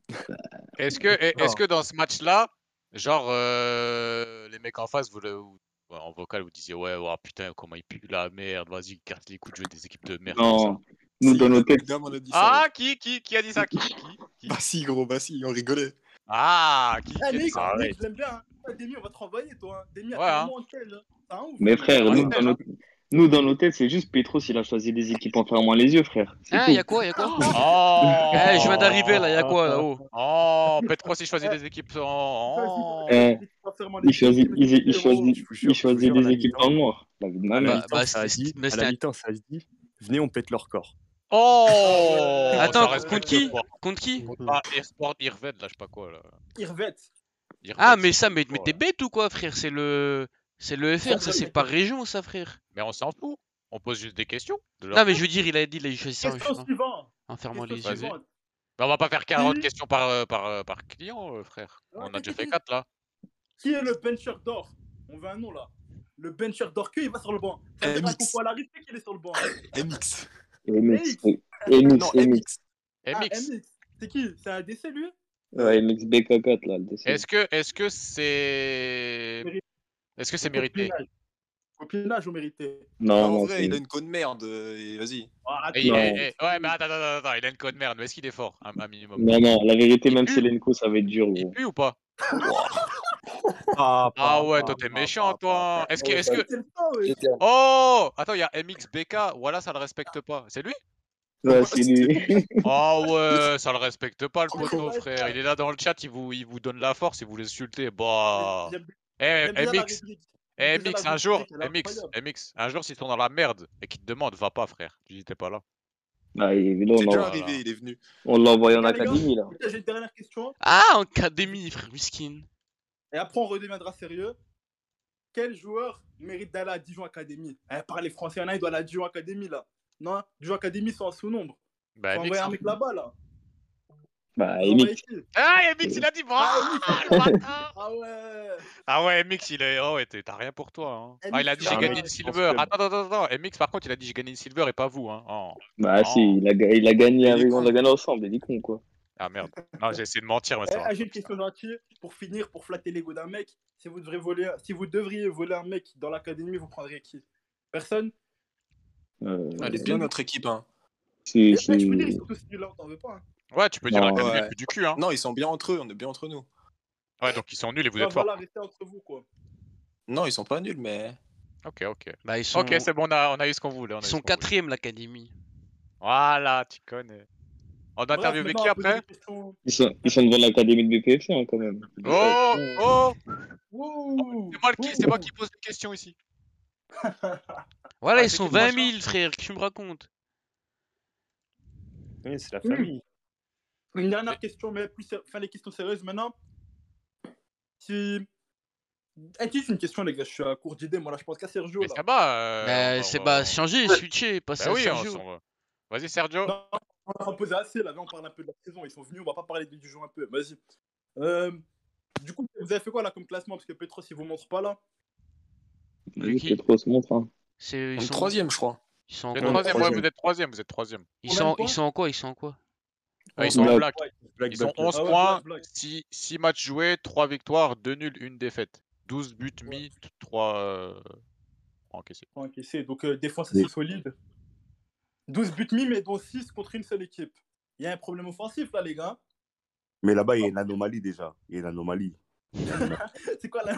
Speaker 4: Bah.
Speaker 3: Est-ce que, est- est-ce que dans ce match-là, genre, euh, les mecs en face, vous le- vous- ouais, en vocal, vous disiez Ouais, oh, putain, comment ils puent la merde, vas-y, casse les coups de jouer des équipes de merde. comme ça.
Speaker 13: Non, nous, dans nos textes.
Speaker 3: Ah, qui, qui, qui a dit ça qui, qui
Speaker 11: Bah si, gros, bah si, on rigolait.
Speaker 3: Ah, qui, qui
Speaker 4: Eh,
Speaker 3: a dit
Speaker 4: Nick,
Speaker 3: ça
Speaker 4: Nick, je l'aime bien. hein. Ouais, Demi, on va te renvoyer, toi. hein. Demi, à
Speaker 3: Ouais, hein.
Speaker 4: tout moment, on te tège, hein. C'est un ouf.
Speaker 13: Mais frère, nous,
Speaker 4: Ouais,
Speaker 13: dans nos, nous, dans nos têtes, c'est juste Petros, il a choisi les équipes en fermant les yeux, frère. C'est
Speaker 3: Ah,
Speaker 1: Hein,
Speaker 13: tout.
Speaker 1: y'a quoi, y'a
Speaker 4: [laughs]
Speaker 1: quoi
Speaker 3: Oh
Speaker 1: Eh, je viens d'arriver là, y'a quoi là-haut
Speaker 3: Oh,
Speaker 4: [laughs]
Speaker 3: Petros, il choisit des équipes en. en-
Speaker 13: Eh, il choisit, il, il choisit, il choisit
Speaker 10: jure, à
Speaker 13: des
Speaker 10: la
Speaker 13: équipes
Speaker 10: mi-temps.
Speaker 13: en noir. La vie de ma
Speaker 10: À la
Speaker 13: mère.
Speaker 10: mi-temps, ça a dit, à la mi-temps, ça a dit, venez, on pète leur corps.
Speaker 3: Oh
Speaker 1: Ah, Attends,
Speaker 3: ça respecte
Speaker 1: contre qui
Speaker 3: le sport.
Speaker 1: Contre qui
Speaker 3: Ah, Airsport, Irved, là, je sais pas quoi, là.
Speaker 4: Irvet.
Speaker 1: Ah, mais ça, mais, mais t'es bête ou quoi, frère C'est le. C'est le
Speaker 4: Ça,
Speaker 1: FR, ça, c'est par région, ça, frère.
Speaker 3: Mais on s'en fout. On pose juste des questions. de leur
Speaker 1: Non, mais
Speaker 3: club.
Speaker 1: je veux dire, il a dit, il a choisi ça en,
Speaker 4: Question
Speaker 1: en-
Speaker 4: suivante.
Speaker 1: en fermant les
Speaker 3: Vas-y.
Speaker 1: yeux.
Speaker 3: Mais on va pas faire 40 questions par, euh, par, euh, par client, euh, frère.
Speaker 4: Mmh. Ouais,
Speaker 3: On a déjà
Speaker 4: t'inquiète,
Speaker 3: fait 4 là.
Speaker 4: Qui est le bencher d'or On veut un nom là. Le bencher d'or, que il va sur le banc. Ça dira qu'on voit l'arrivée qu'il est sur le banc.
Speaker 3: Ah,
Speaker 11: MX.
Speaker 13: MX,
Speaker 4: Non,
Speaker 13: MX, MX.
Speaker 4: Ah, MX. C'est qui C'est un décès lui
Speaker 13: Ouais, MX BK4, là, le dessin.
Speaker 3: Est-ce que est-ce que c'est est-ce que c'est mérité
Speaker 4: Copinage. Copinage ou mérité
Speaker 13: Non,
Speaker 11: en
Speaker 13: non,
Speaker 11: vrai,
Speaker 13: c'est-
Speaker 11: il a une conne merde. euh, Et vas-y.
Speaker 4: Oh,
Speaker 3: Et il est- et- Ouais, mais attends, attends, attends, attends, il a une code merde, mais est-ce qu'il est fort un, un minimum
Speaker 13: Non, non, la vérité, même si Lenko, ça va être dur, gros.
Speaker 3: Lui
Speaker 4: [laughs]
Speaker 3: ou pas
Speaker 10: Ah,
Speaker 3: Ah ouais, toi t'es méchant toi. hein. Est-ce que est-ce que Oh Attends, il y a MXBK, voilà, ça le respecte pas. C'est
Speaker 4: [laughs]
Speaker 3: lui
Speaker 13: Ouais, c'est lui.
Speaker 3: Ah ouais, ça le respecte pas le
Speaker 4: Ah,
Speaker 3: poteau, frère. Il est là dans le chat, il vous, il vous donne la force et vous l'insultez. Bah. Eh,
Speaker 4: j'aime bien la
Speaker 3: MX.
Speaker 4: réplique.
Speaker 3: Eh,
Speaker 4: J'aime bien
Speaker 3: MX,
Speaker 4: la
Speaker 3: un jour,
Speaker 4: réplique, elle est
Speaker 3: MX, MX, un jour, s'ils sont dans la merde et qu'ils te demandent, va pas, frère. Tu dis, t'es pas là.
Speaker 13: Ah, il est là, on
Speaker 11: C'est
Speaker 13: l'a-
Speaker 11: déjà arrivé, il est venu.
Speaker 13: [laughs] On l'a envoyé en
Speaker 4: Les gars, les gars,
Speaker 13: académie, là.
Speaker 4: les gars, J'ai une dernière question.
Speaker 1: Ah, en académie, frère, miskin.
Speaker 4: Et après, on redeviendra sérieux. Quel joueur mérite d'aller à Dijon Academy eh, Par les Français, il y en a, il doit aller à Dijon Academy là. Non, Dijon Academy, c'est en sous-nombre.
Speaker 3: Bah,
Speaker 4: Faut
Speaker 3: MX.
Speaker 4: envoyer un mec là-bas là.
Speaker 13: Bah,
Speaker 4: Faut envoyer
Speaker 13: MX.
Speaker 4: qui
Speaker 3: Ah, il y a Mix, il a dit, ah, le bâtard
Speaker 4: Ah ouais
Speaker 3: Ah ouais, MX, il est. Oh, ouais, t'es- t'as rien pour toi. hein. Ah, il a dit,
Speaker 4: MX,
Speaker 3: j'ai
Speaker 4: ah
Speaker 3: gagné
Speaker 4: ouais.
Speaker 3: une silver. Attends, attends, attends, attends. MX, par contre, il a dit, j'ai gagné une silver et pas vous. Hein. Oh.
Speaker 13: Bah, si, il a, ga- il a gagné avec, on l'a gagné ensemble, il est con, quoi.
Speaker 3: Ah merde. Non, j'ai essayé de mentir, mais
Speaker 4: Eh,
Speaker 3: ça va.
Speaker 4: ah, J'ai une question gentille. Pour finir, pour flatter l'ego d'un mec, si vous, devrez voler, si vous devriez voler un mec dans l'académie, vous prendriez qui Personne
Speaker 13: Euh,
Speaker 11: Elle Ah, est bien notre équipe, hein.
Speaker 13: c'est-
Speaker 4: Eh, Je peux dire,
Speaker 13: c'est-
Speaker 4: ils sont tous nuls là, t'en veux pas. hein.
Speaker 3: Ouais, tu peux dire la canne du cul, hein.
Speaker 11: Non, ils sont bien entre eux, on est bien entre nous.
Speaker 3: Ouais, donc ils sont nuls et vous
Speaker 4: Ah,
Speaker 3: êtes forts.
Speaker 4: voilà, restez entre vous quoi.
Speaker 11: Non, ils sont pas nuls, mais.
Speaker 3: Ok, ok.
Speaker 1: Bah, ils
Speaker 3: Ok, c'est bon, on a, on a eu ce qu'on voulait. on a eu
Speaker 1: Ils
Speaker 3: ce
Speaker 1: sont
Speaker 3: qu'on voulait.
Speaker 1: quatrième, l'académie.
Speaker 3: Voilà, tu connais. On doit
Speaker 4: Bref,
Speaker 3: interviewer
Speaker 4: maintenant,
Speaker 3: qui
Speaker 4: on peut
Speaker 3: après
Speaker 4: poser des questions.
Speaker 13: Ils sont, ils sont devant l'académie de BPFC, hein, quand même.
Speaker 3: Oh Oh
Speaker 4: Wouh
Speaker 3: C'est moi, le qui- c'est moi qui pose les questions ici.
Speaker 1: Voilà,
Speaker 3: Ah,
Speaker 1: ils
Speaker 3: c'est
Speaker 1: sont
Speaker 3: qui le
Speaker 1: 20
Speaker 3: machin
Speaker 1: 000, frère, que tu me racontes
Speaker 10: Oui, c'est la
Speaker 4: Hmm.
Speaker 10: famille.
Speaker 4: Une dernière question, mais plus sé- enfin, les questions sérieuses maintenant. Si Eh, juste une question, les gars, je suis à court d'idées. Moi, là, je pense qu'à Sergio.
Speaker 3: Mais
Speaker 4: là.
Speaker 3: ça va.
Speaker 1: Mais
Speaker 3: on va-
Speaker 1: Bah, c'est
Speaker 3: on
Speaker 1: pas
Speaker 3: va-
Speaker 1: changer,
Speaker 3: Euh, Ouais.
Speaker 1: switcher, passer
Speaker 3: Bah
Speaker 1: à
Speaker 3: oui, on
Speaker 1: Sergio.
Speaker 3: s'en va. Vas-y, Sergio.
Speaker 4: Non, on en a posé assez, là, Viens, on parle un peu de la saison. Ils sont venus, on va pas parler du jeu un peu. Vas-y. Euh, du coup, vous avez fait quoi là comme classement Parce que Petros, il vous montre pas là.
Speaker 7: Vas-y, trop se montre. hein.
Speaker 1: C'est
Speaker 7: On est troisième,
Speaker 1: je crois. Ils sont en
Speaker 3: Vous êtes
Speaker 1: quoi
Speaker 3: troisième, ouais,
Speaker 7: troisième.
Speaker 3: vous êtes troisième, vous êtes troisième.
Speaker 1: Ils sont, ils sont en quoi Ils sont en quoi
Speaker 3: Ah, ils
Speaker 1: Onze
Speaker 3: sont en
Speaker 1: blagues.
Speaker 3: black.
Speaker 1: Black,
Speaker 3: Ils sont
Speaker 1: black, black.
Speaker 3: 11
Speaker 1: Ah ouais,
Speaker 3: points,
Speaker 1: black, black.
Speaker 3: 6, matchs joués, 3 victoires, 2 nuls, 1 défaite. 12 buts mis, 3 encaissés.
Speaker 4: Pas encaissé. Donc, euh, défense assez solide. 12 buts mis, mais dont 6 contre une seule équipe. Il y a un problème offensif là, les gars.
Speaker 9: Mais là-bas, il y a une anomalie déjà. Il y a une anomalie. Il y a une anomalie.
Speaker 4: C'est quoi la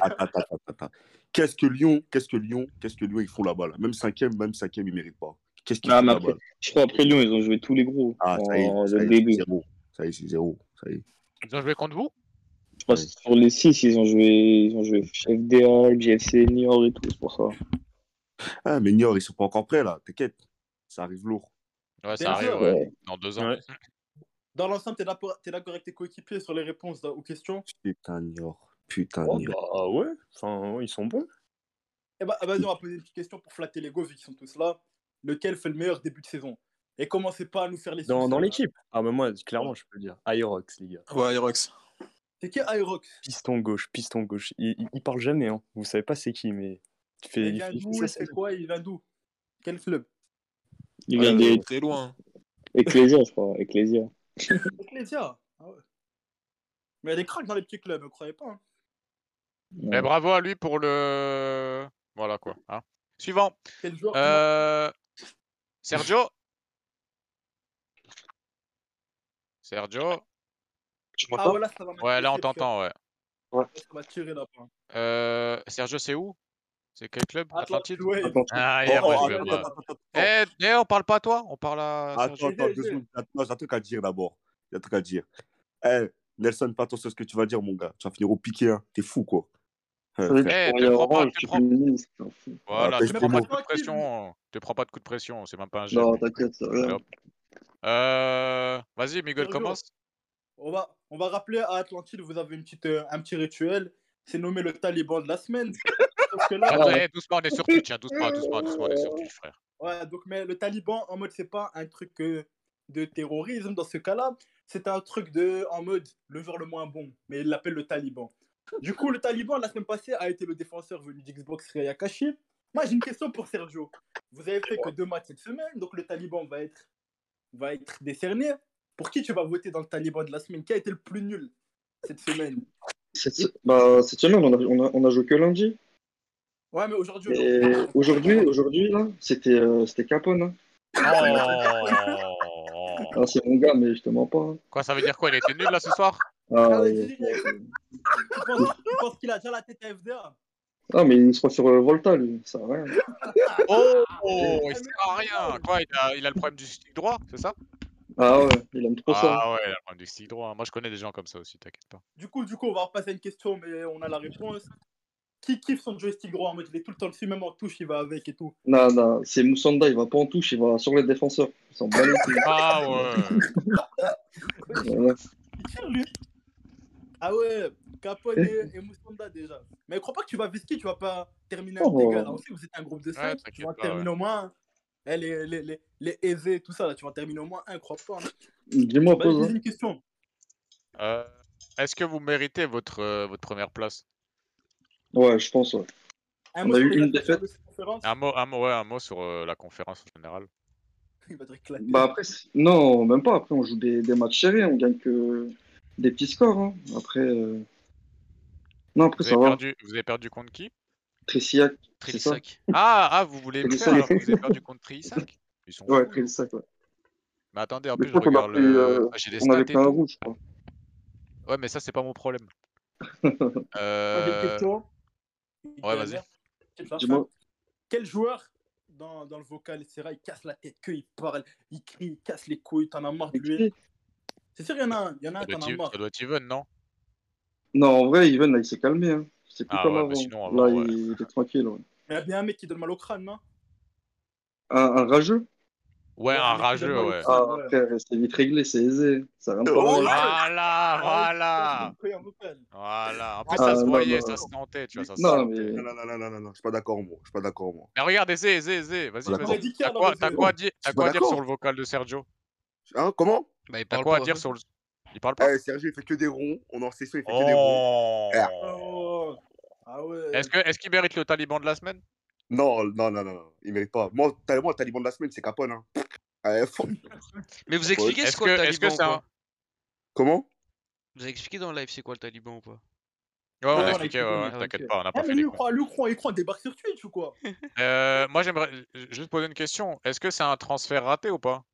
Speaker 9: Attends, attends, attends, attends. Qu'est-ce que Lyon, qu'est-ce que Lyon, qu'est-ce que Lyon, ils font là-bas là Même cinquième, même cinquième, ils méritent pas. Qu'est-ce qu'ils
Speaker 7: Ah,
Speaker 9: font
Speaker 7: mais
Speaker 9: là-bas
Speaker 7: après, je crois après Lyon, ils ont joué tous les gros.
Speaker 9: Ah, ça y est,
Speaker 7: en-
Speaker 9: ça
Speaker 7: dès
Speaker 9: y
Speaker 7: le
Speaker 9: est,
Speaker 7: début.
Speaker 9: c'est zéro. Ça y est, c'est zéro. Ça y est.
Speaker 3: Ils ont joué contre vous
Speaker 7: Je pense que sur les 6, ils ont joué, ils ont joué FDA, GFC, Niort et tout, c'est pour ça.
Speaker 9: Ah, mais Niort, ils sont pas encore prêts là. T'inquiète. Ça arrive lourd.
Speaker 3: Ouais,
Speaker 4: ça arrive,
Speaker 7: ouais. Ouais.
Speaker 3: Dans 2 ans.
Speaker 4: Dans l'ensemble, t'es d'accord t'es d'accord avec tes coéquipiers sur les réponses là, aux questions
Speaker 9: Putain, Niort. Putain,
Speaker 13: Oh,
Speaker 9: Niort.
Speaker 13: bah ouais, enfin, ouais, ils sont bons.
Speaker 4: Eh ben, ah, vas-y, on va poser une petite question pour flatter les gars, vu qu'ils sont tous là. Lequel fait le meilleur début de saison Et commencez pas à nous faire les
Speaker 13: Dans,
Speaker 4: sucettes,
Speaker 13: dans
Speaker 4: là.
Speaker 13: l'équipe. Ah, mais moi, clairement, je peux le dire. Aerox, les gars.
Speaker 4: Ouais, Aerox. C'est qui Aerox
Speaker 13: Piston gauche, piston gauche. Il, il, il parle jamais, hein. Vous savez pas c'est qui, mais. Il fait,
Speaker 4: Il
Speaker 13: il
Speaker 4: vient
Speaker 13: fait- il fait
Speaker 4: d'où
Speaker 13: sa
Speaker 4: Il fait
Speaker 13: saison.
Speaker 4: quoi Il vient d'où Quel club
Speaker 7: Il
Speaker 13: Ouais,
Speaker 7: vient
Speaker 13: ouais,
Speaker 7: de.
Speaker 13: très loin.
Speaker 7: Ecclesia, je crois.
Speaker 4: [laughs]
Speaker 7: Ecclesia.
Speaker 4: Ecclesia. Ah ouais. Mais il y a des cracks dans les petits clubs, ne croyez pas. hein.
Speaker 3: Mais Eh, bravo à lui pour le. Voilà quoi. hein. Suivant.
Speaker 4: Quel joueur
Speaker 3: Euh, Sergio. Sergio.
Speaker 4: Ah ouais, là, ça va
Speaker 3: Ouais, là on
Speaker 4: m'intéresser, parce que-
Speaker 3: t'entend, ouais.
Speaker 4: Ça va tirer là. bas
Speaker 3: Euh, Sergio, c'est où? C'est quel club? Atlantide?
Speaker 4: ouais.
Speaker 9: Atlantide.
Speaker 3: Ah, hier,
Speaker 9: Oh,
Speaker 3: moi,
Speaker 9: oh,
Speaker 3: je vais
Speaker 9: attends,
Speaker 3: voir.
Speaker 9: attends,
Speaker 3: Eh, d'ailleurs, on parle pas à toi, on parle à
Speaker 9: Attends,
Speaker 3: Sergio.
Speaker 9: attends, deux secondes. Attends, j'ai un truc à dire d'abord. J'ai un truc à dire. Eh, Nelson, pas attention à ce que tu vas dire, mon gars. Tu vas finir au piqué, hein. T'es fou, quoi. Hein,
Speaker 7: Oui,
Speaker 9: frère.
Speaker 3: Eh,
Speaker 7: pour
Speaker 3: te
Speaker 7: les
Speaker 3: prends pas,
Speaker 7: Orange,
Speaker 3: te
Speaker 7: tu
Speaker 3: prends.
Speaker 7: peux- c'est un fou.
Speaker 3: Voilà,
Speaker 9: Ah,
Speaker 3: te prends pas de
Speaker 9: pêche-moi.
Speaker 3: coup de pression. Te prends pas de coup de pression, c'est même pas un gel.
Speaker 7: Non, t'inquiète, ça va.
Speaker 3: Allez, hop. Euh, vas-y, Miguel,
Speaker 4: Sergio.
Speaker 3: commence.
Speaker 4: On va, on va rappeler à Atlantide, vous avez une petite, euh, un petit rituel. C'est nommé le taliban de la semaine. [laughs] Sauf que là-
Speaker 3: Attends, eh, doucement, on est sur Twitch, hein, doucement, doucement, doucement, on est sur Twitch, frère.
Speaker 4: Ouais, donc, mais le taliban, en mode, c'est pas un truc euh, de terrorisme dans ce cas-là. C'est un truc de, en mode, le joueur le moins bon. Mais il l'appelle le taliban. Du coup, le taliban, la semaine passée, a été le défenseur venu d'Xbox Ryakashi. Moi, j'ai une question pour Sergio. Vous avez fait que deux matchs cette semaine, donc le taliban va être, va être décerné. Pour qui tu vas voter dans le taliban de la semaine Qui a été le plus nul cette semaine
Speaker 7: Cette, se- bah, cette semaine, on a, on, a, on a joué que lundi.
Speaker 4: Ouais, mais aujourd'hui,
Speaker 7: Et aujourd'hui, aujourd'hui là, c'était euh, c'était Capone. hein. Ah, c'est mon gars, mais je te mens pas. hein.
Speaker 3: Quoi, ça veut dire quoi? Il était nul là ce soir?
Speaker 7: Ah,
Speaker 4: ouais,
Speaker 7: il-
Speaker 4: tu penses, tu penses qu'il a déjà la tête à hein FDA
Speaker 7: ah, mais il se prend sur euh, Volta, lui. Ça sert à
Speaker 4: [laughs]
Speaker 7: rien.
Speaker 3: Oh, il sert à rien. Quoi, il a, il a le problème du stick droit, c'est ça?
Speaker 7: Ah ouais, il aime trop ça. hein.
Speaker 3: Ah ouais, il a le problème du stick droit. hein. Moi, je connais des gens comme ça aussi, t'inquiète pas.
Speaker 4: Du coup, du coup, on va repasser à une question, mais on a la réponse. Qui kiffe son joystick droit en mode il est tout le temps dessus, même en touche, il va avec et tout.
Speaker 7: Non, non, c'est Moussanda, il va pas en touche, il va sur les défenseurs. Il s'en bat les couilles.
Speaker 4: [laughs]
Speaker 3: Ah ouais.
Speaker 7: Voilà.
Speaker 4: Il tire lui. Ah ouais, Capone et, et Moussonda déjà. Mais crois pas que tu vas visquer, tu vas pas terminer un
Speaker 7: Oh.
Speaker 4: dégât. Là aussi, vous êtes un groupe de 5, tu
Speaker 3: t'inquiète
Speaker 4: vas
Speaker 3: pas,
Speaker 4: terminer
Speaker 3: ouais.
Speaker 4: au moins. un. Eh, les, les, les, les aisés, tout ça, là, tu vas terminer au moins un, crois pas. hein.
Speaker 7: Dis-moi, hein.
Speaker 4: Vas-y,
Speaker 7: pose.
Speaker 4: pose une question.
Speaker 3: Euh, est-ce que vous méritez votre, euh, votre première place?
Speaker 7: Ouais, je pense. ouais.
Speaker 4: Un
Speaker 7: On
Speaker 4: mot
Speaker 7: a
Speaker 4: sur
Speaker 7: eu
Speaker 4: les
Speaker 7: une
Speaker 4: adversaires
Speaker 7: défaite.
Speaker 4: de cette conférence.
Speaker 3: Un mot, un mot, ouais, un mot sur euh, la conférence en général.
Speaker 4: [laughs] Il va te éclater.
Speaker 7: Bah après, c'est- non, même pas. Après, on joue des, des matchs serrés, on gagne que des petits scores. hein. Après, euh, non, après,
Speaker 3: Vous
Speaker 7: ça
Speaker 3: avez
Speaker 7: va.
Speaker 3: perdu, vous avez perdu contre qui?
Speaker 7: Tressillac, c'est ça
Speaker 3: Ah, ah, vous voulez le
Speaker 7: Trélissac.
Speaker 3: faire alors que vous avez perdu contre Trissac? Ils sont
Speaker 7: Ouais,
Speaker 3: fous, eux.
Speaker 7: Trélissac, ouais.
Speaker 3: Mais attendez, en
Speaker 7: Mais je
Speaker 3: plus, je
Speaker 7: crois qu'on a
Speaker 3: regarde
Speaker 7: pris,
Speaker 3: le.
Speaker 7: euh,
Speaker 3: Ah, j'ai les
Speaker 7: on avait pris
Speaker 3: stats et
Speaker 7: un
Speaker 3: tout.
Speaker 7: rouge, je crois.
Speaker 3: Ouais, mais ça, c'est pas
Speaker 7: [laughs]
Speaker 3: mon problème.
Speaker 4: Moi, j'ai Ah, une
Speaker 3: Euh...
Speaker 4: question.
Speaker 3: Ouais, vas-y.
Speaker 4: Tu vas
Speaker 7: Dis-moi.
Speaker 4: faire. Quel joueur dans, dans le vocal, etc., il casse la tête, que il parle, il crie, il casse les couilles, t'en as marre de lui. C'est sûr, il y en a un, il y en a un,
Speaker 3: Ça
Speaker 4: t'en
Speaker 3: doit être
Speaker 4: as
Speaker 3: Even-
Speaker 4: marre.
Speaker 3: ça doit être Even, non?
Speaker 7: Non, en vrai, Even, là, il s'est calmé. Hein. C'est plus
Speaker 3: Ah
Speaker 7: comme
Speaker 3: ouais, mais
Speaker 7: avant.
Speaker 3: sinon,
Speaker 7: Là,
Speaker 3: avant, ouais.
Speaker 7: il était tranquille. ouais.
Speaker 4: Il y a bien un mec qui donne mal au crâne, non
Speaker 7: Un, un rageux
Speaker 3: Ouais, un rageux, ouais. Oh
Speaker 7: Ah, frère, c'est vite réglé, c'est aisé. Ça vient pas
Speaker 4: Oh,
Speaker 7: mal.
Speaker 4: Ah
Speaker 3: Voilà, voilà. Voilà. En plus, ça
Speaker 9: Ah,
Speaker 3: se
Speaker 9: non,
Speaker 3: voyait,
Speaker 9: non.
Speaker 3: ça se sentait, tu vois. Ça se
Speaker 9: Non,
Speaker 3: sentait.
Speaker 9: non, non, non, non, non, non, je suis pas d'accord, moi. Je suis pas d'accord, moi.
Speaker 3: Mais regarde, aisé, aisé, aisé. Vas-y,
Speaker 9: Voilà. On a
Speaker 3: vas-y.
Speaker 9: dit qu'il y a
Speaker 3: T'as
Speaker 9: un
Speaker 3: quoi,
Speaker 9: rageux.
Speaker 3: t'as quoi à dire,
Speaker 9: Je
Speaker 3: t'as
Speaker 9: suis
Speaker 3: quoi
Speaker 9: pas
Speaker 3: à dire sur
Speaker 9: d'accord.
Speaker 3: le vocal de Sergio
Speaker 9: Hein, comment
Speaker 3: Bah, il parle quoi à dire sur le. Il parle pas.
Speaker 9: Eh, Sergio, il fait que des ronds. On en sait ça, il fait que des
Speaker 3: Oh.
Speaker 9: ronds. Eh,
Speaker 4: Ah ouais.
Speaker 3: Est-ce que- est-ce qu'il mérite le taliban de la semaine
Speaker 9: Non, non, non, non, non, il mérite pas. Moi, ta- moi, le taliban de la semaine, c'est Capone. Hein. Eh, faut-
Speaker 1: [laughs] Mais vous
Speaker 9: Ouais.
Speaker 1: expliquez c'est quoi le taliban ou pas
Speaker 9: Comment
Speaker 1: Vous avez expliqué dans le live c'est quoi le taliban ou pas
Speaker 3: Ouais, on
Speaker 9: Ouais.
Speaker 3: a expliqué, ouais, ouais, t'inquiète pas, on n'a pas
Speaker 4: Ah,
Speaker 3: fait
Speaker 4: mais
Speaker 3: les
Speaker 4: lui, il
Speaker 3: cons.
Speaker 4: croit, lui, il croit, il croit, on débarque sur Twitch ou quoi
Speaker 3: Euh, moi, j'aimerais juste poser une question. Est-ce que c'est un transfert raté ou pas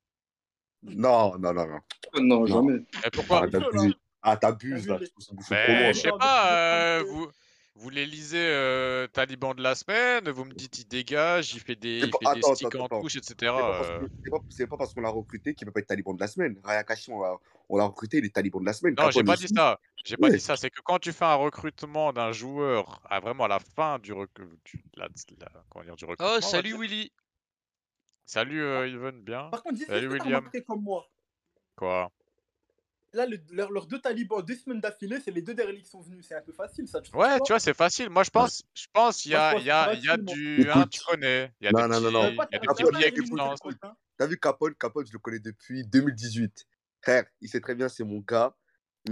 Speaker 9: Non, non, non, non.
Speaker 7: Non,
Speaker 3: jamais. Et pourquoi
Speaker 9: Ah, t'abuses. Ah, t'abuses, là. Tu te bouffes le promo, là.
Speaker 3: Mais Euh, je sais pas, euh, vous, vous les lisez euh, Taliban de la semaine, vous me dites il dégage, il fait des, il
Speaker 9: pas-
Speaker 3: fait des
Speaker 9: attends,
Speaker 3: sticks
Speaker 9: attends,
Speaker 3: en
Speaker 9: attends.
Speaker 3: touche, etc.
Speaker 9: C'est pas parce
Speaker 3: euh.
Speaker 9: que- c'est pas- C'est pas parce qu'on l'a recruté qu'il peut pas être taliban de la semaine. Raya Kashi, on l'a- on l'a recruté, il est taliban de la semaine.
Speaker 3: Non, j'ai
Speaker 9: Capone
Speaker 3: pas
Speaker 9: aussi.
Speaker 3: dit ça. J'ai pas
Speaker 9: Ouais.
Speaker 3: dit ça. C'est que quand tu fais un recrutement d'un joueur à vraiment à la fin du, rec... du, la- la- comment dire, du recrutement. on
Speaker 1: Oh,
Speaker 3: va
Speaker 1: salut
Speaker 3: dire.
Speaker 1: Willy
Speaker 3: Salut euh, Yvonne, bien.
Speaker 4: Par contre, dis est-ce
Speaker 3: Salut
Speaker 4: que t'as
Speaker 3: William.
Speaker 4: remarqué comme moi
Speaker 3: Quoi
Speaker 4: Là, le- leurs leurs deux talibans, deux semaines d'affilée, c'est les deux derniers qui sont venus. C'est un peu facile, ça, tu trouves
Speaker 3: Ouais,
Speaker 4: pas
Speaker 3: tu vois, c'est facile. Moi, je pense, je pense, il y
Speaker 4: Moi, je
Speaker 3: a,
Speaker 4: pense
Speaker 3: il y a,
Speaker 4: que c'est
Speaker 3: il y a
Speaker 4: facile, moi.
Speaker 3: du, hein,
Speaker 9: Écoute.
Speaker 3: tu connais. Il y a des
Speaker 9: Non, non, non,
Speaker 3: petits,
Speaker 9: non.
Speaker 3: il y a des petits
Speaker 9: Capone,
Speaker 3: billets qui
Speaker 9: écoute,
Speaker 3: se lancent.
Speaker 9: écoute. T'as vu Capone Capone, je le connais depuis 2018. Frère, il sait très bien, c'est mon gars.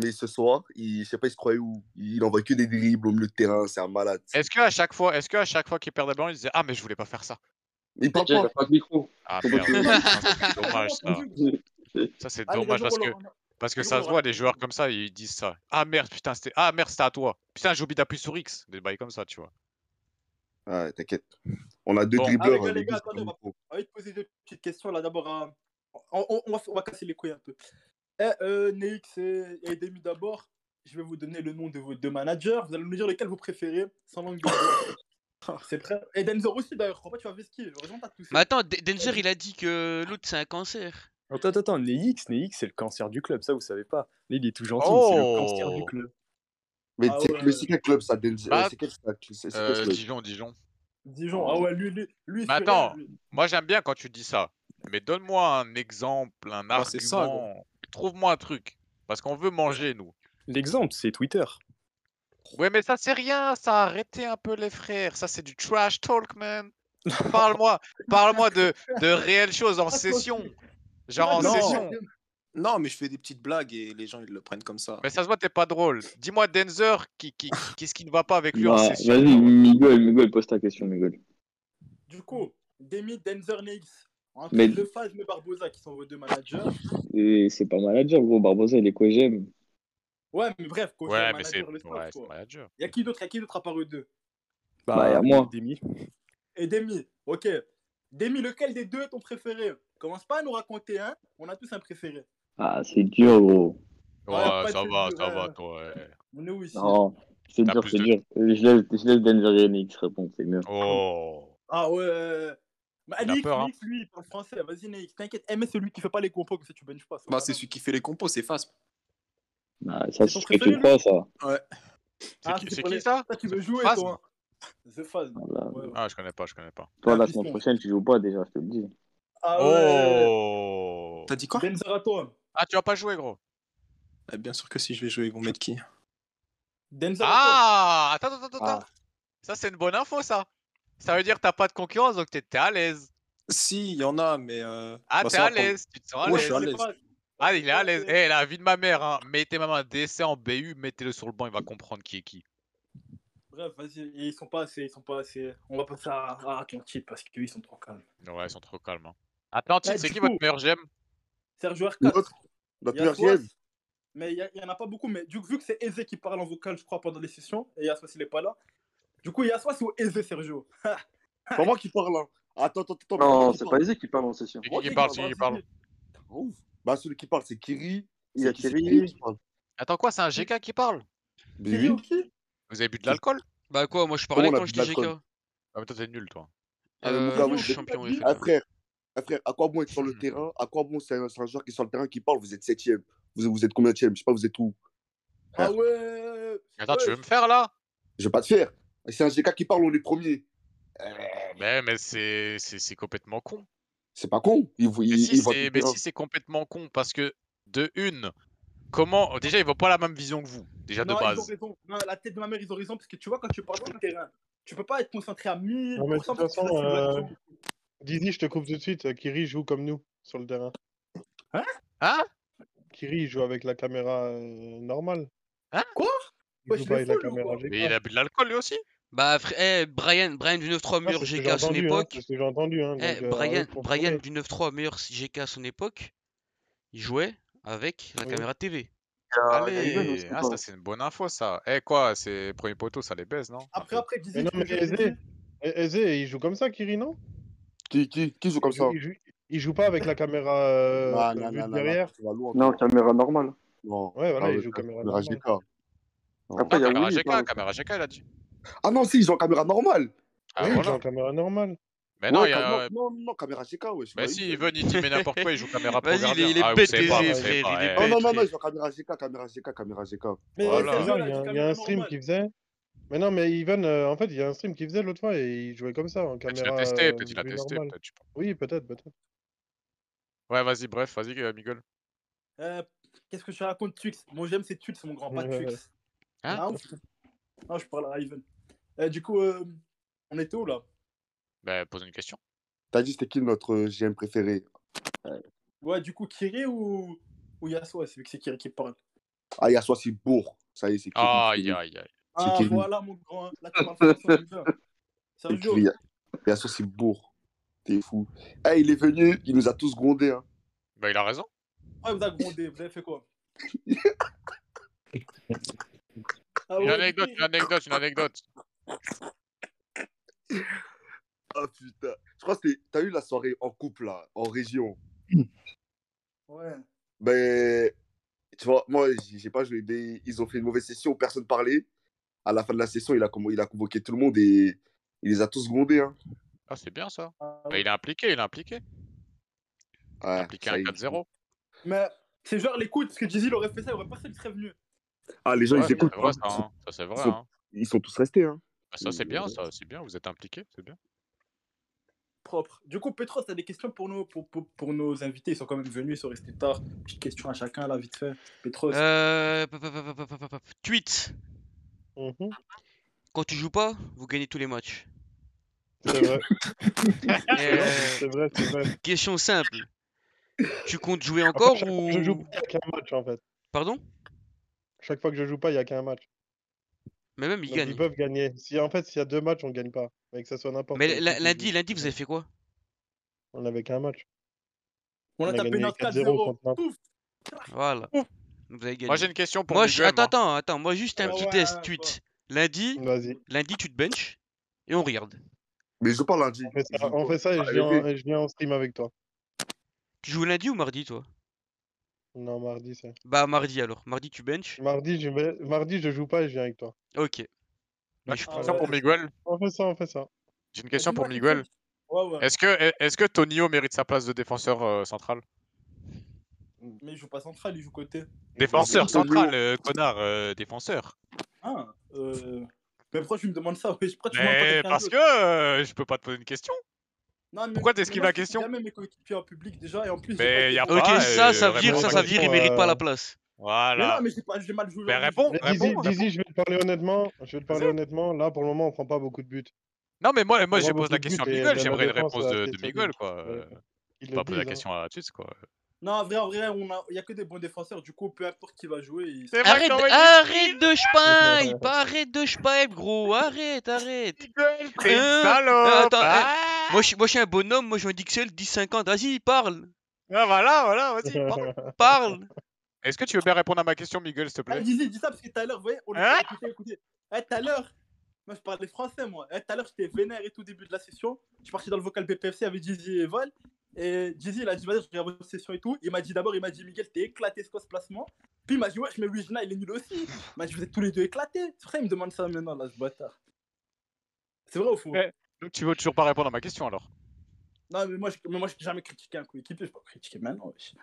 Speaker 9: Mais ce soir, il, je sais pas, il se croyait où. Il envoie que des dribbles au milieu de terrain, c'est un malade.
Speaker 3: Est-ce que à chaque fois, est-ce que à chaque fois qu'il perdait le ballon, il disait ah mais je voulais pas faire ça.
Speaker 9: Il parle
Speaker 3: Déjà, il
Speaker 9: pas.
Speaker 3: a pas de micro. Ah
Speaker 9: Faut pas
Speaker 3: merde,
Speaker 9: qu'il-
Speaker 3: putain, ça, c'est dommage ça. Ça c'est
Speaker 4: Allez,
Speaker 3: dommage
Speaker 4: vas-y,
Speaker 3: parce que
Speaker 4: Roland, on a-
Speaker 3: parce que
Speaker 4: vas-y,
Speaker 3: ça se
Speaker 4: Roland,
Speaker 3: voit, les joueurs comme ça, ils disent ça. Ah merde, putain, c'était ah merde, c'était à toi. Putain, j'ai oublié d'appuyer sur X. Des bails comme ça, tu vois.
Speaker 9: Ouais, t'inquiète. On a deux
Speaker 3: Bon.
Speaker 4: Ah les
Speaker 9: dribbleurs.
Speaker 4: gars,
Speaker 9: euh, les
Speaker 4: les
Speaker 9: deux,
Speaker 4: gars,
Speaker 9: c'est pas
Speaker 4: attendez, on va,
Speaker 9: bon.
Speaker 4: on va te poser deux petites questions là. D'abord, hein, on, on- on va, on va casser les couilles un peu. Eh, euh, Neix et, et Demi d'abord, je vais vous donner le nom de vos deux managers. Vous allez me dire lequel vous préférez, sans langue de bois. C'est prêt Et Denzer aussi d'ailleurs, je crois pas que tu vas vestir. Heureusement, t'as tout
Speaker 1: Mais attends, D- Denzer il a dit que l'autre c'est un cancer.
Speaker 15: Attends, attends, attends, Neix, Neix, c'est le cancer du club, ça vous savez pas. Là, il est tout gentil, mais c'est le cancer du
Speaker 3: Oh.
Speaker 15: club.
Speaker 9: Mais
Speaker 4: Ah
Speaker 9: c'est
Speaker 13: euh,
Speaker 4: ouais.
Speaker 9: mais c'est quel club ça Denz- euh,
Speaker 3: Bah,
Speaker 9: C'est quel c'est- c'est quel
Speaker 3: euh,
Speaker 9: club
Speaker 3: Dijon, Dijon.
Speaker 4: Dijon. Ah ouais, lui, lui, lui il se
Speaker 3: Mais
Speaker 4: fait rire,
Speaker 3: attends,
Speaker 4: lui.
Speaker 3: moi j'aime bien quand tu dis ça. Mais donne-moi un exemple, un
Speaker 15: Bah, c'est ça, gros.
Speaker 3: argument. Trouve-moi un truc. Parce qu'on veut manger, nous.
Speaker 15: L'exemple, c'est Twitter.
Speaker 3: Ouais, mais ça c'est rien, ça arrêtez un peu les frères, ça c'est du trash talk man.
Speaker 15: [laughs]
Speaker 3: Parle-moi, parle-moi de,
Speaker 4: [laughs]
Speaker 3: de réelles choses en session, genre en session.
Speaker 16: Non, mais je fais des petites blagues et les gens ils le prennent comme ça.
Speaker 3: Mais ça se voit, t'es pas drôle. Dis-moi Denzer, qui, qui, qu'est-ce qui ne va pas avec lui en
Speaker 13: Bah,
Speaker 3: session
Speaker 13: vas-y, Miguel, Miguel, pose ta question, Miguel.
Speaker 4: Du coup, Demi, Denzer, Neix, entre
Speaker 13: Mais-
Speaker 4: Le Fage et Barbosa qui sont vos deux managers.
Speaker 13: Et c'est pas manager, gros. Barbosa, il est quoi j'aime.
Speaker 4: Ouais, mais bref, coach,
Speaker 3: Ouais, mais c'est
Speaker 4: manager, le staff.
Speaker 3: ouais, c'est
Speaker 4: quoi.
Speaker 3: manager.
Speaker 4: Y a qui d'autre Y a qui d'autre à part eux deux
Speaker 13: Bah, y'a moi.
Speaker 4: Et Demi, ok. Demi, lequel des deux est ton préféré Commence pas à nous raconter, hein On a tous un préféré.
Speaker 13: Ah, c'est dur, gros.
Speaker 3: Ouais,
Speaker 4: Ah, pas
Speaker 3: ça
Speaker 4: de
Speaker 3: va,
Speaker 4: dur,
Speaker 3: ça va,
Speaker 4: hein.
Speaker 3: toi. ouais.
Speaker 4: On est où ici
Speaker 13: Non, c'est
Speaker 3: T'as
Speaker 13: dur,
Speaker 3: plus
Speaker 13: c'est
Speaker 3: de-
Speaker 13: dur. Je laisse, je laisse Denver et Nix répondre, c'est mieux.
Speaker 3: Oh.
Speaker 4: Ah ouais. Bah,
Speaker 13: Il a
Speaker 4: Nix,
Speaker 13: peur, hein.
Speaker 4: Nix, lui, il parle français. Vas-y, Nix, t'inquiète. Eh, mais c'est lui qui fait pas les compos, comme ça tu benches pas.
Speaker 16: Bah, c'est celui qui fait les compos, c'est Fasp.
Speaker 13: Bah, ça,
Speaker 16: C'est ton
Speaker 13: c'est ce que tu
Speaker 16: préféré, lui
Speaker 13: crois, ça.
Speaker 16: Ouais.
Speaker 3: C'est
Speaker 4: Ah,
Speaker 3: qui,
Speaker 4: c'est
Speaker 3: c'est
Speaker 4: pour
Speaker 3: qui,
Speaker 4: les-
Speaker 3: ça
Speaker 4: Toi, tu veux jouer,
Speaker 3: Phasm
Speaker 4: toi hein The Phasm.
Speaker 13: Voilà.
Speaker 4: Ouais, ouais.
Speaker 3: Ah, je connais pas, je connais pas.
Speaker 13: Toi,
Speaker 4: Ah,
Speaker 13: la
Speaker 4: piston.
Speaker 13: semaine prochaine, tu joues pas déjà, je te le dis.
Speaker 4: Ah ouais.
Speaker 3: Oh.
Speaker 16: T'as dit quoi
Speaker 4: Denzer à toi.
Speaker 3: Ah, tu vas pas jouer, gros.
Speaker 16: Eh, Bien sûr que si je vais jouer, ils vont mettre qui
Speaker 4: Denzer
Speaker 3: Ah, attends, attends, attends,
Speaker 16: Ah.
Speaker 3: attends. Ça, c'est une bonne info, ça. Ça veut dire que t'as pas de concurrence, donc t'es t'es à l'aise.
Speaker 16: Si, il y en a, mais. euh,
Speaker 3: Ah,
Speaker 16: bah,
Speaker 3: t'es
Speaker 16: ça va
Speaker 3: à
Speaker 16: prendre-
Speaker 3: l'aise, tu te sens à
Speaker 16: Ouais, je suis à
Speaker 3: l'aise.
Speaker 16: l'aise.
Speaker 3: Ah, il est à l'aise. Eh, la vie de ma mère, hein. Mettez même un décès en BU, mettez-le sur le banc, il va comprendre qui est qui.
Speaker 4: Bref, vas-y, ils sont pas assez, ils sont pas assez. On va passer à, à Atlantique parce qu'eux ils sont trop calmes.
Speaker 3: Ouais, ils sont trop calmes. hein. Atlantique,
Speaker 4: Eh,
Speaker 3: c'est
Speaker 4: du
Speaker 3: qui votre
Speaker 4: coup,
Speaker 3: meilleur GM
Speaker 4: Sergio R4.
Speaker 3: Notre- notre
Speaker 4: il y a
Speaker 3: meilleur
Speaker 4: Soas,
Speaker 3: GM.
Speaker 4: Mais il y, a- il y en a pas beaucoup, mais du, vu que c'est Eze qui parle en vocal, je crois, pendant les sessions, et Yaswas il est pas là. Du coup, Yaswas ou Eze, Sergio
Speaker 9: Pas moi qui parle. hein. Attends, attends, attends.
Speaker 7: Non,
Speaker 9: moi
Speaker 7: c'est pas Isaac qui parle en session.
Speaker 9: Moi qui parle, moi qui parle. Ouf. Bah, celui qui parle, c'est Kiri.
Speaker 7: Il y a
Speaker 9: C'est qui, c'est
Speaker 7: Kiri.
Speaker 9: qui parle
Speaker 3: Attends, quoi, c'est un GK qui parle
Speaker 9: Mais Bah oui.
Speaker 3: Vous avez bu de l'alcool
Speaker 1: Bah quoi, moi je
Speaker 9: Comment
Speaker 1: parlais
Speaker 9: on a
Speaker 1: quand
Speaker 9: bu de
Speaker 1: j'étais GK.
Speaker 9: l'alcool
Speaker 3: Ah, mais toi, t'es nul, toi.
Speaker 9: Ah, mais mon
Speaker 1: Euh,
Speaker 9: gars,
Speaker 1: non,
Speaker 9: oui,
Speaker 1: je suis
Speaker 9: mais-
Speaker 1: champion, les
Speaker 9: Ah,
Speaker 1: frères.
Speaker 9: frère, ah, frère, à quoi bon être sur le terrain À quoi bon c'est un, c'est un joueur qui est sur le terrain qui parle Vous êtes septième. Vous, vous êtes combien de Je sais pas, vous êtes où
Speaker 4: Ah ouais
Speaker 3: Attends, tu veux me faire là
Speaker 9: Je vais pas te faire. C'est un GK qui parle, on est premier.
Speaker 3: Mais, mais c'est c'est- c'est complètement con.
Speaker 9: C'est pas con. Il,
Speaker 3: Mais
Speaker 9: il-
Speaker 3: si,
Speaker 9: il voit
Speaker 3: c'est-
Speaker 9: tout
Speaker 3: mais
Speaker 9: bien.
Speaker 3: si, c'est complètement con parce que de une, comment déjà ils n'ont pas la même vision que vous déjà
Speaker 4: non,
Speaker 3: de
Speaker 4: ils ont
Speaker 3: base.
Speaker 4: raison. Non, la tête de ma mère, ils ont raison parce que tu vois, quand tu parles sur le terrain, tu peux pas être concentré à 1000%
Speaker 8: Non, mais de toute
Speaker 4: parce que
Speaker 8: façon,
Speaker 4: ça, c'est
Speaker 8: euh,
Speaker 4: l'action.
Speaker 8: Dizzy, je te coupe tout de suite. euh, Kiri joue comme nous sur le terrain.
Speaker 4: Hein
Speaker 3: Hein
Speaker 8: Kiri il joue avec la caméra euh, normale.
Speaker 3: Hein
Speaker 4: Quoi
Speaker 8: Il joue pas avec la caméra
Speaker 3: Mais il a bu de l'alcool lui aussi
Speaker 1: Bah, frère, eh, Brian, Brian du 9-3 meilleur
Speaker 8: Ah, c'est ce que
Speaker 1: GK
Speaker 8: j'ai
Speaker 1: à son
Speaker 8: entendu, hein,
Speaker 1: époque.
Speaker 8: c'est ce que j'ai entendu, hein,
Speaker 1: Eh,
Speaker 8: donc, euh,
Speaker 1: Brian,
Speaker 8: eux, faut
Speaker 1: Brian
Speaker 8: tourner.
Speaker 1: du 9-3 meilleur GK à son époque, il jouait avec la
Speaker 3: Oui.
Speaker 1: caméra TV.
Speaker 3: Allez, ah, ça c'est une bonne info ça. Eh quoi, c'est premier poteau, ça les baise non Un
Speaker 4: Après,
Speaker 3: peu.
Speaker 4: après, Dizzy,
Speaker 8: Mais non, mais Aizé, Aizé, il joue comme ça, Kiri, non
Speaker 9: Qui, qui, qui joue comme
Speaker 8: il joue,
Speaker 9: ça
Speaker 8: il, joue, il joue pas avec la caméra euh,
Speaker 9: Non,
Speaker 8: vue
Speaker 9: non,
Speaker 8: de
Speaker 9: non, non, non,
Speaker 8: derrière.
Speaker 9: tu vas loin,
Speaker 17: Non,
Speaker 9: toi.
Speaker 17: caméra normale.
Speaker 9: Non.
Speaker 8: Ouais, voilà,
Speaker 9: Ah
Speaker 8: il
Speaker 9: ouais,
Speaker 8: joue caméra
Speaker 9: caméra
Speaker 8: normale.
Speaker 9: GK. Non.
Speaker 17: Après, il y a
Speaker 3: Ah, Caméra
Speaker 17: Willy.
Speaker 3: GK, caméra GK, il a dit.
Speaker 9: Ah non, si, ils ont caméra normale.
Speaker 3: Ah
Speaker 8: oui, il joue
Speaker 3: voilà.
Speaker 8: en caméra normale.
Speaker 3: Mais non,
Speaker 9: Ouais,
Speaker 3: il y
Speaker 9: cam- non,
Speaker 3: a.
Speaker 9: non, non, caméra GK, ouais, je
Speaker 3: Mais
Speaker 9: m'avais
Speaker 3: si, Ivan, il dit mais n'importe quoi, il joue caméra pro
Speaker 1: Vas-y, il est-
Speaker 3: gardien.
Speaker 1: il est
Speaker 3: Ah, vous
Speaker 1: bête,
Speaker 3: savez pas,
Speaker 1: Aizé,
Speaker 3: vous savez
Speaker 1: frère, il
Speaker 3: pas.
Speaker 1: est
Speaker 3: eh.
Speaker 9: Non, non,
Speaker 1: bête,
Speaker 9: non, non,
Speaker 1: frère.
Speaker 9: ils ont caméra GK, caméra GK, caméra GK.
Speaker 4: Mais
Speaker 3: Voilà.
Speaker 4: Sergio,
Speaker 8: D'ailleurs,
Speaker 4: il
Speaker 8: il y a un- il
Speaker 4: a dit
Speaker 8: y a
Speaker 4: caméra
Speaker 8: un stream
Speaker 4: normale.
Speaker 8: qui faisait. Mais non, mais Ivan, euh, en fait, il y a un stream qui faisait l'autre fois et il jouait comme ça, en
Speaker 3: Peut-être il a
Speaker 8: caméra
Speaker 3: Bah, testé,
Speaker 8: euh,
Speaker 3: peut-être il a
Speaker 8: vue
Speaker 3: testé,
Speaker 8: normale.
Speaker 3: peut-être. je sais pas.
Speaker 8: Oui, peut-être, peut-être.
Speaker 3: Ouais, vas-y, bref, vas-y, euh, Miguel.
Speaker 4: Euh, Qu'est-ce que tu racontes, Tux Mon j'aime, c'est Tux, mon grand, pas
Speaker 9: Euh,
Speaker 4: Tux.
Speaker 3: Hein
Speaker 4: Ah, ouf. Non, je parle à Ivan. Euh, du coup, euh, on était où là
Speaker 3: Bah, pose une question.
Speaker 9: T'as dit, c'était qui notre euh, GM préféré
Speaker 4: Ouais, du coup, Kiri ou, ou Yasuo, c'est vu que c'est Kiri qui parle.
Speaker 9: Ah, Yasua, c'est bourg. Ça y est, c'est Kiri. c'est
Speaker 3: Aïe,
Speaker 9: Kiri.
Speaker 3: aïe, aïe.
Speaker 9: C'est
Speaker 4: Ah,
Speaker 9: Kiri.
Speaker 4: voilà, mon grand. Là, tu parles français, j'aime
Speaker 9: [laughs]
Speaker 4: bien.
Speaker 9: C'est
Speaker 4: Sergio,
Speaker 9: Kiri. Yasua, c'est bourg. T'es fou. Eh, il est venu, il nous a tous grondés. Hein.
Speaker 3: Bah, il a raison.
Speaker 4: ah, vous avez grondé, vous avez
Speaker 9: [laughs]
Speaker 4: fait quoi Ah
Speaker 3: Une
Speaker 4: ouais,
Speaker 3: anecdote, une anecdote, une anecdote.
Speaker 9: Ah putain. Je crois que c'était- t'as eu la soirée en couple, là, en région.
Speaker 4: Ouais.
Speaker 9: Mais tu vois, moi, j'ai j'ai pas joué. mais ils ont fait une mauvaise session, personne parlait. À la fin de la session, il a, convo- il a convoqué tout le monde et il les a tous grondés. Hein.
Speaker 3: Ah, c'est bien ça.
Speaker 4: Ah
Speaker 3: Bah,
Speaker 4: ouais.
Speaker 3: il est impliqué, il est impliqué. Il a
Speaker 9: Ouais,
Speaker 3: impliqué un
Speaker 9: Ah, ça y est.
Speaker 3: 4-0.
Speaker 4: Mais ces joueurs l'écoutent, parce que Jizzy l'aurait fait ça, il aurait personne qui serait venu.
Speaker 9: Ah, les gens,
Speaker 3: Ouais,
Speaker 9: ils
Speaker 3: ça
Speaker 9: écoutent.
Speaker 3: c'est vrai,
Speaker 9: hein.
Speaker 3: ça.
Speaker 9: Ils, sont,
Speaker 3: hein. Ça c'est
Speaker 9: ils
Speaker 3: vrai.
Speaker 9: sont-
Speaker 3: Hein.
Speaker 9: ils sont tous restés. Hein.
Speaker 3: Bah, ça c'est bien, ça c'est bien. Vous êtes impliqué, c'est bien.
Speaker 4: Propre. Du coup, Petros, t'as des questions pour nos, pour, pour, pour nos invités, ils sont quand même venus, ils sont restés tard. Petite question à chacun, là, vite fait. Petros.
Speaker 1: Euh, pop, pop, pop, pop, pop, pop, pop. Tweet.
Speaker 8: Mhm.
Speaker 1: Quand tu joues pas, vous gagnez tous les matchs.
Speaker 8: C'est
Speaker 1: [laughs]
Speaker 8: vrai. C'est vrai,
Speaker 1: Euh,
Speaker 8: c'est vrai, c'est vrai.
Speaker 1: question simple. Tu comptes jouer
Speaker 8: En fait,
Speaker 1: encore
Speaker 8: chaque fois que je joue
Speaker 1: ou...
Speaker 8: pas, il n'y a qu'un match, en fait.
Speaker 1: Pardon?
Speaker 8: Chaque fois que je joue pas, il n'y a qu'un match.
Speaker 1: Mais même, il
Speaker 8: Donc, ils
Speaker 1: gagne.
Speaker 8: peuvent gagner. Si, en fait, s'il y a deux matchs, on gagne pas. Mais que ça soit n'importe
Speaker 1: Mais
Speaker 8: quelle
Speaker 1: la-
Speaker 8: équipe qui
Speaker 1: lundi,
Speaker 8: joue.
Speaker 1: lundi, vous avez fait quoi?
Speaker 8: On avait qu'un match.
Speaker 4: On a
Speaker 8: On a
Speaker 4: tapé
Speaker 8: gagné
Speaker 4: notre
Speaker 8: 4-0
Speaker 4: 4-0.
Speaker 8: contre Naples.
Speaker 4: Ouf.
Speaker 1: Voilà.
Speaker 3: Ouh.
Speaker 1: Vous avez
Speaker 3: Moi j'ai
Speaker 1: gagné.
Speaker 3: une question pour
Speaker 1: Moi, je-
Speaker 3: Miguel.
Speaker 1: attends,
Speaker 3: Moi.
Speaker 1: attends, attends. Moi, juste un
Speaker 4: Ah
Speaker 3: Vas-y.
Speaker 1: petit
Speaker 4: ouais,
Speaker 1: test.
Speaker 4: bon.
Speaker 1: Tweet. Lundi,
Speaker 8: Vas-y.
Speaker 1: lundi, tu te benches et on regarde.
Speaker 9: Mais je parle lundi.
Speaker 8: On fait
Speaker 9: Ils
Speaker 8: ça,
Speaker 9: jouent
Speaker 8: on
Speaker 9: pas.
Speaker 8: fait ça et
Speaker 9: Ah,
Speaker 8: je
Speaker 9: les
Speaker 8: viens,
Speaker 9: mecs,
Speaker 8: et je viens en stream avec toi.
Speaker 1: Tu joues lundi ou mardi, toi?
Speaker 8: Non, mardi, c'est.
Speaker 1: Bah, mardi alors. Mardi, tu benches.
Speaker 8: Mardi, je vais... mardi, je joue pas et je viens avec toi.
Speaker 1: Ok. Mais je
Speaker 4: Ah
Speaker 3: J'ai une
Speaker 1: pense.
Speaker 3: question
Speaker 4: ouais.
Speaker 3: pour Miguel.
Speaker 8: On fait ça, on fait ça.
Speaker 3: J'ai une
Speaker 4: Euh,
Speaker 3: question pour
Speaker 4: Dis-moi,
Speaker 3: Miguel.
Speaker 4: Tux. Ouais, ouais.
Speaker 3: Est-ce que est-ce que Tonio mérite sa place de défenseur euh, central euh,
Speaker 4: Mais il joue pas central, il joue côté.
Speaker 3: Défenseur
Speaker 17: Tonio.
Speaker 3: central, euh, connard, euh, défenseur.
Speaker 4: Ah, euh... Mais pourquoi tu me demandes ça wesh Pourquoi tu me demandes pas
Speaker 3: Mais
Speaker 4: quelqu'un
Speaker 3: parce que
Speaker 4: d'autre
Speaker 3: euh, je peux pas te poser une question.
Speaker 4: Non, mais,
Speaker 3: Pourquoi t'esquives
Speaker 4: mais moi,
Speaker 3: la
Speaker 4: je critique
Speaker 3: question
Speaker 4: jamais mes coéquipiers en public déjà, et en plus, j'ai pas
Speaker 3: Mais
Speaker 4: été
Speaker 3: y a
Speaker 4: bon.
Speaker 1: Ok,
Speaker 3: pas.
Speaker 1: ça,
Speaker 3: euh,
Speaker 1: ça vire,
Speaker 3: réponds à
Speaker 1: ça,
Speaker 3: ma
Speaker 1: ça
Speaker 8: Franchement,
Speaker 1: vire,
Speaker 3: question.
Speaker 1: il mérite pas la
Speaker 8: euh,
Speaker 1: place.
Speaker 4: Mais non,
Speaker 3: Voilà.
Speaker 4: mais j'ai pas, j'ai mal joué
Speaker 3: Ah Mais
Speaker 4: aujourd'hui.
Speaker 3: réponds,
Speaker 8: Mais
Speaker 3: réponds,
Speaker 8: Dizzy,
Speaker 3: réponds.
Speaker 8: Dizzy, je vais te parler honnêtement. Je vais te parler
Speaker 3: Vas-y.
Speaker 8: honnêtement. Là, pour le moment, on prend pas beaucoup de buts.
Speaker 3: Non, mais moi, moi
Speaker 8: On
Speaker 3: je
Speaker 8: prend
Speaker 3: pose
Speaker 8: beaucoup
Speaker 3: la
Speaker 8: de buts
Speaker 3: question à
Speaker 8: et
Speaker 3: Miguel.
Speaker 8: de la
Speaker 3: J'aimerais une
Speaker 8: défense euh,
Speaker 3: réponse de,
Speaker 8: assez
Speaker 3: de
Speaker 8: solide.
Speaker 3: Miguel, quoi.
Speaker 8: Euh,
Speaker 3: euh,
Speaker 8: Ils
Speaker 3: Pas
Speaker 8: le
Speaker 3: poser la
Speaker 8: disent, hein.
Speaker 3: question à Tuts, quoi.
Speaker 4: Non, en vrai, en vrai, on a... y a que des bons défenseurs, du coup, peu importe qui va jouer. il-
Speaker 3: C'est vrai que
Speaker 1: Arrête,
Speaker 3: t'envoies
Speaker 1: arrête de spaille, pas arrête Ah, de spaille, gros, arrête, arrête.
Speaker 3: Miguel, t'es une
Speaker 1: Hein Euh,
Speaker 3: salope.
Speaker 1: attends, hein,
Speaker 3: Ah,
Speaker 1: moi, je, suis- moi je suis un bonhomme, moi je suis un Dixel, 10-50, vas-y, parle,
Speaker 3: Ah, voilà, voilà, vas-y, parle.
Speaker 4: [laughs]
Speaker 1: parle.
Speaker 3: Est-ce que tu veux bien répondre à ma question, Miguel, s'il te
Speaker 4: Ah,
Speaker 3: plaît
Speaker 4: Dizzy, dis ça parce que tout à l'heure, vous voyez, on était
Speaker 3: Hein
Speaker 4: écoutez, écoutez. Eh, tout à l'heure, moi je parlais français, moi. Eh, tout à l'heure, j'étais vénère et tout au début de la session. Je suis parti dans le vocal BPFC avec Dizzy et Vol. Et Dizzy, il a dit, vas-y, je regarde votre session et tout. Il m'a dit d'abord, il m'a dit, Miguel, t'es éclaté, ce quoi ce placement Puis il m'a dit, ouais, mais Wijna, il est nul aussi. Il m'a dit, vous êtes tous les deux éclatés. C'est pour ça qu'il me demande ça maintenant, là, ce bâtard. C'est vrai ou faux
Speaker 3: Eh, Donc tu veux toujours pas répondre à ma question alors
Speaker 4: Non, mais moi, je, mais moi, je jamais critiqué un coéquipier. Je peux pas critiquer maintenant, wesh.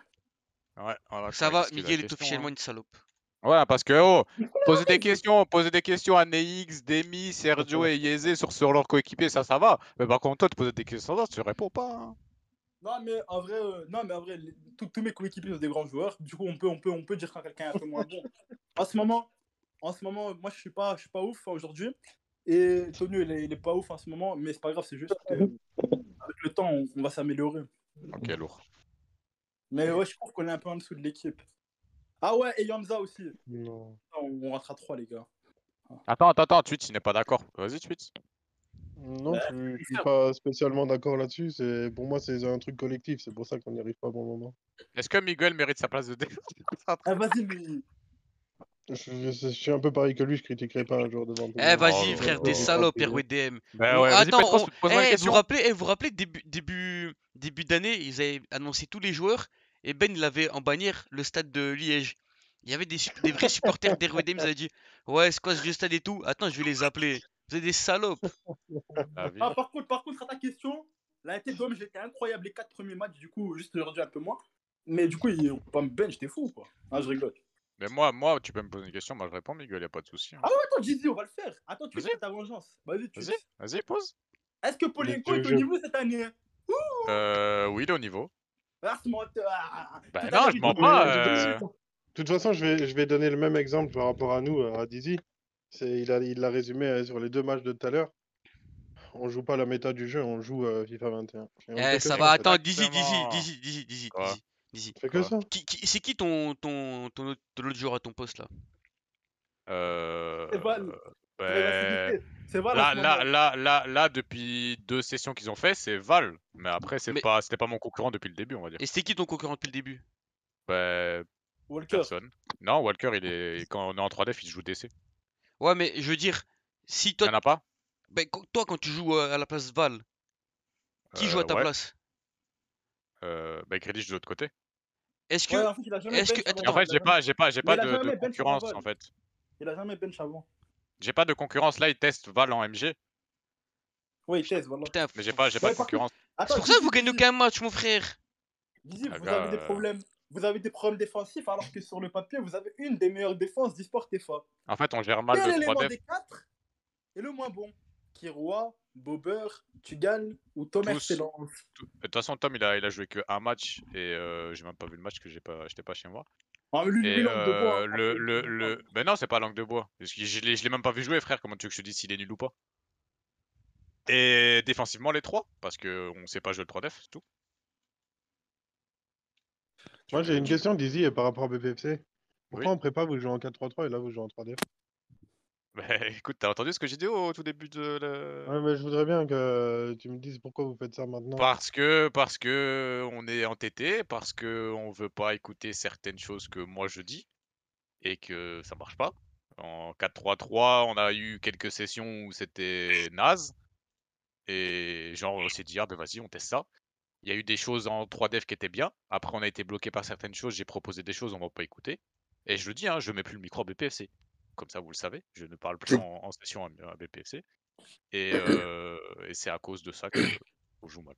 Speaker 3: Ouais, voilà,
Speaker 1: Ça
Speaker 3: quoi,
Speaker 1: va,
Speaker 3: esquive la
Speaker 1: Miguel est
Speaker 3: question.
Speaker 1: officiellement
Speaker 3: hein.
Speaker 1: une salope.
Speaker 3: Voilà, parce que, oh, poser des questions, poser des questions à Neix, Demi, Sergio et Yeze sur, sur leurs coéquipiers, ça, ça va. Mais par contre, toi, te poser des questions, tu réponds pas. hein.
Speaker 4: Non, mais en vrai, euh, non, mais en vrai les- tous- tous mes coéquipiers sont des grands joueurs. Du coup, on peut, on peut, on peut dire quand quelqu'un est un peu moins bon. En ce moment, en ce moment moi, je suis pas, je suis pas ouf hein, aujourd'hui. Et Tony, il est, il est pas ouf en ce moment, mais c'est pas grave, c'est juste que avec le temps, on, on va s'améliorer. Ah,
Speaker 3: Ok, lourd.
Speaker 4: Mais ouais, je trouve qu'on est un peu en dessous de l'équipe. Ah ouais, et Yamza aussi. On, on rentre à 3, les gars.
Speaker 3: Attends, attends, attends, Twitch, il n'est pas d'accord. Vas-y, Twitch.
Speaker 8: Non, je je suis pas spécialement d'accord là-dessus. C'est pour moi, c'est un truc collectif. C'est pour ça qu'on n'y arrive pas pour le moment.
Speaker 3: Est-ce que Miguel mérite sa place de défense
Speaker 4: vas-y, lui.
Speaker 8: Je, je- je suis un peu pareil que lui. Je critiquerai pas un joueur devant.
Speaker 1: Eh,
Speaker 3: Oh,
Speaker 1: vas-y, frère, t'es salope, RWDM.
Speaker 3: Ben
Speaker 1: Vous- attends, on- eh, vous rappelez, eh, vous rappelez début, début, début d'année, ils avaient annoncé tous les joueurs et Ben il avait en bannière le stade de Liège. Il y avait des, sup- des vrais supporters d'RWDM, ils avaient dit Ouais, c'est quoi ce vieux stade et tout Attends, je vais les appeler. Vous êtes des
Speaker 8: [laughs]
Speaker 1: salopes.
Speaker 4: Ah, par contre, par contre, à ta question, la tête d'homme, j'étais incroyable les quatre premiers matchs, du coup, juste aujourd'hui un peu moins. Mais du coup, il- on peut pas me bench, t'es fou, quoi. Ah, je rigole.
Speaker 3: Mais moi, moi, tu peux me poser une question, moi je réponds, Miguel, y a pas de souci. hein.
Speaker 4: Ah ouais, attends, j'ai dit, on va le faire. Attends, tu fais ta vengeance. Vas-y, tu
Speaker 3: Vas-y, vas-y, pose.
Speaker 4: Est-ce que Paulinho
Speaker 3: Mais
Speaker 4: est
Speaker 3: je-
Speaker 4: au niveau cette année
Speaker 3: Euh, oui, il est au niveau.
Speaker 4: Ah, ce menteur. Ah,
Speaker 3: Bah
Speaker 4: tout à
Speaker 3: non,
Speaker 4: l'heure,
Speaker 3: je
Speaker 4: il-
Speaker 3: m'en bats. euh.
Speaker 8: De toute façon, je vais, je vais donner le même exemple par rapport à nous, à Dizzy. C'est- Il l'a il l'a résumé euh, sur les deux matchs de tout à l'heure. On joue pas la méta du jeu, on joue euh, FIFA 21. Et on fait
Speaker 1: Eh,
Speaker 8: que
Speaker 1: ça
Speaker 8: en
Speaker 1: va,
Speaker 8: fait.
Speaker 1: attends, Dizzy, Dizzy, Dizzy, Dizzy, Dizzy, Dizzy, Dizzy.
Speaker 8: Fais que ça.
Speaker 1: Qui- qui- C'est qui ton, ton, ton, autre, ton autre joueur à ton poste là
Speaker 3: Euh...
Speaker 4: C'est Val.
Speaker 3: ben,
Speaker 4: Réversibilité. C'est Val en
Speaker 3: là,
Speaker 4: ce
Speaker 3: là,
Speaker 4: moment.
Speaker 3: là, là, là, depuis deux sessions qu'ils ont fait, c'est Val. Mais après, c'est pas, c'était pas mon concurrent depuis le début, on va dire.
Speaker 1: Et c'était qui ton concurrent depuis le début
Speaker 3: Ben,
Speaker 4: Walker.
Speaker 3: Personne. Non, Walker, il est... quand on est en 3def, il joue DC.
Speaker 1: Ouais, mais je veux dire, si toi.
Speaker 3: Y'en a pas
Speaker 1: Ben, quand- toi, quand tu joues euh, à la place Val, qui joue à
Speaker 3: Euh,
Speaker 1: ta
Speaker 3: ouais.
Speaker 1: place
Speaker 3: Euh, ben, Grealish de l'autre côté.
Speaker 1: Est-ce que.
Speaker 4: Ouais, en fait, il a jamais
Speaker 1: est-ce que.
Speaker 4: bench avant
Speaker 1: attends,
Speaker 3: Et en
Speaker 4: Val,
Speaker 3: fait,
Speaker 4: il a
Speaker 3: j'ai
Speaker 4: jamais-
Speaker 3: pas, j'ai pas, j'ai
Speaker 4: Mais
Speaker 3: pas
Speaker 4: il a
Speaker 3: de,
Speaker 4: jamais
Speaker 3: de
Speaker 4: bench avant
Speaker 3: concurrence,
Speaker 4: Val.
Speaker 3: en fait.
Speaker 4: Il a jamais bench avant.
Speaker 3: J'ai pas de concurrence. Là, il teste Val en MG.
Speaker 4: Oui, il teste, voilà.
Speaker 1: Putain,
Speaker 3: Mais j'ai pas, j'ai pas de concurrence.
Speaker 1: C'est pour ça que vous gagnez aucun match, mon frère.
Speaker 4: Dizzy,
Speaker 3: Ah,
Speaker 4: vous
Speaker 3: gars,
Speaker 4: avez des
Speaker 3: euh.
Speaker 4: problèmes. Vous avez des problèmes défensifs alors que sur le papier, vous avez une des meilleures défenses d'e-sport TFA.
Speaker 3: En fait, on gère mal
Speaker 4: Quel
Speaker 3: le
Speaker 4: élément
Speaker 3: 3def.
Speaker 4: des quatre est le moins bon Kiroi, Bobber, Tugal ou Thomas
Speaker 3: Tous.
Speaker 4: Excellence
Speaker 3: Tout- De toute façon, Tom, il a, il a joué que un match et euh, j'ai même pas vu le match que j'ai pas, j'étais pas chez moi.
Speaker 4: Ah, mais lui,
Speaker 3: Et,
Speaker 4: lui, langue de bois,
Speaker 3: euh,
Speaker 4: hein,
Speaker 3: le, le, le... Mais non, c'est pas langue de bois. Parce que Je l'ai, je l'ai même pas vu jouer, frère. Comment tu veux que je te dise s'il est nul ou pas Et défensivement, les trois, parce que on sait pas jouer le 3def, c'est tout. [laughs]
Speaker 8: Moi, j'ai une question, Dizzy, et par rapport à BPFC. Pourquoi
Speaker 3: Oui.
Speaker 8: en prépa, vous jouez en 4-3-3 et là, vous jouez en 3D
Speaker 3: Mais Bah, écoute, t'as entendu ce que j'ai dit au tout début de le...
Speaker 8: Ouais, mais je voudrais bien que euh, tu me dises pourquoi vous faites ça maintenant.
Speaker 3: Parce que parce que on est entêté, parce que on veut pas écouter certaines choses que moi je dis et que ça marche pas. En 4-3-3, on a eu quelques sessions où c'était naze et genre on s'est dit ah ben vas-y on teste ça. Il y a eu des choses en 3DF qui étaient bien. Après on a été bloqué par certaines choses. J'ai proposé des choses, on m'a pas écouté. Et je le dis, hein, je mets plus le micro à BPFC. Comme ça vous le savez, je ne parle plus en, en session à, à BPFC. Et, euh, et c'est à cause de ça que on joue mal.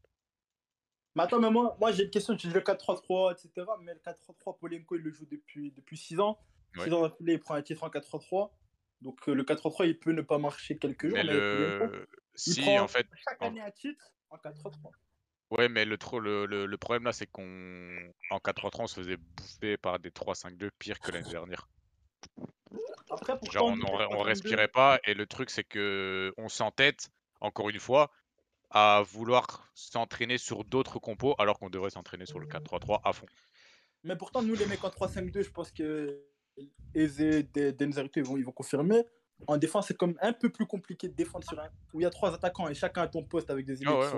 Speaker 4: Mais attends, mais moi, moi j'ai une question. Tu dis le 4-3-3, etc. Mais le 4-3-3, Polenko, il le joue depuis, depuis 6 ans.
Speaker 3: Ouais.
Speaker 4: 6 ans d'affilée, il prend un titre en 4-3-3. Donc euh, le 4-3-3, il peut ne pas marcher quelques jours.
Speaker 3: Mais
Speaker 4: mais Polenko,
Speaker 3: le...
Speaker 4: il
Speaker 3: Si,
Speaker 4: prend
Speaker 3: en fait...
Speaker 4: chaque
Speaker 3: en-
Speaker 4: année un titre en 4-3-3.
Speaker 3: Ouais, mais le, tro- le, le, le problème là, c'est qu'on... En 4-3-3, on se faisait bouffer par des 3-5-2 pire que
Speaker 4: [laughs]
Speaker 3: l'année dernière.
Speaker 4: Après, pourquoi
Speaker 3: Genre, on,
Speaker 4: dit
Speaker 3: on, re- on
Speaker 4: 4-3-3-2?
Speaker 3: respirait pas. Et le truc, c'est que on s'entête, encore une fois, à vouloir s'entraîner sur d'autres compos, alors qu'on devrait s'entraîner sur le 4-3-3 à fond.
Speaker 4: Mais pourtant, nous, les mecs en 3-5-2, je pense que Eze et De- Denzarito, ils vont, ils vont confirmer. En défense, c'est comme un peu plus compliqué de défendre sur un... où il y a trois attaquants et chacun à ton poste avec des équipes
Speaker 3: Ah ouais,
Speaker 4: qui sont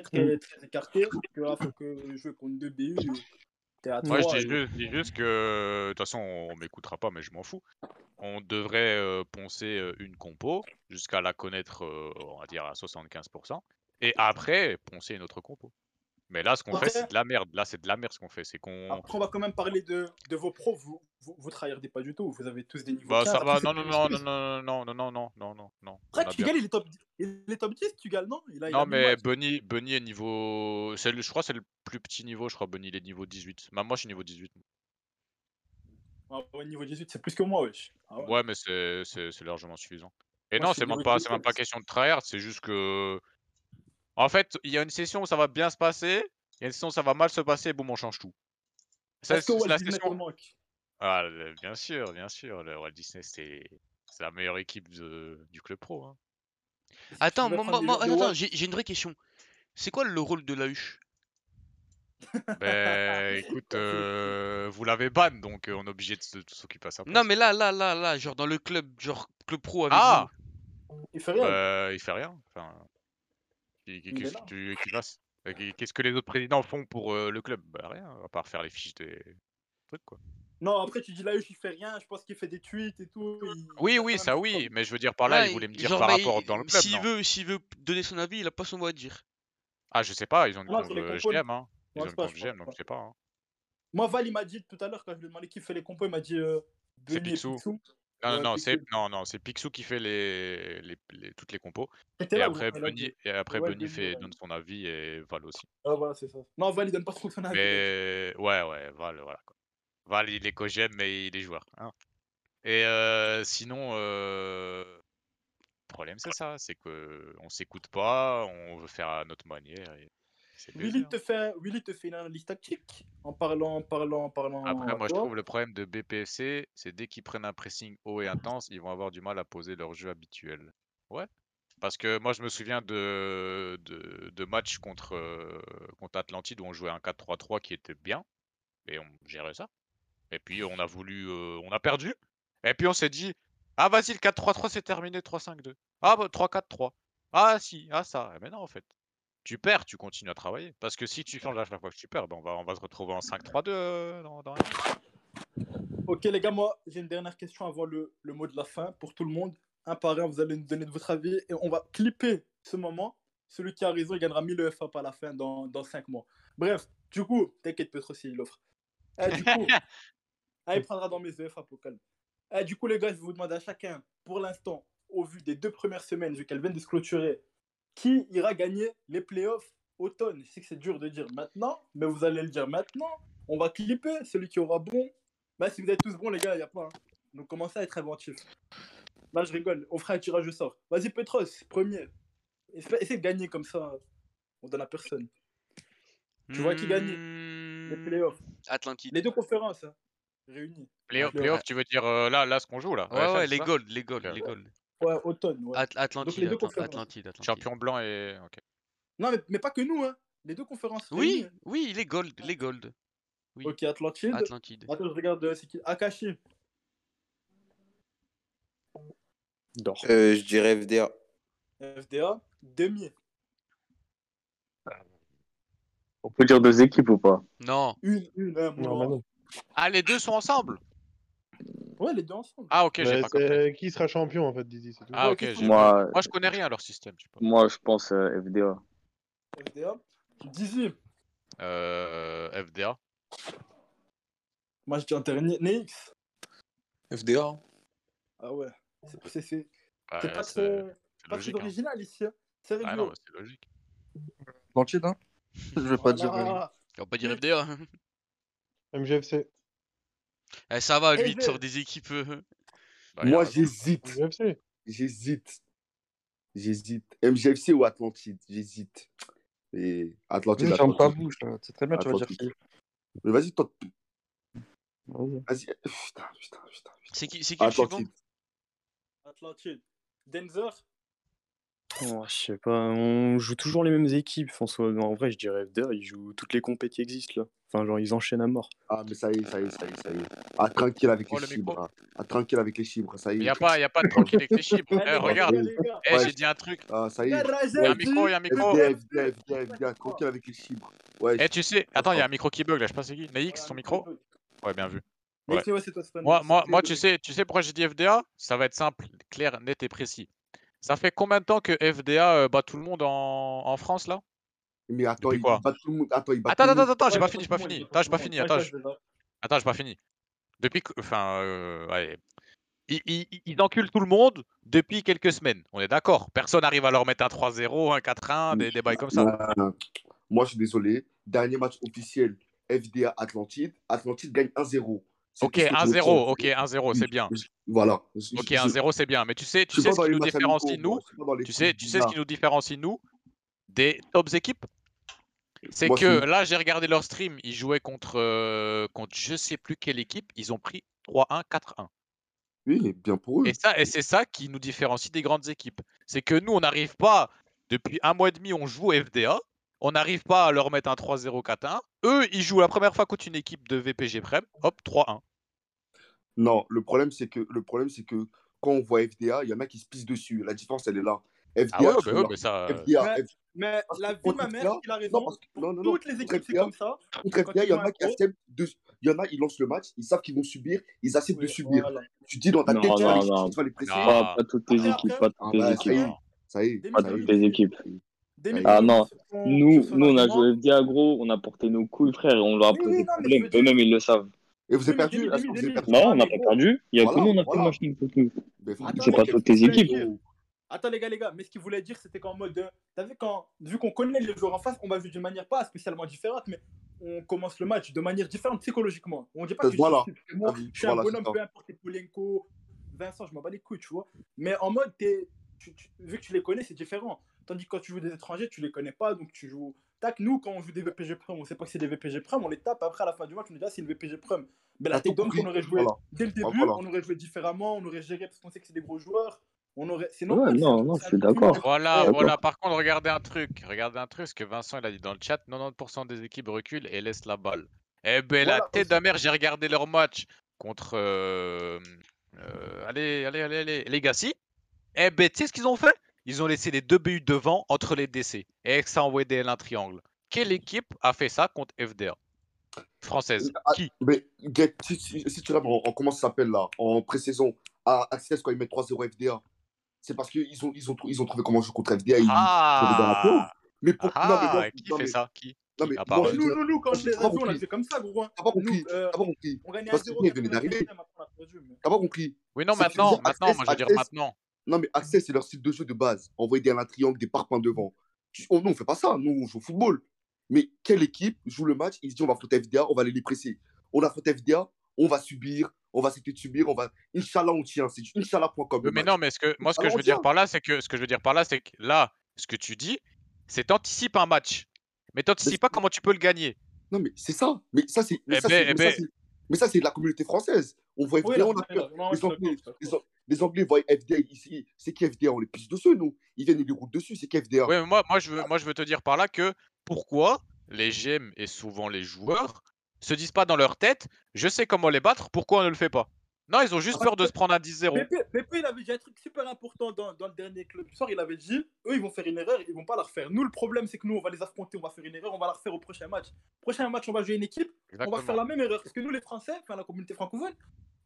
Speaker 4: très, très, très écartées. Que là, faut que jouer contre deux BU, t'es à euh.
Speaker 3: Moi, je
Speaker 4: 3.
Speaker 3: dis juste, je dis juste que, de toute façon, on m'écoutera pas, mais je m'en fous. On devrait euh, poncer euh, une compo jusqu'à la connaître, euh, on va dire, à 75%, et après, poncer une autre compo. Mais là, ce qu'on fait,
Speaker 4: Après-
Speaker 3: c'est de la merde. Là, c'est de la merde ce qu'on fait. C'est qu'on.
Speaker 4: Après, on va quand même parler de, de vos pros. Vous, vous, vous tryhardez pas du tout. Vous avez tous des niveaux
Speaker 3: Bah,
Speaker 4: 15.
Speaker 3: ça va.
Speaker 4: Après,
Speaker 3: Non,
Speaker 4: c'est-
Speaker 3: non, non, non, non, non, non, non, non, non, non, non. On
Speaker 4: Après,
Speaker 3: a bien-
Speaker 4: Tugal, il est top, il est top 10, Tugal, non Ah, il a, il a
Speaker 3: Non,
Speaker 4: mis
Speaker 3: mais
Speaker 4: match.
Speaker 3: Bunny, Bunny est niveau. c'est le- Je crois que c'est le plus petit niveau. Je crois Bunny, il est niveau 18. Bah, moi, je suis niveau 18.
Speaker 4: Ah ouais, niveau 18, c'est plus que moi, wesh. Ah ouais.
Speaker 3: Ouais, mais c'est c'est- c'est largement suffisant. Et
Speaker 4: Moi, je
Speaker 3: non,
Speaker 4: suis
Speaker 3: c'est même
Speaker 4: niveau
Speaker 3: pas,
Speaker 4: 18,
Speaker 3: c'est même pas question de tryhard, c'est juste que. En fait, il y a une session où ça va bien se passer, Et sinon, ça va mal se passer, boum, on change tout. Ça,
Speaker 4: Est-ce que
Speaker 3: c'est-
Speaker 4: Walt
Speaker 3: la
Speaker 4: Disney
Speaker 3: session-
Speaker 4: te manque
Speaker 3: Ah, le- bien sûr, bien sûr. Le Walt Disney, c'est c'est la meilleure équipe de- du club pro.
Speaker 4: [laughs]
Speaker 3: hein.
Speaker 1: Attends,
Speaker 3: tu veux
Speaker 1: moi-
Speaker 3: prendre
Speaker 1: moi-
Speaker 3: des
Speaker 1: moi-
Speaker 3: joueurs de
Speaker 1: attends,
Speaker 3: Wall-
Speaker 1: j'ai j'ai une vraie question. C'est quoi le rôle de la huche
Speaker 3: Ben écoute, euh, vous l'avez ban, donc euh, on est obligé de se- de s'occuper à ça.
Speaker 1: Non, mais là, là, là, là, genre dans le club, genre club pro avec
Speaker 3: Ah
Speaker 1: vous.
Speaker 4: Il fait
Speaker 3: Bah, il fait rien. Enfin, il- il-
Speaker 1: Il est
Speaker 3: qu'est-ce
Speaker 1: là.
Speaker 3: que tu- qu'il fasse Euh, qu'est- Qu'est-ce que les autres présidents font pour euh, le club Bah, Rien, à part faire les fiches des trucs quoi.
Speaker 4: Non, après, tu dis là, il fait rien. Je pense qu'il fait des tweets et tout. il-
Speaker 3: Oui, oui, ça oui, mais je veux dire par là,
Speaker 1: Ouais,
Speaker 3: il voulait me
Speaker 1: il-
Speaker 3: dire
Speaker 1: genre,
Speaker 4: bah,
Speaker 3: par
Speaker 1: mais
Speaker 3: rapport
Speaker 1: il-
Speaker 3: dans le club.
Speaker 1: S'il
Speaker 3: non
Speaker 1: veut, s'il veut donner son avis, il a pas son mot à dire.
Speaker 3: Ah, je sais pas, ils ont une
Speaker 4: Ah, c'est
Speaker 3: compte
Speaker 4: les
Speaker 3: euh,
Speaker 4: compos,
Speaker 3: GM, hein.
Speaker 4: Ouais,
Speaker 3: Ils ont
Speaker 4: c'est
Speaker 3: une
Speaker 4: pas,
Speaker 3: compte
Speaker 4: je pense
Speaker 3: GM, donc je sais pas. hein.
Speaker 4: Moi, Val, il m'a dit tout à l'heure, quand je lui ai demandé qui fait les compos, il m'a dit euh,
Speaker 3: C'est
Speaker 4: Benny et
Speaker 3: Picsou.
Speaker 4: Picsou.
Speaker 3: Non, non,
Speaker 4: Ouais,
Speaker 3: non,
Speaker 4: euh, Picsou.
Speaker 3: c'est non, non, c'est Picsou qui fait les, les- les- toutes les compos.
Speaker 4: C'était
Speaker 3: Et
Speaker 4: là où
Speaker 3: après,
Speaker 4: j'en ai l'air
Speaker 3: Bunny,
Speaker 4: de-
Speaker 3: et après
Speaker 4: Ouais,
Speaker 3: Bunny
Speaker 4: Benny,
Speaker 3: fait,
Speaker 4: ouais.
Speaker 3: donne son avis et Val aussi.
Speaker 4: Ah, voilà, c'est ça. Non, Val, il donne pas trop son avis.
Speaker 3: Mais ouais, ouais, Val, voilà. quoi. Val, il est cogem, mais il est joueur. hein. Et euh, sinon, euh, le problème, c'est ça c'est que on s'écoute pas, on veut faire à notre manière. et c'est
Speaker 4: Willy
Speaker 3: baiser, hein.
Speaker 4: te fait, Willy te fait une analyse tactique en parlant, en parlant, en parlant.
Speaker 3: Après,
Speaker 4: à
Speaker 3: moi, je
Speaker 4: toi.
Speaker 3: trouve le problème de BPFC, c'est dès qu'ils prennent un pressing haut et intense, ils vont avoir du mal à poser leur jeu habituel. Ouais. Parce que moi, je me souviens de, de, de matchs contre, euh, contre Atlantide où on jouait un 4-3-3 qui était bien et on gérait ça. Et puis, on a voulu, euh, on a perdu. Et puis, on s'est dit, ah, vas-y, le 4-3-3, c'est terminé, 3-5-2. Ah, bah, 3-4-3. Ah, si, ah, ça. Mais non, en fait. Tu perds, tu continues à travailler. Parce que si tu changes à chaque fois que tu perds, ben, on, va, on va se retrouver en 5-3-2 euh, dans, dans un an.
Speaker 4: Ok, les gars, moi, j'ai une dernière question avant le, le mot de la fin pour tout le monde. Un par un, vous allez nous donner de votre avis et on va clipper ce moment. Celui qui a raison, il gagnera 1000 EFA par la fin dans, dans 5 mois. Bref, du coup, t'inquiète, Petro, s'il l'offre. Eh, du
Speaker 3: [laughs]
Speaker 4: coup, ah, il prendra dans mes EFA, pour calme. Eh, du coup, les gars, je vais vous demander à chacun, pour l'instant, au vu des deux premières semaines, vu qu'elles viennent de se clôturer, qui ira gagner les playoffs automne. Je sais que c'est dur de dire maintenant, mais vous allez le dire maintenant. On va clipper celui qui aura bon. Bah, si vous êtes tous bons, les gars, il n'y a pas. hein. Donc commencez à être inventifs. Là, je rigole. On fera un tirage au sort. Vas-y, Petros, premier. Essaye essaye de gagner comme ça. On donne à personne. Tu vois qui gagne Les playoffs.
Speaker 1: Atlantique.
Speaker 4: Les deux conférences hein, réunies.
Speaker 3: Playoff,
Speaker 4: Playoff.
Speaker 3: playoff, tu veux dire euh, là, là, ce qu'on joue là
Speaker 1: Ouais, ouais, les
Speaker 3: golds,
Speaker 1: gold, les gold, les gold.
Speaker 4: Ouais, automne. Ouais.
Speaker 1: At-
Speaker 4: Donc
Speaker 1: Atlantide,
Speaker 4: Ah, les deux
Speaker 1: Atlan-
Speaker 4: conférences.
Speaker 1: Atlantide, Atlantide.
Speaker 3: Champion blanc et. Ok.
Speaker 4: Non, mais, mais pas que nous. Hein. Les deux conférences.
Speaker 1: Oui,
Speaker 4: réunies.
Speaker 1: oui, les gold, les gold. Oui.
Speaker 4: Ok, Atlantide.
Speaker 1: Atlantide.
Speaker 4: Attends, je regarde. euh, C'est qui Akashi.
Speaker 11: Euh, je dirais FDA.
Speaker 4: FDA. Demi.
Speaker 14: On peut dire deux équipes ou pas
Speaker 1: Non.
Speaker 4: Une, une, un,
Speaker 14: Non, mais non.
Speaker 3: Ah, les deux sont ensemble
Speaker 4: Ouais, les deux ensemble.
Speaker 3: Ah, ok, j'ai
Speaker 8: Mais
Speaker 3: pas compris.
Speaker 8: c'est- Qui sera champion en fait, Dizzy c'est tout.
Speaker 3: Ah, ok, j'ai-
Speaker 18: euh,
Speaker 14: Moi,
Speaker 3: Moi, je connais rien à leur système. tu vois.
Speaker 14: moi, je pense euh, FDA.
Speaker 4: FDA. Dizzy.
Speaker 3: Euh, FDA.
Speaker 4: Moi, je dis en dernier. Neix.
Speaker 11: FDA.
Speaker 4: Ah ouais. C'est- C'est c'est-
Speaker 3: Ouais,
Speaker 4: c'est pas
Speaker 3: c'est-
Speaker 4: très-
Speaker 3: c'est
Speaker 4: pas très
Speaker 3: logique. hein.
Speaker 4: original ici. hein. C'est
Speaker 3: Ah
Speaker 4: rigolo.
Speaker 3: non, c'est logique.
Speaker 17: Atlantide, hein
Speaker 3: Oh
Speaker 17: Je vais
Speaker 4: Ah
Speaker 17: pas dire. euh,
Speaker 4: Voilà.
Speaker 1: On va pas dire FDA. hein.
Speaker 8: MGFC.
Speaker 1: [laughs] Eh, ça va, lui, il
Speaker 4: LV.
Speaker 1: te sort des équipes. euh.
Speaker 3: Bah,
Speaker 18: Moi, j'hésite. J'hésite. J'hésite. MGFC ou Atlantide J'hésite. Et Atlantide,
Speaker 17: Vas-y, ferme ta
Speaker 18: Atlantide.
Speaker 17: bouche, là. C'est très bien, tu vas dire
Speaker 18: Atlantide. Mais vas-y, tente.
Speaker 17: Vas-y.
Speaker 18: Vas-y. Putain, putain, putain.
Speaker 1: C'est qui, c'est qui le suivant
Speaker 18: Atlantide.
Speaker 4: Atlantide. Denzer.
Speaker 10: Oh, je sais pas, on joue toujours les mêmes équipes. En, soi. en vrai, je dirais FDA, ils jouent toutes les compétitions qui existent là. Enfin, genre, ils enchaînent à mort.
Speaker 18: Ah, mais ça y est, ça y est, ça y est, ça y est. Ah, tranquille avec
Speaker 3: Oh,
Speaker 18: les
Speaker 3: le micro.
Speaker 18: chibres. hein. Ah, tranquille avec les chibres, ça y est.
Speaker 3: Mais y a pas, y a pas de
Speaker 4: [laughs]
Speaker 3: tranquille avec les chibres.
Speaker 4: Eh, les
Speaker 3: Eh,
Speaker 4: gars,
Speaker 3: regarde.
Speaker 4: les gars, les gars.
Speaker 3: Eh,
Speaker 18: Ouais.
Speaker 3: j'ai dit un truc.
Speaker 18: Ah, ça y est.
Speaker 4: Garage,
Speaker 3: Y a un
Speaker 4: dit
Speaker 3: micro, y a un micro.
Speaker 18: FDA, FDA, FDA, FDA, tranquille avec les chibres. Ouais,
Speaker 3: Eh, tu sais, attends, y a un micro qui bug là, je sais pas c'est qui. Naïx, ton micro Ouais, bien vu. Ouais.
Speaker 4: Neix, ouais, c'est toi, Stan.
Speaker 3: Moi, moi, moi tu, sais, tu sais pourquoi j'ai dit FDA Ça va être simple, clair, net et précis. Ça fait combien de temps que FDA euh, bat tout le monde en, en France là
Speaker 18: mais attends,
Speaker 3: Depuis
Speaker 18: il
Speaker 3: quoi
Speaker 18: bat tout le monde. Attends, il bat
Speaker 3: Attends,
Speaker 18: tout le
Speaker 3: attends,
Speaker 18: monde.
Speaker 3: attends, attends, j'ai pas fini, j'ai pas fini. Attends, j'ai pas fini, attends, je- attends, j'ai pas fini. Depuis que. Enfin, euh, ouais. Ils, ils- ils- ils enculent tout le monde depuis quelques semaines. On est d'accord. Personne n'arrive à leur mettre un 3-0, un 4-1, Ah, des, des bails comme ça.
Speaker 18: Non, Moi, je suis désolé. Dernier match officiel, FDA Atlantide. Atlantide gagne 1-0. C'est
Speaker 3: Ok,
Speaker 18: tout ce que je voulais
Speaker 3: 1-0,
Speaker 18: dire.
Speaker 3: ok, 1-0, c'est bien.
Speaker 18: Voilà. Je-
Speaker 3: Ok,
Speaker 18: je-
Speaker 3: 1-0, c'est bien. Mais tu sais,
Speaker 18: je
Speaker 3: tu
Speaker 18: suis
Speaker 3: sais
Speaker 18: pas
Speaker 3: ce
Speaker 18: dans
Speaker 3: qui
Speaker 18: les
Speaker 3: nous
Speaker 18: matchs
Speaker 3: différencie,
Speaker 18: amicaux, moi.
Speaker 3: nous
Speaker 18: Je suis pas dans les
Speaker 3: Tu
Speaker 18: trucs
Speaker 3: sais, tu sais ce qui
Speaker 18: bizarres.
Speaker 3: nous différencie, nous Des tops équipes C'est
Speaker 18: Moi,
Speaker 3: que
Speaker 18: c'est-
Speaker 3: là, j'ai regardé leur stream. Ils jouaient contre, euh, contre je sais plus quelle équipe. Ils ont pris 3-1, 4-1.
Speaker 9: Oui, bien pour eux.
Speaker 3: Et, ça, et c'est ça qui nous différencie des grandes équipes. C'est que nous, on n'arrive pas, depuis un mois et demi, on joue au FDA. On n'arrive pas à leur mettre un 3-0, 4-1. Eux, ils jouent la première fois contre une équipe de VPG Prem. Hop, 3-1.
Speaker 9: Non, le problème, c'est que, le problème, c'est que quand on voit FDA, il y en a qui se pissent dessus. La différence, elle est là. FDA,
Speaker 3: Ah ouais,
Speaker 9: tu vois,
Speaker 3: bah ouais,
Speaker 9: là.
Speaker 3: mais ça, euh,
Speaker 9: FDA,
Speaker 4: Ouais,
Speaker 9: F-
Speaker 4: mais la vie de ma mère, il a raison. Toutes les équipes, c'est comme ça.
Speaker 9: contre
Speaker 4: Quand
Speaker 9: FDA, il
Speaker 4: ils
Speaker 9: y
Speaker 4: ont
Speaker 9: en a
Speaker 4: un
Speaker 9: qui acceptent de- Il y en a, ils lancent le match, ils savent qu'ils vont subir, ils acceptent de subir.
Speaker 4: voilà.
Speaker 9: Tu te dis dans ta
Speaker 13: Non,
Speaker 9: tête, tu vas
Speaker 13: non,
Speaker 9: les,
Speaker 13: non.
Speaker 9: tu vas les presser.
Speaker 13: Pas, pas toutes les équipes, pas
Speaker 9: Ah
Speaker 13: toutes les
Speaker 9: bah, ça y
Speaker 13: équipes.
Speaker 9: est, ça y est,
Speaker 13: Pas
Speaker 9: ça y
Speaker 13: toutes
Speaker 9: est.
Speaker 13: les équipes.
Speaker 9: Démythologie
Speaker 13: Ah non,
Speaker 9: sur son- sur
Speaker 13: nous,
Speaker 9: son
Speaker 13: nous on a
Speaker 9: argument.
Speaker 13: joué FDA gros, on a porté nos couilles frère, et on leur a
Speaker 9: Oui,
Speaker 13: posé
Speaker 9: oui, non,
Speaker 13: des
Speaker 9: mais
Speaker 13: problèmes,
Speaker 9: je veux dire-
Speaker 13: eux-mêmes ils le savent.
Speaker 9: Et vous avez perdu
Speaker 13: Demi,
Speaker 9: Est-ce que vous avez perdu
Speaker 13: Non, on n'a pas perdu, il y a que
Speaker 9: Voilà,
Speaker 13: nous on a fait
Speaker 9: voilà.
Speaker 13: match nul contre nous.
Speaker 9: Mais
Speaker 4: Attends,
Speaker 13: C'est
Speaker 4: mais
Speaker 13: pas
Speaker 4: qu'est-ce
Speaker 13: toutes
Speaker 4: qu'il
Speaker 13: les
Speaker 4: voulait
Speaker 13: équipes.
Speaker 4: dire Attends, les gars, les gars, mais ce qu'il voulait dire, c'était qu'en mode. euh, T'as vu, quand, vu qu'on connaît les joueurs en face, on va jouer d'une manière pas spécialement différente, mais on commence le match de manière différente psychologiquement. On dit pas que je suis
Speaker 9: Voilà.
Speaker 4: stupide, moi,
Speaker 9: Ah oui,
Speaker 4: je suis
Speaker 9: voilà,
Speaker 4: un bonhomme,
Speaker 9: c'est ça.
Speaker 4: peu importe, c'est Polenko, Vincent, je m'en bats les couilles, tu vois. Mais en mode, t'es- tu- tu- vu que tu les connais, c'est différent. Tandis que quand tu joues des étrangers, tu les connais pas, donc tu joues. Tac, nous, quand on joue des VPG Prem, on sait pas que c'est des VPG Prem, on les tape après à la fin du match, on dit ah, c'est une VPG Prem. Mais la
Speaker 9: T'as tout
Speaker 4: takedown qu'on
Speaker 9: compris.
Speaker 4: aurait joué
Speaker 9: Voilà.
Speaker 4: dès le début,
Speaker 9: Voilà.
Speaker 4: on aurait joué différemment, on aurait géré parce qu'on sait que c'est des gros joueurs. On aurait... C'est
Speaker 13: Ouais,
Speaker 4: normal, c'est un
Speaker 13: non, non, je
Speaker 4: c'est un
Speaker 13: suis
Speaker 4: truc nul.
Speaker 13: d'accord. Euh, Je
Speaker 3: Voilà,
Speaker 13: suis
Speaker 3: voilà.
Speaker 13: d'accord.
Speaker 3: Par contre, regardez un truc. Regardez un truc, ce que Vincent il a dit dans le chat 90% des équipes reculent et laissent la balle. Eh ben, la
Speaker 13: Voilà,
Speaker 3: tête d'un mère, j'ai regardé leur match contre. euh, euh, allez, allez, allez, allez, Legacy. Eh ben, tu sais ce qu'ils ont fait Ils ont laissé les deux buts devant entre les décès. Et ça a envoyé des L1 triangle. Quelle équipe a fait ça contre FDA Française.
Speaker 9: Ah, Mais Get, si, si- si tu regardes en, en- comment ça s'appelle là, en pré-saison, à Access quand ils mettent 3-0 FDA, c'est parce qu'ils ont, ils ont, trou- ils ont trouvé comment jouer contre FDA. Ils ont dans la peau.
Speaker 3: Ah
Speaker 9: Mais pour. non, mais
Speaker 3: Ah
Speaker 9: moi,
Speaker 3: ah, Qui
Speaker 9: non,
Speaker 3: fait
Speaker 9: mais-
Speaker 3: ça Qui
Speaker 9: Non,
Speaker 3: Qui
Speaker 9: mais
Speaker 3: À part
Speaker 9: moi,
Speaker 3: eux.
Speaker 9: je
Speaker 4: Nous, nous, nous, quand on
Speaker 9: J'ai
Speaker 4: les
Speaker 13: Ah,
Speaker 9: pas
Speaker 4: a joués, on a
Speaker 9: compris.
Speaker 4: fait comme ça, gros. hein.
Speaker 9: T'as pas
Speaker 4: Nous,
Speaker 9: compris.
Speaker 4: euh,
Speaker 9: T'as pas compris.
Speaker 4: on gagnait
Speaker 9: Parce que
Speaker 4: 1-0,
Speaker 9: venait d'arriver.
Speaker 4: 95e, après on a perdu. mais-
Speaker 9: T'as pas compris.
Speaker 3: Oui, non,
Speaker 9: C'est que je veux
Speaker 3: maintenant,
Speaker 9: dire,
Speaker 3: maintenant,
Speaker 9: Access,
Speaker 3: moi je veux dire
Speaker 9: Access.
Speaker 3: maintenant.
Speaker 9: Non, mais Access, c'est leur style de jeu de base. Envoyer derrière un triangle, des parpaings devant. Tu- on, nous, on fait pas ça. Nous, on joue au football. Mais quelle équipe joue le match Ils se disent, on va affronter FDA, on va aller les presser. On affronte FDA, on va subir, on va s'éviter de subir, on va. Inch'Allah, on tient. C'est du Inch'Allah.com
Speaker 3: Oui,
Speaker 9: le
Speaker 3: mais
Speaker 9: match.
Speaker 3: non, mais ce que, moi, ce que
Speaker 9: Inch'Allah,
Speaker 3: je
Speaker 9: Bah, on
Speaker 3: veux dire
Speaker 9: tient.
Speaker 3: par là, c'est que ce que je veux dire par là, c'est que là, ce que tu dis, c'est t'anticipes un match, mais t'anticipes pas comment tu peux le gagner.
Speaker 9: Non, mais c'est ça. Mais ça, c'est. Mais
Speaker 3: Eh
Speaker 9: ça,
Speaker 3: ben,
Speaker 9: c'est.
Speaker 3: eh
Speaker 9: Mais ça,
Speaker 3: ben,
Speaker 9: c'est- mais ça, c'est de la communauté française. On voit
Speaker 4: Oui,
Speaker 9: FDA,
Speaker 4: là,
Speaker 9: on a
Speaker 4: on est
Speaker 9: peur.
Speaker 4: là. Non, je
Speaker 9: Les
Speaker 4: suis
Speaker 9: Anglais,
Speaker 4: d'accord, je suis
Speaker 9: les,
Speaker 4: d'accord.
Speaker 9: les Anglais voient FDA ici. C'est qui FDA On les pisse dessus, nous. Ils viennent et les roulent dessus. C'est qui FDA
Speaker 3: ouais, mais moi, moi, je
Speaker 9: Ah.
Speaker 3: veux, moi, je veux te dire par là que pourquoi les GM et souvent les joueurs se disent pas dans leur tête, je sais comment les battre, pourquoi on ne le fait pas? Non,
Speaker 9: Ah,
Speaker 3: ils ont juste peur de se prendre un 10-0.
Speaker 4: Pépé, Pépé, il avait dit un truc super important dans, dans le dernier club du soir. Il avait dit eux, ils vont faire une erreur, ils vont pas la refaire. Nous, le problème, c'est que nous, on va les affronter, on va faire une erreur, on va la refaire au prochain match. Prochain match, on va jouer une équipe, on va faire
Speaker 3: Exactement.
Speaker 4: la même erreur. Parce que nous, les Français, enfin la communauté francophone,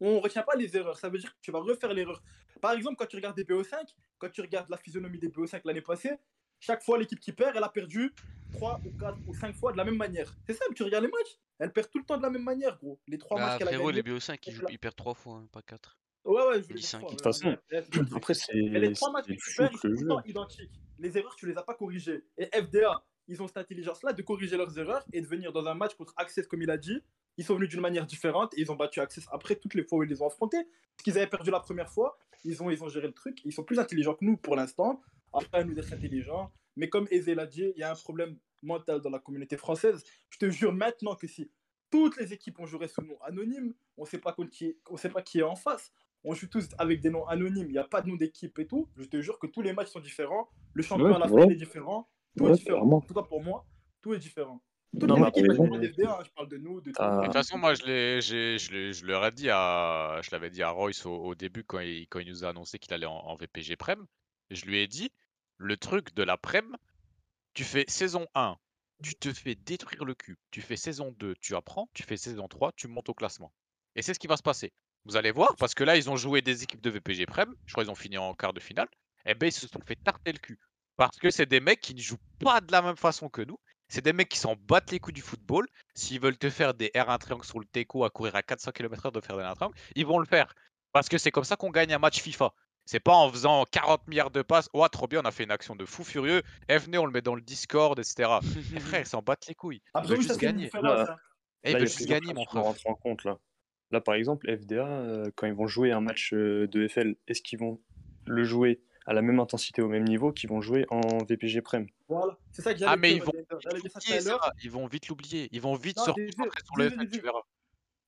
Speaker 4: on retient pas les erreurs. Ça veut dire que tu vas refaire l'erreur. Par exemple, quand tu regardes des BO5, quand tu regardes la physionomie des BO5 l'année passée, chaque fois, l'équipe qui perd, elle a perdu 3 ou 4 ou 5 fois de la même manière. C'est simple, tu regardes les matchs, elle perd tout le temps de la même manière, gros. Les 3 matchs
Speaker 1: Bah,
Speaker 4: qu'elle a
Speaker 1: frérot, les
Speaker 4: gagnés.
Speaker 1: BO5, ils,
Speaker 4: elle
Speaker 1: jouent,
Speaker 4: a-
Speaker 1: ils perdent 3 fois, hein, pas 4.
Speaker 4: Ouais, ouais, je voulais
Speaker 1: Ni
Speaker 4: dire
Speaker 1: 5,
Speaker 4: 3.
Speaker 10: De
Speaker 1: ils
Speaker 10: toute
Speaker 1: perdent.
Speaker 10: façon, [clears throat] après,
Speaker 4: Mais les
Speaker 10: c'est
Speaker 4: trois matchs
Speaker 10: c'est
Speaker 4: que
Speaker 10: le
Speaker 4: tu perds, ils
Speaker 10: shoot,
Speaker 4: sont
Speaker 10: le
Speaker 4: tout le temps
Speaker 10: jeu. hein.
Speaker 4: identiques. Les erreurs, tu les as pas corrigées. Et FDA, ils ont cette intelligence-là de corriger leurs erreurs et de venir dans un match contre Access, comme il a dit. Ils sont venus d'une manière différente et ils ont battu Access après toutes les fois où ils les ont affrontés. Parce qu'ils avaient perdu la première fois, ils ont, ils ont géré le truc. Ils sont plus intelligents que nous pour l'instant. Après, à nous d'être intelligents. Mais comme Eze l'a dit, il y a un problème mental dans la communauté française. Je te jure maintenant que si toutes les équipes ont joué sous nom anonyme. On sait pas contre qui, on sait pas qui est en face. On joue tous avec des noms anonymes. Il n'y a pas de nom d'équipe et tout. Je te jure que tous les matchs sont différents. Le champion
Speaker 10: Ouais,
Speaker 4: à la
Speaker 10: ouais.
Speaker 4: fin il est différent. Tout est
Speaker 10: Ouais,
Speaker 4: différent.
Speaker 10: clairement.
Speaker 4: En tout cas pour moi, tout est différent. Toutes
Speaker 10: Non,
Speaker 4: les
Speaker 10: mais
Speaker 4: équipes,
Speaker 10: t'as
Speaker 4: et je
Speaker 10: raison.
Speaker 4: parle pas d'FDA, hein, je parle de nous, de tout le
Speaker 3: Mais Bah, de
Speaker 4: monde.
Speaker 3: toute façon, moi, je l'ai, j'ai- je l'ai- je leur ai dit à, je l'avais dit à Royce au, au début quand il, quand il nous a annoncé qu'il allait en, en VPG Prem. Je lui ai dit, le truc de la Prem, tu fais saison 1, tu te fais détruire le cul. Tu fais saison 2, tu apprends. Tu fais saison 3, tu montes au classement. Et c'est ce qui va se passer. Vous allez voir, parce que là, ils ont joué des équipes de VPG Prem. Je crois qu'ils ont fini en quart de finale. Et ben, ils se sont fait tarter le cul. Parce que c'est des mecs qui ne jouent pas de la même façon que nous. C'est des mecs qui s'en battent les coups du football. S'ils veulent te faire des R1 triangle sur le teco à courir à 400 km/h de faire des R1 triangle, ils vont le faire. Parce que c'est comme ça qu'on gagne un match FIFA. C'est pas en faisant 40 milliards de passes. Ouah, trop bien, on a fait une action de fou furieux. Eh, venez, on le met dans le Discord, etc. Eh, frère, ils s'en battent les couilles.
Speaker 9: Ah,
Speaker 3: Ils
Speaker 4: Après,
Speaker 3: veulent
Speaker 4: oui, Ah, ça,
Speaker 3: juste
Speaker 4: c'est une
Speaker 3: gagner.
Speaker 4: différence. hein.
Speaker 3: Eh,
Speaker 10: Là, il y
Speaker 3: ils veulent
Speaker 10: a
Speaker 3: juste
Speaker 10: plusieurs
Speaker 3: gagner,
Speaker 10: choses
Speaker 3: mon
Speaker 10: qui vont
Speaker 3: frère.
Speaker 10: rentrer en compte là. Là, par exemple, FDA, euh, quand ils vont jouer un match euh, de FL, est-ce qu'ils vont le jouer à la même intensité, au même niveau, qui vont jouer en VPG Prem.
Speaker 4: Voilà, c'est ça que j'allais
Speaker 1: Ah, mais ils
Speaker 4: dire,
Speaker 1: vont,
Speaker 4: j'allais dire- j'allais dire ça tout à
Speaker 1: l'oublier, ça.
Speaker 4: l'heure.
Speaker 1: ils vont vite l'oublier. Ils vont vite
Speaker 4: Non,
Speaker 1: se
Speaker 4: des jeux,
Speaker 1: reconcentrer sur le
Speaker 4: des
Speaker 1: FN,
Speaker 4: jeux.
Speaker 1: tu verras.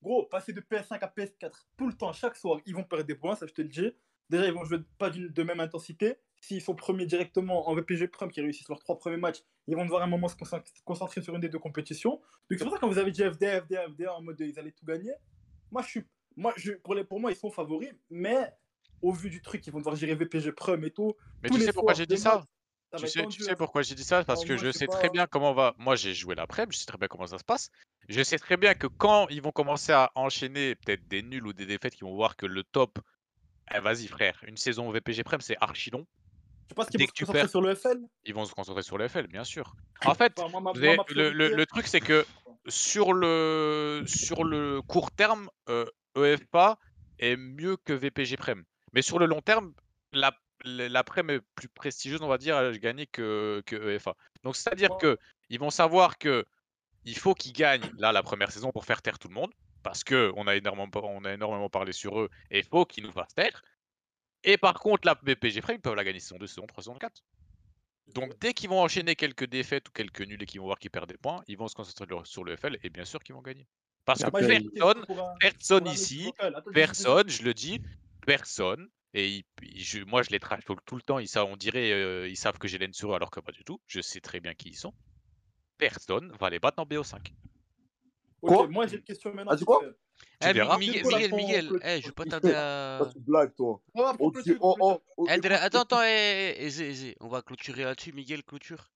Speaker 4: Gros, passer de PS5 à PS4 tout le temps, chaque soir, ils vont perdre des points, ça je te le dis. Déjà, ils vont jouer pas d'une- de même intensité. S'ils sont premiers directement en VPG Prem, qui réussissent leurs trois premiers matchs, ils vont devoir à un moment se concent- se concentrer sur une des deux compétitions. Donc c'est pour ça que quand vous avez dit FDA, FDA, FDA en mode de, ils allaient tout gagner, moi je suis, moi je, pour, les, pour moi ils sont favoris, mais au vu du truc, ils vont devoir gérer VPG Prem et tout.
Speaker 3: Mais
Speaker 4: tous
Speaker 3: tu
Speaker 4: les
Speaker 3: sais pourquoi
Speaker 4: soirs,
Speaker 3: j'ai
Speaker 4: deux
Speaker 3: dit ça
Speaker 4: matchs, ça
Speaker 3: tu
Speaker 4: va être
Speaker 3: sais,
Speaker 4: tendu,
Speaker 3: tu sais
Speaker 4: hein.
Speaker 3: pourquoi j'ai dit ça Parce
Speaker 4: Non,
Speaker 3: que
Speaker 4: moi,
Speaker 3: je
Speaker 4: sais
Speaker 3: sais
Speaker 4: pas,
Speaker 3: très bien comment va. Moi, j'ai joué l'après, je sais très bien comment ça se passe. Je sais très bien que quand ils vont commencer à enchaîner peut-être des nuls ou des défaites, ils vont voir que le top. Eh, vas-y, frère, une saison au VPG Prem, c'est archi long.
Speaker 4: Je pense qu'ils
Speaker 3: Dès
Speaker 4: vont
Speaker 3: que
Speaker 4: se
Speaker 3: tu
Speaker 4: concentrer
Speaker 3: perds,
Speaker 4: sur le FN.
Speaker 3: ils vont se concentrer sur l'FL, bien sûr. En fait,
Speaker 4: Enfin, Bah, moi, ma- euh,
Speaker 3: vous
Speaker 4: moi,
Speaker 3: avez-
Speaker 4: ma
Speaker 3: le, le-
Speaker 4: priorité-
Speaker 3: le truc, c'est que sur le, sur le court terme, euh, EFA est mieux que VPG Prem. Mais sur le long terme, la, la la Prem est plus prestigieuse, on va dire, à gagner que, que EFA. Donc, c'est-à-dire que ils vont savoir que il faut qu'ils gagnent là la première saison pour faire taire tout le monde, parce que on a énormément, par- on a énormément parlé sur eux, et il faut qu'ils nous fassent taire. Et par contre, la BPG Prime, ils peuvent la gagner saison 2, saison 3, saison 4. Donc dès qu'ils vont enchaîner quelques défaites ou quelques nuls et qu'ils vont voir qu'ils perdent des points, ils vont se concentrer leur- sur le FL et bien sûr qu'ils vont gagner. Parce que
Speaker 4: Moi, j'ai une question
Speaker 3: personne,
Speaker 4: pour un- pour
Speaker 3: personne
Speaker 4: un mec qui
Speaker 3: ici,
Speaker 4: s'appelle. Attends, juste- juste-
Speaker 3: personne, je le dis, personne, et ils- ils- je- moi je les trash talk tout le temps, ils, sa- on dirait euh, ils savent que j'ai l'aine sur eux alors que pas du tout, je sais très bien qui ils sont. Personne va les battre en BO5.
Speaker 4: Ok, moi j'ai une question maintenant.
Speaker 3: Ah, tu
Speaker 4: vite
Speaker 3: crois
Speaker 4: fait.
Speaker 3: Tu
Speaker 1: Eh, Mi-
Speaker 3: verras.
Speaker 1: Miguel,
Speaker 3: C'est quoi la
Speaker 1: Miguel,
Speaker 3: con-
Speaker 1: Miguel, eh, je vais pas tarder à.
Speaker 9: Tu blagues, toi.
Speaker 4: On va
Speaker 9: Ok, oh, oh, oh,
Speaker 1: Eh, Dre-
Speaker 9: écoute,
Speaker 1: attends, attends, eh, eh, eh, aisé, aisé. On va clôturer là-dessus, Miguel, clôture.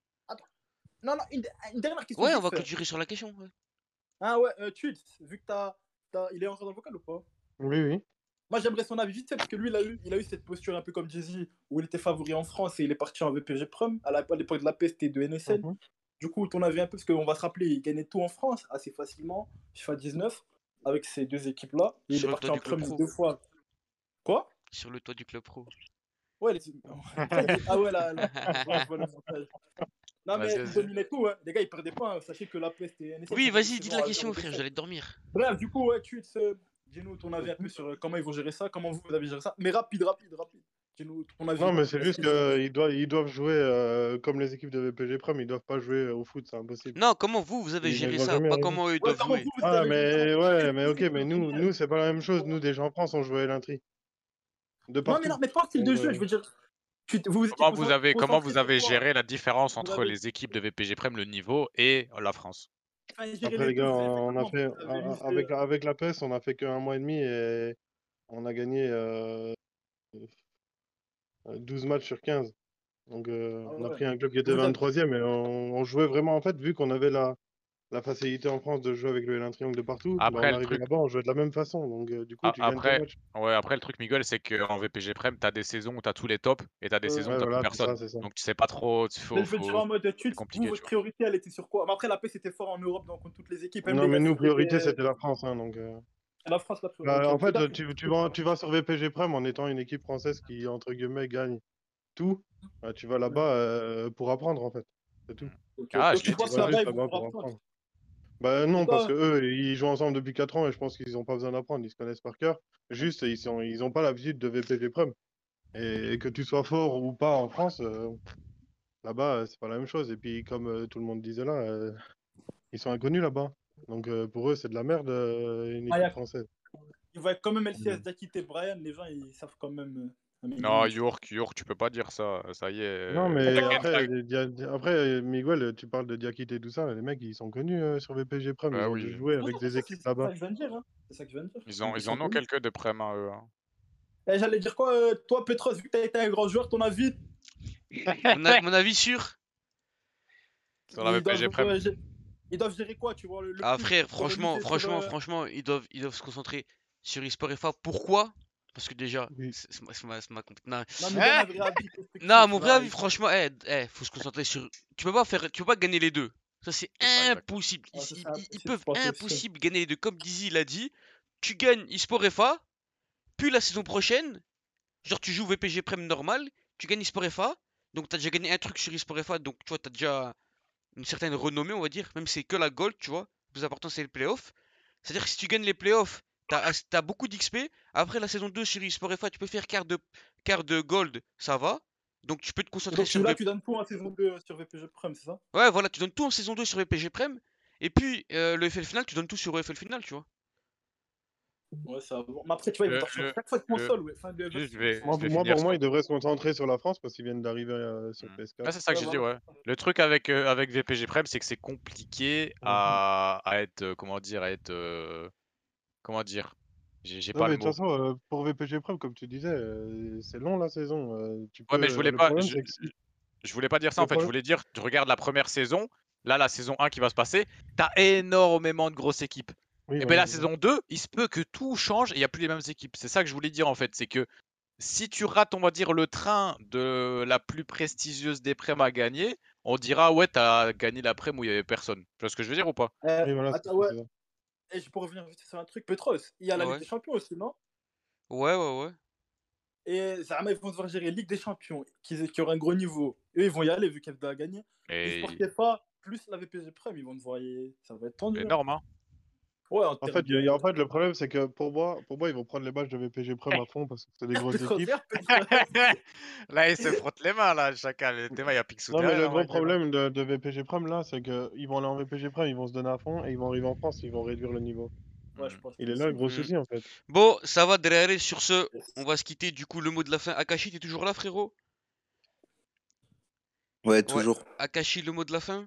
Speaker 4: Non, non, une, une dernière question.
Speaker 1: Ouais,
Speaker 4: vite
Speaker 1: on va
Speaker 4: fait.
Speaker 1: clôturer sur la question. ouais.
Speaker 4: Ah ouais, euh, Tuts, vu que t'as, t'as- il est encore dans le vocal ou pas
Speaker 5: Oui, oui.
Speaker 4: Moi j'aimerais son avis vite fait parce que lui il a eu, il a eu cette posture un peu comme Jay-Z où il était favori en France et il est parti en VPG Prom à la- à l'époque de la peste et de NSL.
Speaker 3: Mhm.
Speaker 4: Du coup, ton avis un peu parce qu'on va se rappeler, il gagnait tout en France assez facilement, FIFA 19, avec ces deux équipes là. Et il
Speaker 1: Sur
Speaker 4: est
Speaker 1: le
Speaker 4: parti
Speaker 1: toit
Speaker 4: en
Speaker 1: du club
Speaker 4: Prom
Speaker 1: pro.
Speaker 4: deux fois. Quoi
Speaker 1: Sur le toit du club pro.
Speaker 4: Ouais, les- ah ouais, là, là, je vois- je vois le montage. Non, mais
Speaker 1: Vas-y,
Speaker 4: ils
Speaker 1: vas-y.
Speaker 4: dominaient tout, hein. les gars, ils perdaient pas. hein. Sachez que la peste et NSL.
Speaker 1: Oui,
Speaker 4: ça fait euh, des
Speaker 1: vas-y, dites
Speaker 4: saisons
Speaker 1: la
Speaker 4: à zéro
Speaker 1: question, frère,
Speaker 4: défaite.
Speaker 1: j'allais dormir.
Speaker 4: Bref, du coup, ouais, tu euh, dis-nous ton avis un peu sur euh, comment ils vont gérer ça, comment vous vous avez géré ça, mais rapide, rapide, rapide. Dis-nous ton avis.
Speaker 8: Non, mais c'est juste
Speaker 4: Parce
Speaker 8: qu'ils doivent, ils doivent jouer euh, comme les équipes de VPG Prem, ils doivent pas jouer euh, au foot, c'est impossible.
Speaker 1: Non, comment vous, vous avez
Speaker 8: Ils ne
Speaker 1: géré
Speaker 8: vont
Speaker 1: ça,
Speaker 8: jamais
Speaker 1: pas
Speaker 8: arriver.
Speaker 1: comment eux ils doivent jouer.
Speaker 8: Ah, mais ouais, mais ok, mais nous, nous c'est pas la même chose. Nous, des gens en France, on jouait l'intri. De
Speaker 4: Non, mais
Speaker 8: partout.
Speaker 4: non, mais pas en style de
Speaker 8: Donc,
Speaker 4: jeu,
Speaker 8: euh,
Speaker 4: je veux dire. Tu, t- vous vous étiez
Speaker 3: Comment vous
Speaker 4: concent-
Speaker 3: avez, comment
Speaker 4: concentré
Speaker 3: vous
Speaker 4: sur
Speaker 3: avez
Speaker 4: quoi
Speaker 3: géré la différence
Speaker 4: Vous
Speaker 3: entre
Speaker 4: avez-
Speaker 3: les équipes de VPG Prem, le niveau et la France
Speaker 4: enfin, gérer
Speaker 8: Après, les
Speaker 4: les deux,
Speaker 8: gars,
Speaker 4: vous avez fait
Speaker 8: on a
Speaker 4: comment
Speaker 8: fait,
Speaker 4: Vous avez
Speaker 8: a-
Speaker 4: mis
Speaker 8: a- avec, la- avec la PES, on a fait qu'un mois et demi et on a gagné euh, euh, 12 matchs sur 15. Donc, euh,
Speaker 4: Ah
Speaker 8: on a
Speaker 4: ouais.
Speaker 8: pris un club qui était
Speaker 4: Vous avez-
Speaker 8: 23e et on, on jouait vraiment, en fait, vu qu'on avait la, la facilité en France de jouer avec le L1 triangle de partout, bah,
Speaker 3: Après,
Speaker 8: on
Speaker 3: le
Speaker 8: arrivait
Speaker 3: truc,
Speaker 8: là-bas, on jouait de la même façon. Donc, euh, du coup,
Speaker 3: a-
Speaker 8: tu gagnes tes
Speaker 3: après,
Speaker 8: matchs.
Speaker 3: ouais, après, le truc, Miguel, c'est qu'en VPG Prem, t'as des saisons où t'as tous les tops et t'as des saisons où
Speaker 8: Ouais,
Speaker 3: t'as plus
Speaker 8: voilà, c'est ça,
Speaker 3: personne.
Speaker 8: c'est ça.
Speaker 3: Donc, tu sais pas trop, tu-
Speaker 4: Mais
Speaker 3: faut,
Speaker 4: je veux dire en
Speaker 3: faut,
Speaker 4: mode, tu,
Speaker 3: c'est
Speaker 4: vous,
Speaker 3: compliqué, tu
Speaker 4: votre
Speaker 3: vois.
Speaker 4: priorité, elle était sur quoi Mais Après, la paix, c'était fort en Europe, donc contre toutes les équipes. Même
Speaker 8: Non,
Speaker 4: les
Speaker 8: mais
Speaker 4: gars,
Speaker 8: nous,
Speaker 4: c'était
Speaker 8: priorité, c'était la France. hein, donc, euh.
Speaker 4: la France, la priorité.
Speaker 8: Bah,
Speaker 4: Ok,
Speaker 8: en
Speaker 4: ok. Les
Speaker 8: fait,
Speaker 4: gars,
Speaker 8: euh, tu, tu vas, tu vas sur VPG Prem en étant une équipe française qui, entre guillemets, gagne tout. Bah, tu vas là-bas euh, pour apprendre, en fait. C'est tout.
Speaker 4: Ok. Donc,
Speaker 3: Ah, je l'ai
Speaker 4: tu
Speaker 3: dit
Speaker 4: penses que
Speaker 8: Tu vas
Speaker 3: ça.
Speaker 4: là-bas,
Speaker 8: juste
Speaker 4: ils vont
Speaker 8: là-bas
Speaker 4: pouvoir
Speaker 8: pour
Speaker 4: apprendre
Speaker 8: apprendre. Bah
Speaker 4: Les
Speaker 8: non, parce
Speaker 4: gars,
Speaker 8: que eux, ils jouent ensemble depuis 4 ans et je pense qu'ils n'ont pas besoin d'apprendre, ils se connaissent par cœur. Juste, ils sont, ils n'ont pas l'habitude de VPG Prem. Et, et que tu sois fort ou pas en France, euh, là-bas, euh, c'est pas la même chose. Et puis, comme euh, tout le monde disait là, euh, ils sont inconnus là-bas. Donc euh, pour eux, c'est de la merde, euh, une
Speaker 4: Ah, y
Speaker 8: équipe
Speaker 4: a-
Speaker 8: française.
Speaker 4: il va quand même LCS
Speaker 8: Mhm.
Speaker 4: Dakit et Brian, les gens, ils savent quand même. euh, un minimum.
Speaker 3: Non, York, York, tu peux pas dire ça. Ça y est.
Speaker 8: Non,
Speaker 3: euh,
Speaker 8: mais
Speaker 3: Jack and
Speaker 8: après,
Speaker 3: Jack.
Speaker 8: euh, Dia- Dia- après euh, Miguel, euh, tu parles de Diakité et tout ça, les mecs, ils sont connus euh, sur VPG Prem,
Speaker 3: Bah
Speaker 8: ils ont
Speaker 3: oui.
Speaker 8: dû jouer
Speaker 4: C'est
Speaker 8: avec des
Speaker 4: ça c'est
Speaker 8: équipes
Speaker 4: ça
Speaker 8: là-bas.
Speaker 4: que je viens de dire. hein. C'est ça que je viens de dire.
Speaker 3: Ils, ont,
Speaker 4: Ils
Speaker 3: ils
Speaker 4: sont
Speaker 3: en ont
Speaker 4: connus.
Speaker 3: quelques de Prem à eux. hein.
Speaker 4: Eh, J'allais dire quoi, euh, toi, Petros, vu que t'as été un grand joueur, ton avis
Speaker 1: [laughs] Mon, a- mon avis sûr
Speaker 3: Sur la
Speaker 4: Ils doivent,
Speaker 3: VPG Prem.
Speaker 4: euh, gé- ils doivent gérer quoi, tu vois, le, le
Speaker 1: Ah
Speaker 4: plus
Speaker 1: frère,
Speaker 4: Sur le
Speaker 1: franchement,
Speaker 4: miser, sur
Speaker 1: franchement,
Speaker 4: le.
Speaker 1: franchement, ils doivent, ils doivent se concentrer sur eSport FA. Pourquoi? Parce que déjà, c'est c'est ma, c'est ma, c'est ma compé- Non. hein?
Speaker 4: Non, mais donne un vrai avis constructif,
Speaker 1: Non, mon vrai
Speaker 4: là.
Speaker 1: avis, franchement, eh, d- eh, faut se concentrer sur. Tu peux pas faire, tu peux pas gagner les deux. Ça c'est impossible. Ils,
Speaker 4: Ouais, c'est
Speaker 1: ils-
Speaker 4: ça,
Speaker 1: ils- ils
Speaker 4: c'est
Speaker 1: peuvent
Speaker 4: pas possible.
Speaker 1: impossible gagner les deux. Comme Dizzy l'a dit, tu gagnes eSport FA, puis la saison prochaine, genre tu joues VPG Prem normal, tu gagnes eSport FA, donc t'as déjà gagné un truc sur eSport FA, donc tu vois t'as déjà une certaine renommée, on va dire, même si c'est que la gold, tu vois. Le plus important, c'est les playoffs. C'est-à-dire que si tu gagnes les playoffs, t'as, as- t'as beaucoup d'XP. Après la saison 2 sur eSport FA, tu peux faire quart de, quart de gold, ça va. Donc tu peux te concentrer
Speaker 4: Donc
Speaker 1: sur
Speaker 4: celui-là,
Speaker 1: le-
Speaker 4: tu donnes tout hein, en saison 2 euh, sur VPG Prem, c'est ça
Speaker 1: Ouais, voilà, tu donnes tout en saison 2 sur VPG Prem. Et puis, euh, le FL final, tu donnes tout sur EFL final, tu vois.
Speaker 4: Ouais, ça va. Mais après, tu vois, il va
Speaker 8: Le-
Speaker 4: pas changer
Speaker 8: le-
Speaker 4: chaque fois de console,
Speaker 8: le-
Speaker 4: ouais. Enfin, de-
Speaker 8: Moi, pour moi, pour moi, ils devraient se concentrer sur la France parce qu'ils viennent d'arriver euh, sur PS4.
Speaker 3: Ah, c'est ça que j'ai dit, ouais. Le truc avec, euh, avec VPG Prem, c'est que c'est compliqué
Speaker 8: Mhm.
Speaker 3: à, à être, euh, comment dire, à être, euh, comment dire, j'ai j'ai
Speaker 8: Non,
Speaker 3: pas
Speaker 8: mais
Speaker 3: le
Speaker 8: de
Speaker 3: mot.
Speaker 8: toute façon, euh, pour VPG Prem, comme tu disais, euh, c'est long la saison. euh, tu
Speaker 3: Ouais, mais
Speaker 8: peux-
Speaker 3: je voulais
Speaker 8: le
Speaker 3: pas,
Speaker 8: problème,
Speaker 3: je,
Speaker 8: c'est que si-
Speaker 3: je voulais pas dire ça
Speaker 8: le
Speaker 3: en fait. Je
Speaker 8: problème-
Speaker 3: voulais dire, tu regardes la première saison, là la saison 1 qui va se passer, t'as énormément de grosses équipes.
Speaker 8: Oui,
Speaker 3: et bien
Speaker 8: voilà,
Speaker 3: la saison 2, il se peut que tout change et il n'y a plus les mêmes équipes. C'est ça que je voulais dire en fait, c'est que si tu rates, on va dire, le train de la plus prestigieuse des prêmes à gagner, on dira ouais, t'as gagné la prême où il n'y avait personne. Tu vois ce que je veux dire ou pas
Speaker 4: Euh,
Speaker 8: c'est
Speaker 4: attends, ouais. Et je peux revenir vite sur un truc, Petros, il y
Speaker 1: Ah
Speaker 4: a la
Speaker 3: Ouais.
Speaker 4: Ligue des Champions aussi, non
Speaker 1: Ouais, ouais, ouais.
Speaker 4: Et Zama, ils vont devoir gérer Ligue des Champions, qui, qui aura un gros niveau. Eux, ils vont y aller vu qu'FDA a gagné. Et
Speaker 3: Et-
Speaker 4: Sport KFA, plus la VPG Prem, ils vont devoir y aller. Ça va être tendu.
Speaker 3: Énorme, hein.
Speaker 4: Ouais, en,
Speaker 8: En
Speaker 4: termes
Speaker 8: fait,
Speaker 4: de-
Speaker 8: il y a- en fait, le problème, c'est que pour moi, pour moi, ils vont prendre les matchs de VPG
Speaker 3: Eh.
Speaker 8: Prem à fond parce que c'est des
Speaker 3: [laughs]
Speaker 8: grosses équipes.
Speaker 3: là, il se frotte les mains, là, chacun. Le thème, il y a Picsou
Speaker 8: Non, mais
Speaker 3: derrière,
Speaker 8: le
Speaker 3: hein,
Speaker 8: gros
Speaker 3: Michael, hein.
Speaker 8: problème de, de VPG Prem, là, c'est qu'ils vont aller en VPG Prem, ils vont se donner à fond et ils vont arriver en France, ils vont réduire le niveau. Il est là le
Speaker 1: Mm.
Speaker 8: gros souci, en fait.
Speaker 1: Bon, ça va, Derrière, sur ce, on va se quitter. Du coup, le mot de la fin. Akashi, t'es toujours là, frérot
Speaker 11: Ouais, toujours.
Speaker 1: Akashi, le mot de la fin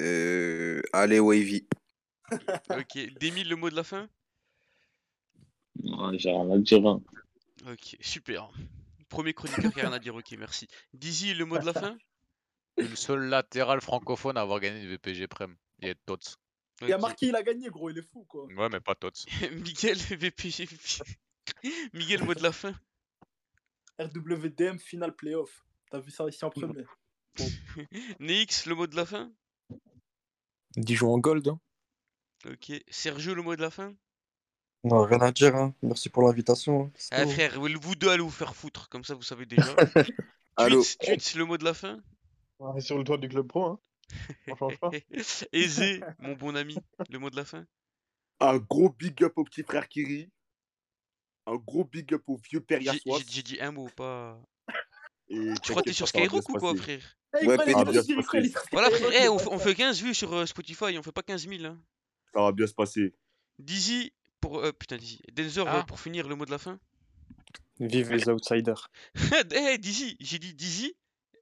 Speaker 11: Euh, allez, Wavy.
Speaker 1: Ok. Demi, le mot de la fin
Speaker 14: Ouais, j'ai rien à dire. hein.
Speaker 1: Ok, super. Premier chroniqueur qui a rien à dire, ok, merci. Dizzy, le mot de la
Speaker 3: [laughs]
Speaker 1: fin
Speaker 3: Une seule latérale francophone à avoir gagné une VPG Prem. Et être Tots.
Speaker 4: Il y a marqué, il a gagné, gros, il est fou, quoi.
Speaker 3: Ouais, mais pas Tots.
Speaker 1: [laughs] Miguel, VPG. [laughs] Miguel, mot de la fin
Speaker 4: RWDM, finale playoff. T'as vu ça ici en premier
Speaker 1: Mmh. [laughs] Nix, le mot de la fin
Speaker 10: Dijon en gold. Hein.
Speaker 1: Ok. Sergio, le mot de la fin
Speaker 17: Non, rien à dire. hein. Merci pour l'invitation. hein. C'est
Speaker 1: Ah
Speaker 17: tout.
Speaker 1: frère, vous deux allez vous faire foutre, comme ça vous savez déjà.
Speaker 17: Allô
Speaker 1: Tweets, tweets, le mot de la fin
Speaker 8: On est sur le toit du club pro, hein. On change
Speaker 1: [laughs]
Speaker 8: pas.
Speaker 1: Aisé, mon bon ami, le mot de la fin
Speaker 9: Un gros big up au petit frère Kiri. Un gros big up au vieux père
Speaker 1: J'ai-
Speaker 9: Yassois.
Speaker 1: j'ai- J'ai dit un mot, pas...
Speaker 9: Et
Speaker 1: Tu crois que t'es
Speaker 9: t'inquiète pas,
Speaker 1: sur
Speaker 9: ça va bien
Speaker 1: Skyrock
Speaker 9: se
Speaker 1: ou quoi,
Speaker 9: passer.
Speaker 1: frère
Speaker 9: Eh, il Ouais, connaît pétard. les trucs, il connaît les trucs.
Speaker 1: Voilà, frère,
Speaker 9: Skyrock,
Speaker 1: eh,
Speaker 9: il
Speaker 1: on,
Speaker 9: va
Speaker 1: fait- on fait 15 vues sur euh, Spotify, on fait pas 15 000. Hein.
Speaker 9: Ça va bien se passer.
Speaker 1: Dizzy, pour. euh, putain, Dizzy. Denzer,
Speaker 10: Ah.
Speaker 1: euh, pour finir, le mot de la fin
Speaker 10: Vive les outsiders.
Speaker 1: [laughs] Eh, Dizzy, j'ai dit Dizzy,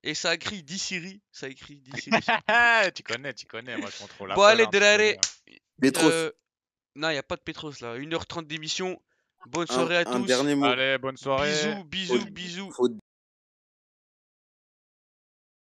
Speaker 1: et ça a écrit Dizzy, ça a écrit Dizzy.
Speaker 3: [laughs] Ah, tu connais, tu connais, moi je contrôle la
Speaker 1: Bon, allez,
Speaker 3: Apple, hein.
Speaker 1: Delare.
Speaker 11: Petros.
Speaker 1: Euh, non, il a pas de Petros là. 1h30 d'émission. Bonne soirée à tous.
Speaker 11: dernier mot.
Speaker 3: Allez, bonne soirée.
Speaker 1: Bisous, bisous, bisous.
Speaker 11: Faut